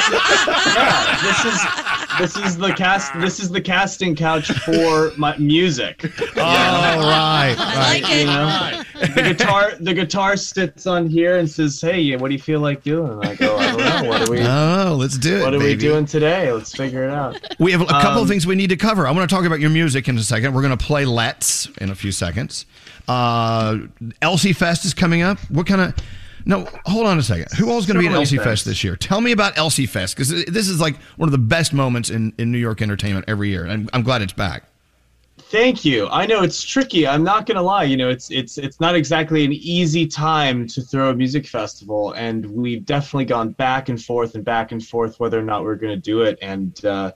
Speaker 16: this is this is the cast this is the casting couch for my music.
Speaker 8: Oh, right, I
Speaker 16: right.
Speaker 8: like it.
Speaker 16: You know? The guitar the guitar sits on here and says, "Hey, what do you feel like doing?" And I go, "I don't know. What are we?
Speaker 8: oh, let's do it.
Speaker 16: what are we
Speaker 8: baby.
Speaker 16: doing today? Let's figure it out."
Speaker 8: We have a couple
Speaker 16: Um,
Speaker 8: of things we need to cover. I want to talk about your music in a second. We're going to play Let's in a few seconds. Uh, Elsie Fest is coming up. What kind of. No, hold on a second. Who all's going to be at
Speaker 16: So many
Speaker 8: Elsie
Speaker 16: things.
Speaker 8: Fest this year? Tell me about Elsie Fest because this is like one of the best moments in, in New York entertainment every year. And I'm glad it's back.
Speaker 16: Thank you. I know it's tricky. I'm not gonna lie. You know, it's it's it's not exactly an easy time to throw a music festival, and we've definitely gone back and forth and back and forth whether or not we're gonna do it. And uh,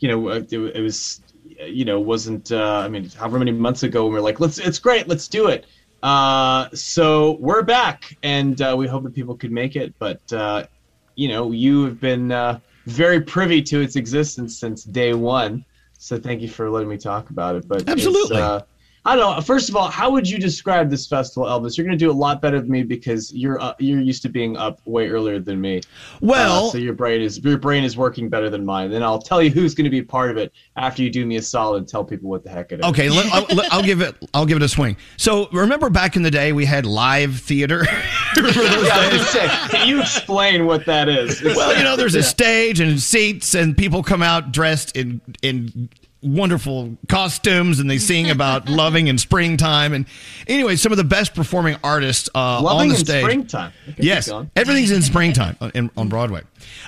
Speaker 16: you know, it, it was, you know, wasn't. Uh, I mean, however many months ago, when we were like, let's. It's great. Let's do it. Uh, so we're back, and uh, we hope that people could make it. But uh, you know, you have been uh, very privy to its existence since day one. So thank you for letting me talk about it. But it's,
Speaker 8: Absolutely.
Speaker 16: uh, I don't know. First of all, how would you describe this festival, Elvis? You're going to do a lot better than me because you're uh, you're used to being up way earlier than me.
Speaker 8: Well-
Speaker 16: Uh, so your brain is your brain is working better than mine. Then I'll tell you who's going to be a part of it after you do me a solid and tell people what the heck it is.
Speaker 8: Okay, let, I'll, let- I'll give it. I'll give it a swing. So remember back in the day we had live theater. Remember those
Speaker 16: Yeah, I was
Speaker 8: days?
Speaker 16: gonna say, can you explain what that is?
Speaker 8: well, you know, there's a
Speaker 16: Yeah.
Speaker 8: stage and seats, and people come out dressed in in wonderful costumes, and they sing about loving and springtime. And anyway, some of the best performing artists uh, on
Speaker 16: Loving
Speaker 8: the
Speaker 16: in
Speaker 8: stage.
Speaker 16: springtime. Okay, keep
Speaker 8: yes,
Speaker 16: going.
Speaker 8: everything's in springtime on, in, on Broadway.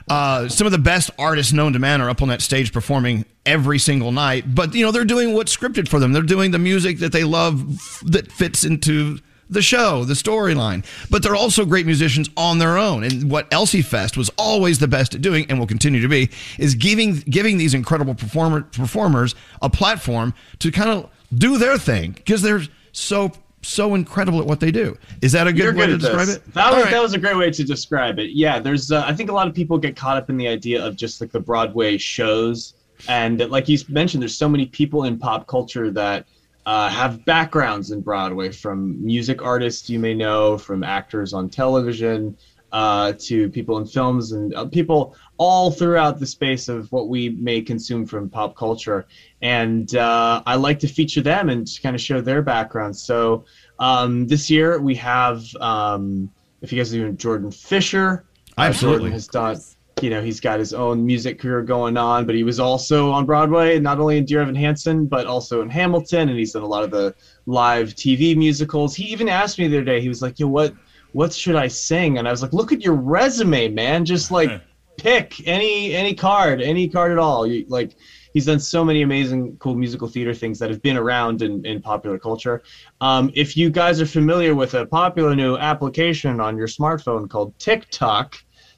Speaker 8: Uh, some of the best artists known to man are up on that stage performing every single night. But you know, they're doing what's scripted for them. They're doing the music that they love f- that fits into the show, the storyline. But they're also great musicians on their own. And what Elsie Fest was always the best at doing, and will continue to be, is giving giving these incredible performer, performers a platform to kind of do their thing because they're so so incredible at what they do. Is that a good
Speaker 16: You're
Speaker 8: way to
Speaker 16: at this.
Speaker 8: describe it?
Speaker 16: That
Speaker 8: All
Speaker 16: was
Speaker 8: right.
Speaker 16: that was a great way to describe it. Yeah, there's. Uh, I think a lot of people get caught up in the idea of just like the Broadway shows, and uh, like you mentioned, there's so many people in pop culture that uh, have backgrounds in Broadway, from music artists you may know, from actors on television. Uh, to people in films and uh, people all throughout the space of what we may consume from pop culture. And uh, I like to feature them and just kind of show their background. So um, this year we have, um, if you guys are doing Jordan Fisher, uh,
Speaker 8: Absolutely.
Speaker 16: Jordan has done. You know, he's got his own music career going on, but he was also on Broadway, not only in Dear Evan Hansen, but also in Hamilton, and he's done a lot of the live TV musicals. He even asked me the other day, he was like, "Yo, what, what should I sing?" And I was like, "Look at your resume, man. Just like pick any any card, any card at all. You, like he's done so many amazing, cool musical theater things that have been around in, in popular culture. Um, if you guys are familiar with a popular new application on your smartphone called TikTok,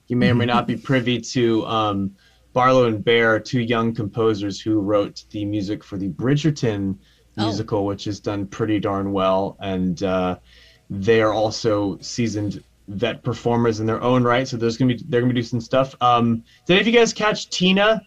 Speaker 16: you may or may not be privy to um, Barlow and Bear, are two young composers who wrote the music for the Bridgerton musical, which is done pretty darn well. And uh, they are also seasoned vet performers in their own right. So there's gonna be they're gonna be doing some stuff. Um, did any of you guys catch Tina?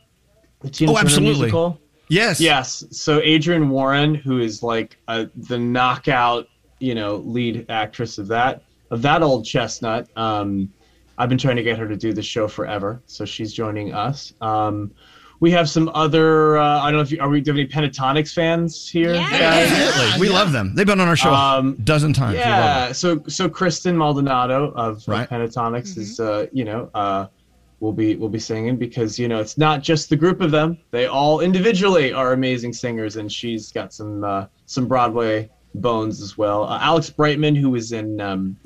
Speaker 16: The Tina
Speaker 8: Oh,
Speaker 16: Turner
Speaker 8: absolutely.
Speaker 16: musical?
Speaker 8: Yes.
Speaker 16: Yes. So Adrian Warren, who is like uh the knockout, you know, lead actress of that of that old chestnut. Um, I've been trying to get her to do the show forever, so she's joining us. Um, we have some other. Uh, I don't know if you are we do we have any Pentatonics fans here? guys?
Speaker 8: Absolutely. We love them. They've been on our show
Speaker 16: Um,
Speaker 8: a dozen times. We love them.
Speaker 16: Yeah. So so Kristen Maldonado of right. Pentatonics is uh, you know uh, will be will be singing because you know it's not just the group of them. They all individually are amazing singers, and she's got some uh, some Broadway bones as well. Uh, Alex Brightman, who was in um,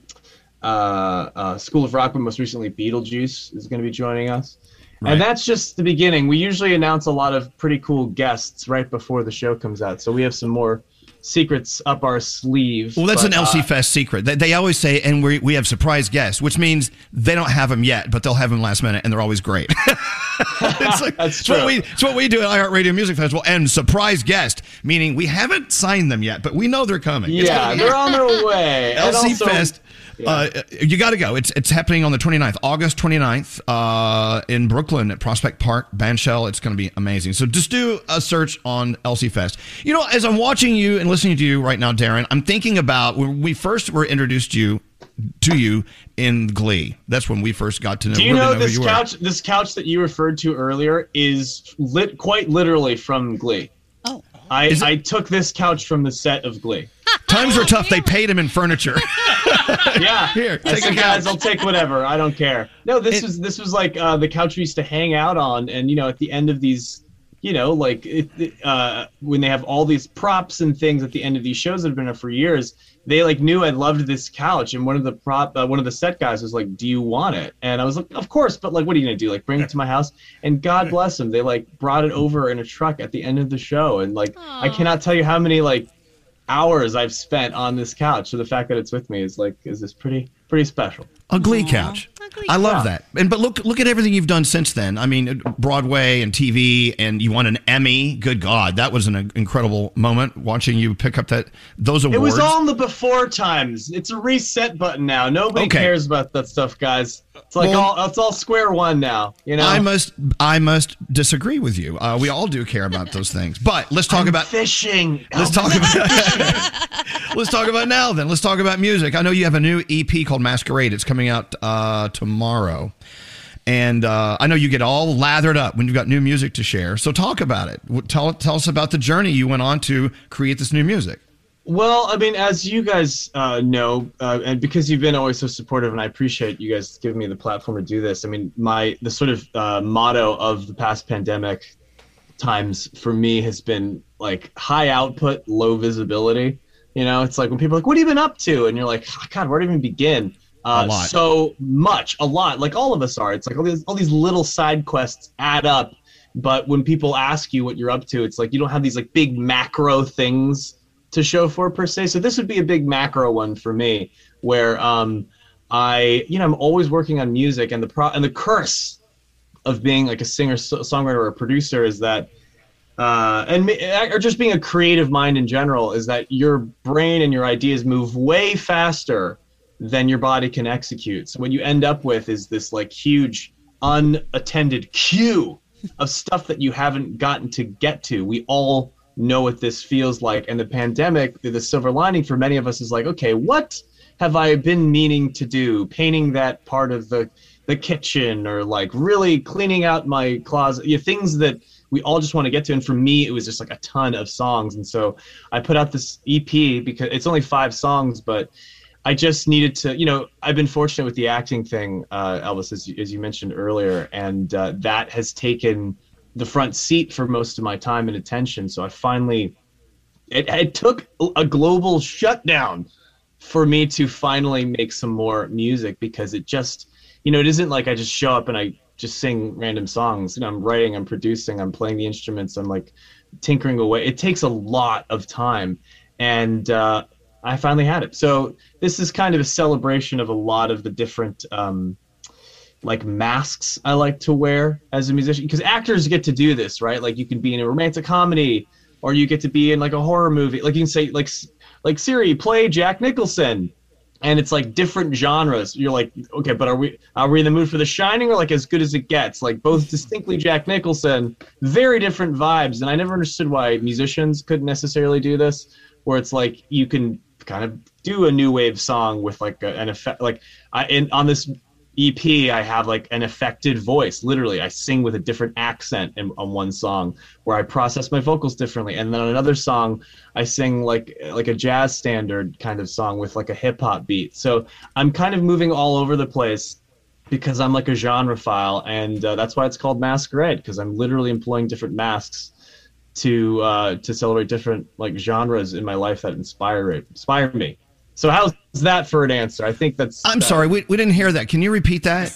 Speaker 16: uh, uh, School of Rock, but most recently Beetlejuice, is going to be joining us. And that's just the beginning. We usually announce a lot of pretty cool guests right before the show comes out, so we have some more secrets up our sleeve.
Speaker 8: Well, that's
Speaker 16: but,
Speaker 8: an LC
Speaker 16: uh,
Speaker 8: Fest secret. They, they always say, and we, we have surprise guests, which means they don't have them yet, but they'll have them last minute, and they're always great. it's like, that's What
Speaker 16: true.
Speaker 8: we, it's what we do at iHeartRadio Music Festival, and surprise guest, meaning we haven't signed them yet, but we know they're coming. It's
Speaker 16: Yeah,
Speaker 8: gonna be-
Speaker 16: they're on their way. And
Speaker 8: LC
Speaker 16: also-
Speaker 8: Fest. Uh, you got to go. It's it's happening on the 29th, August 29th, uh, in Brooklyn at Prospect Park, Banshell. It's going to be amazing. So just do a search on LC Fest. You know, as I'm watching you and listening to you right now, Darren, I'm thinking about when we first were introduced you to you in Glee. That's when we first got to know.
Speaker 16: Do you
Speaker 8: really
Speaker 16: know
Speaker 8: who
Speaker 16: this
Speaker 8: you were.
Speaker 16: couch? This couch that you referred to earlier is lit quite literally from Glee. Oh, I, I took this couch from the set of Glee.
Speaker 8: Times were tough. They paid him in furniture.
Speaker 16: yeah.
Speaker 8: Here,
Speaker 16: I
Speaker 8: take
Speaker 16: said,
Speaker 8: a
Speaker 16: guys, I'll take whatever. I don't care. No, this was this was like uh, the couch we used to hang out on, and you know, at the end of these, you know, like it, it, uh, when they have all these props and things at the end of these shows that have been up for years, they like knew I loved this couch, and one of the prop, uh, one of the set guys was like, "Do you want it?" And I was like, "Of course," but like, what are you gonna do? Like, bring it to my house? And God bless them, they like brought it over in a truck at the end of the show, and like, I cannot tell you how many like hours I've spent on this couch. So the fact that it's with me is like is this pretty pretty special.
Speaker 8: A Glee couch.
Speaker 6: Exactly.
Speaker 8: I love that. And but look look at everything you've done since then. I mean, Broadway and TV, and you won an Emmy. Good God, that was an incredible moment watching you pick up that those awards.
Speaker 16: It was all in the before times. It's a reset button now. Nobody
Speaker 8: Okay.
Speaker 16: cares about that stuff, guys. It's like
Speaker 8: Well-
Speaker 16: all it's all square one now. You know.
Speaker 8: I must I must disagree with you. Uh, we all do care about those things. But let's talk
Speaker 16: I'm
Speaker 8: about
Speaker 16: fishing.
Speaker 8: Let's talk about Let's talk about now then. Let's talk about music. I know you have a new EP called Masquerade. It's coming out uh, tomorrow. And uh, I know you get all lathered up when you've got new music to share. So talk about it. W- Tell tell us about the journey you went on to create this new music.
Speaker 16: Well, I mean, as you guys uh, know, uh, and because you've been always so supportive, and I appreciate you guys giving me the platform to do this. I mean, my the sort of uh, motto of the past pandemic times for me has been like high output, low visibility. You know, it's like when people are like, "What have you been up to?" and you're like, "Oh, "God, where do you even begin?" Uh,
Speaker 8: A lot.
Speaker 16: So much, a lot. Like all of us are. It's like all these all these little side quests add up. But when people ask you what you're up to, it's like you don't have these like big macro things to show for per se. So this would be a big macro one for me, where um, I, you know, I'm always working on music, and the pro and the curse of being like a singer, so- songwriter, or a producer is that, uh, and ma- or just being a creative mind in general is that your brain and your ideas move way faster than your body can execute. So what you end up with is this like huge unattended queue of stuff that you haven't gotten to get to. We all know what this feels like, and the pandemic, the, the silver lining for many of us is like, okay, what have I been meaning to do? Painting that part of the the kitchen or like really cleaning out my closet, you know, things that we all just want to get to. And for me, it was just like a ton of songs. And so I put out this EP because it's only five songs, but I just needed to, you know, I've been fortunate with the acting thing, uh, Elvis, as you, as you mentioned earlier, and uh, that has taken the front seat for most of my time and attention. So I finally, it, it took a global shutdown for me to finally make some more music because it just, you know, it isn't like I just show up and I just sing random songs. You know, I'm writing, I'm producing, I'm playing the instruments, I'm like tinkering away. It takes a lot of time. And uh, I finally had it. So this is kind of a celebration of a lot of the different um, like masks I like to wear as a musician because actors get to do this, right? Like you can be in a romantic comedy or you get to be in like a horror movie. Like you can say like S- like Siri, play Jack Nicholson. And it's like different genres. You're like, okay, but are we are we in the mood for The Shining or like as good as it gets? Like both distinctly Jack Nicholson, very different vibes. And I never understood why musicians couldn't necessarily do this, where it's like you can kind of do a new wave song with like a, an effect. Like I in on this EP, I have like an affected voice. Literally, I sing with a different accent in, on one song where I process my vocals differently, and then on another song, I sing like like a jazz standard kind of song with like a hip hop beat. So I'm kind of moving all over the place because I'm like a genre file, and uh, that's why it's called Masquerade because I'm literally employing different masks to uh, to celebrate different like genres in my life that inspire inspire me. So how's that for an answer? I think that's.
Speaker 8: I'm
Speaker 16: uh,
Speaker 8: sorry, we, we didn't hear that. Can you repeat that?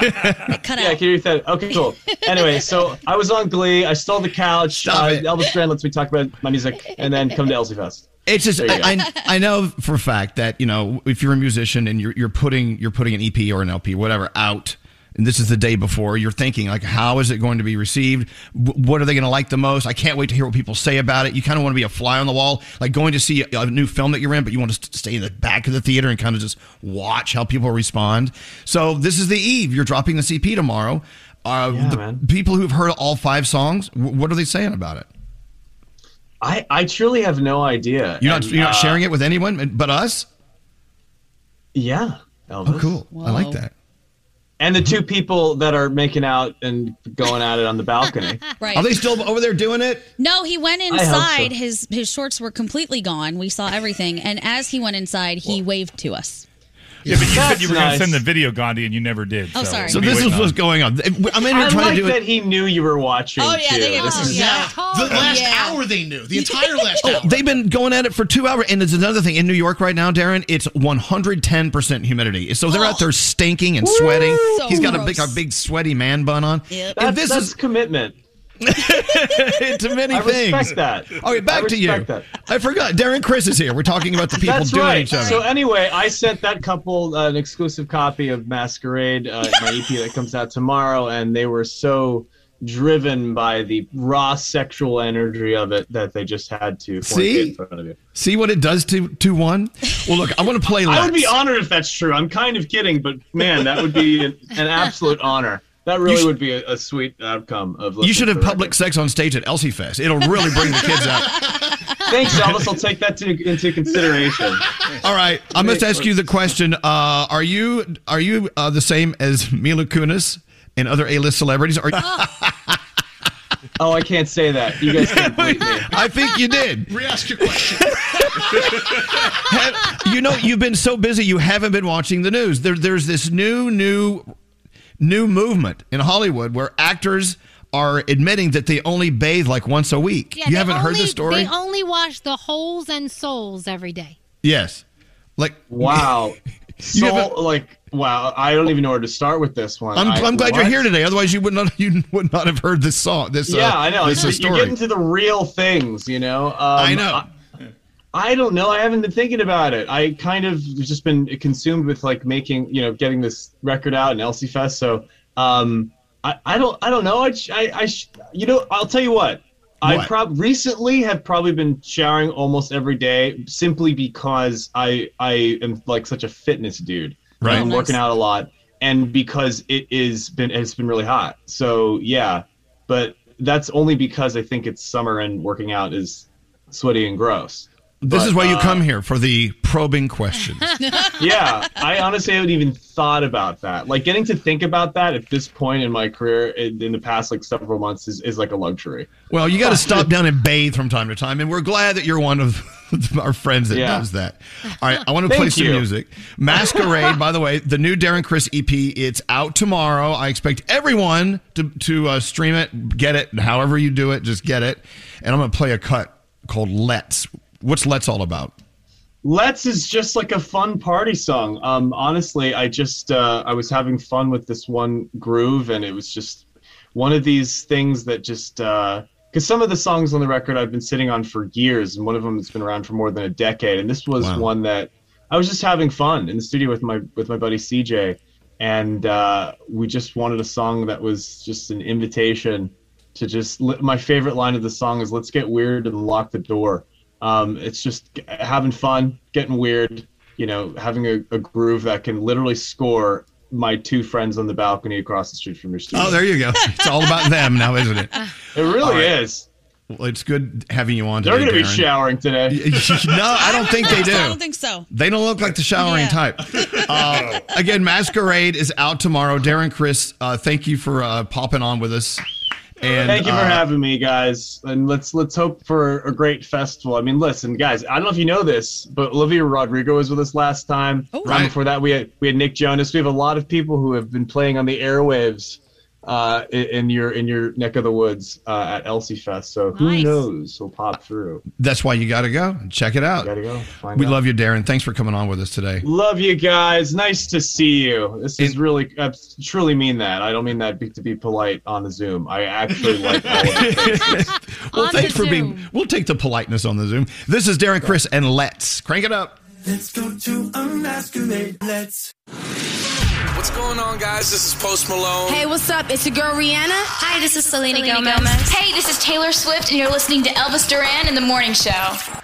Speaker 16: yeah, can you read that? Okay, cool. anyway, so I was on Glee. I stole the couch. uh, Elvis Duran lets me talk about my music, and then come to Elsie Fest.
Speaker 8: It's just
Speaker 16: There you go.
Speaker 8: I, I I know for a fact that you know if you're a musician and you're you're putting you're putting an EP or an LP whatever out and this is the day before you're thinking like how is it going to be received W- what are they going to like the most I can't wait to hear what people say about it you kind of want to be a fly on the wall like going to see a, a new film that you're in but you want to st- stay in the back of the theater and kind of just watch how people respond so this is the eve you're dropping the EP tomorrow uh, the people who've heard all five songs w- what are they saying about it
Speaker 16: I I truly have no idea.
Speaker 8: you're not
Speaker 16: And,
Speaker 8: you're not
Speaker 16: uh,
Speaker 8: sharing it with anyone but us
Speaker 16: Yeah. Elvis.
Speaker 8: Oh, cool. I like that. Mm-hmm.
Speaker 16: And the two people that are making out and going at it on the balcony.
Speaker 9: Right. Are they
Speaker 8: still over there doing it?
Speaker 9: No, he went
Speaker 16: hope so.
Speaker 9: inside. His his shorts were completely gone. We saw everything, and as he went inside, he waved to us.
Speaker 1: Yeah, but you said
Speaker 16: That's
Speaker 1: you were going
Speaker 16: nice.
Speaker 1: to send the video, Gandhi, and you never did. uh,
Speaker 9: Oh, sorry.
Speaker 8: So this is what's going on. I'm in here
Speaker 16: I
Speaker 8: trying
Speaker 16: like
Speaker 8: to do
Speaker 16: that
Speaker 8: it.
Speaker 16: he knew you were watching.
Speaker 9: Oh, yeah,
Speaker 16: too.
Speaker 9: they gave
Speaker 16: This
Speaker 9: us-
Speaker 16: is-
Speaker 9: yeah.
Speaker 3: The last
Speaker 9: Yeah.
Speaker 3: hour they knew. The entire last hour.
Speaker 8: Oh, they've been going at it for two hours. And it's another thing in New York right now, Darren. It's 110% humidity. So they're out
Speaker 9: Oh.
Speaker 8: there stinking and sweating.
Speaker 16: Woo. So
Speaker 8: He's got a big, a
Speaker 16: gross.
Speaker 8: big sweaty man bun on.
Speaker 16: That's,
Speaker 8: And this
Speaker 16: that's
Speaker 8: is
Speaker 16: commitment.
Speaker 8: into many
Speaker 16: I
Speaker 8: things.
Speaker 16: respect that.
Speaker 8: Okay, back
Speaker 16: I
Speaker 8: to you.
Speaker 16: respect that.
Speaker 8: I forgot. Darren Chris is here. We're talking about the people
Speaker 16: That's
Speaker 8: doing
Speaker 16: right.
Speaker 8: each other.
Speaker 16: So anyway, I sent that couple uh, an exclusive copy of Masquerade, uh, my EP that comes out tomorrow, and they were so driven by the raw sexual energy of it that they just had to fornicate
Speaker 8: See?
Speaker 16: in front of you.
Speaker 8: See what it does to to one. Well, look, I want to play.
Speaker 16: I would be
Speaker 8: Lex.
Speaker 16: honored if that's true. I'm kind of kidding, but man, that would be an, an absolute honor. That really would be a, a sweet outcome of.
Speaker 8: You should
Speaker 16: listening to
Speaker 8: have
Speaker 16: the
Speaker 8: public sex on stage at Elsie Fest. It'll really bring the kids out.
Speaker 16: Thanks, Elvis. I'll take that to, into consideration.
Speaker 8: All right, I must ask you the question: uh, Are you are you uh, the same as Mila Kunis and other A list celebrities? Are,
Speaker 16: Oh, I can't say that. You guys can't believe me.
Speaker 8: I think you did.
Speaker 3: Re-ask your question.
Speaker 8: Have- you know, you've been so busy, you haven't been watching the news. There, there's this new, new, new movement in Hollywood where actors are admitting that they only bathe like once a week.
Speaker 6: Yeah,
Speaker 8: you
Speaker 6: they
Speaker 8: haven't heard
Speaker 6: only-
Speaker 8: the story?
Speaker 6: They only wash the holes and soles every day.
Speaker 8: yes. Like
Speaker 16: wow, so like wow, I don't even know where to start with this one.
Speaker 8: I'm,
Speaker 16: I-
Speaker 8: I'm glad you're
Speaker 16: what?
Speaker 8: here today. Otherwise, you would not you would not have heard this song. This
Speaker 16: yeah,
Speaker 8: uh,
Speaker 16: I know.
Speaker 8: This
Speaker 16: You're,
Speaker 8: uh,
Speaker 16: you're
Speaker 8: story.
Speaker 16: getting to the real things, you know. Um, I
Speaker 8: know.
Speaker 16: I, don't know. I haven't been thinking about it. I kind of just been consumed with like making, you know, getting this record out and Elsie Fest. So um, I, I don't, I don't know. I, sh- I, I sh- you know, I'll tell you what. I
Speaker 11: What?
Speaker 16: prob recently have probably been showering almost every day simply because I I am like such a fitness dude.
Speaker 11: Right.
Speaker 16: I'm
Speaker 11: Oh, nice.
Speaker 16: working out a lot and because it is been it's been really hot. So yeah, but that's only because I think it's summer and working out is sweaty and gross.
Speaker 8: this
Speaker 16: But,
Speaker 8: is why you
Speaker 16: uh,
Speaker 8: come here for the probing question.
Speaker 16: yeah, I honestly haven't even thought about that. Like getting to think about that at this point in my career in, in the past like several months is, is like a luxury.
Speaker 8: Well, you got to stop down and bathe from time to time, and we're glad that you're one of our friends that
Speaker 16: Yeah.
Speaker 8: does that. All right, I want to
Speaker 16: Thank
Speaker 8: play some
Speaker 16: you.
Speaker 8: music. Masquerade, by the way, the new Darren Chris EP. It's out tomorrow. I expect everyone to to uh, stream it, get it, however you do it, just get it. And I'm going to play a cut called "Let's." What's "Let's" all about?
Speaker 16: Let's is just like a fun party song. Um, honestly, I just uh, I was having fun with this one groove, and it was just one of these things that just because some of the songs on the record I've been sitting on for years, and one of them has been around for more than a decade, and this was
Speaker 11: Wow.
Speaker 16: one that I was just having fun in the studio with my with my buddy CJ, and uh, we just wanted a song that was just an invitation to just. li- My favorite line of the song is "Let's get weird and lock the door." Um, it's just g- having fun, getting weird, you know, having a, a groove that can literally score my two friends on the balcony across the street from your studio.
Speaker 8: Oh, there you go. It's all about them now, isn't it?
Speaker 16: It
Speaker 8: Oh, All
Speaker 16: really
Speaker 8: right.
Speaker 16: is.
Speaker 8: Well, it's good having you on.
Speaker 16: They're
Speaker 8: today,
Speaker 16: going to be
Speaker 8: Darren.
Speaker 16: showering today.
Speaker 8: no, I don't think they do.
Speaker 9: I don't think so.
Speaker 8: They don't look like the showering
Speaker 9: Yeah.
Speaker 8: type. Uh, again, Masquerade is out tomorrow. Darren, Chris, uh, thank you for uh, popping on with us. And
Speaker 16: Thank you for
Speaker 8: uh,
Speaker 16: having me, guys. And let's let's hope for a great festival. I mean, listen, guys. I don't know if you know this, but Olivia Rodrigo was with us last time. right.
Speaker 8: Right.
Speaker 16: before that, we had we had Nick Jonas. We have a lot of people who have been playing on the airwaves uh, in, in your in your neck of the woods uh, at Elsie Fest. So who knows? We'll pop through.
Speaker 8: That's why you got to go and check it out.
Speaker 16: Gotta go. Find
Speaker 8: we
Speaker 16: out.
Speaker 8: love you, Darren. Thanks for coming on with us today.
Speaker 16: Love you guys. Nice to see you. This is really, I truly mean that. I don't mean that be, to be polite on the Zoom. I actually like all of it.
Speaker 8: Well,
Speaker 16: On
Speaker 8: thanks
Speaker 16: the
Speaker 8: for being. We'll take the politeness on the Zoom. This is Darren, Chris, and let's crank it up.
Speaker 15: Let's go to a masquerade. Let's.
Speaker 7: What's going on, guys? This is Post Malone.
Speaker 19: Hey, what's up? It's your girl Rihanna. Hi, this is Selena,
Speaker 7: Selena
Speaker 19: Gomez. Hey, this is Taylor Swift, and you're listening to Elvis Duran in the Morning Show.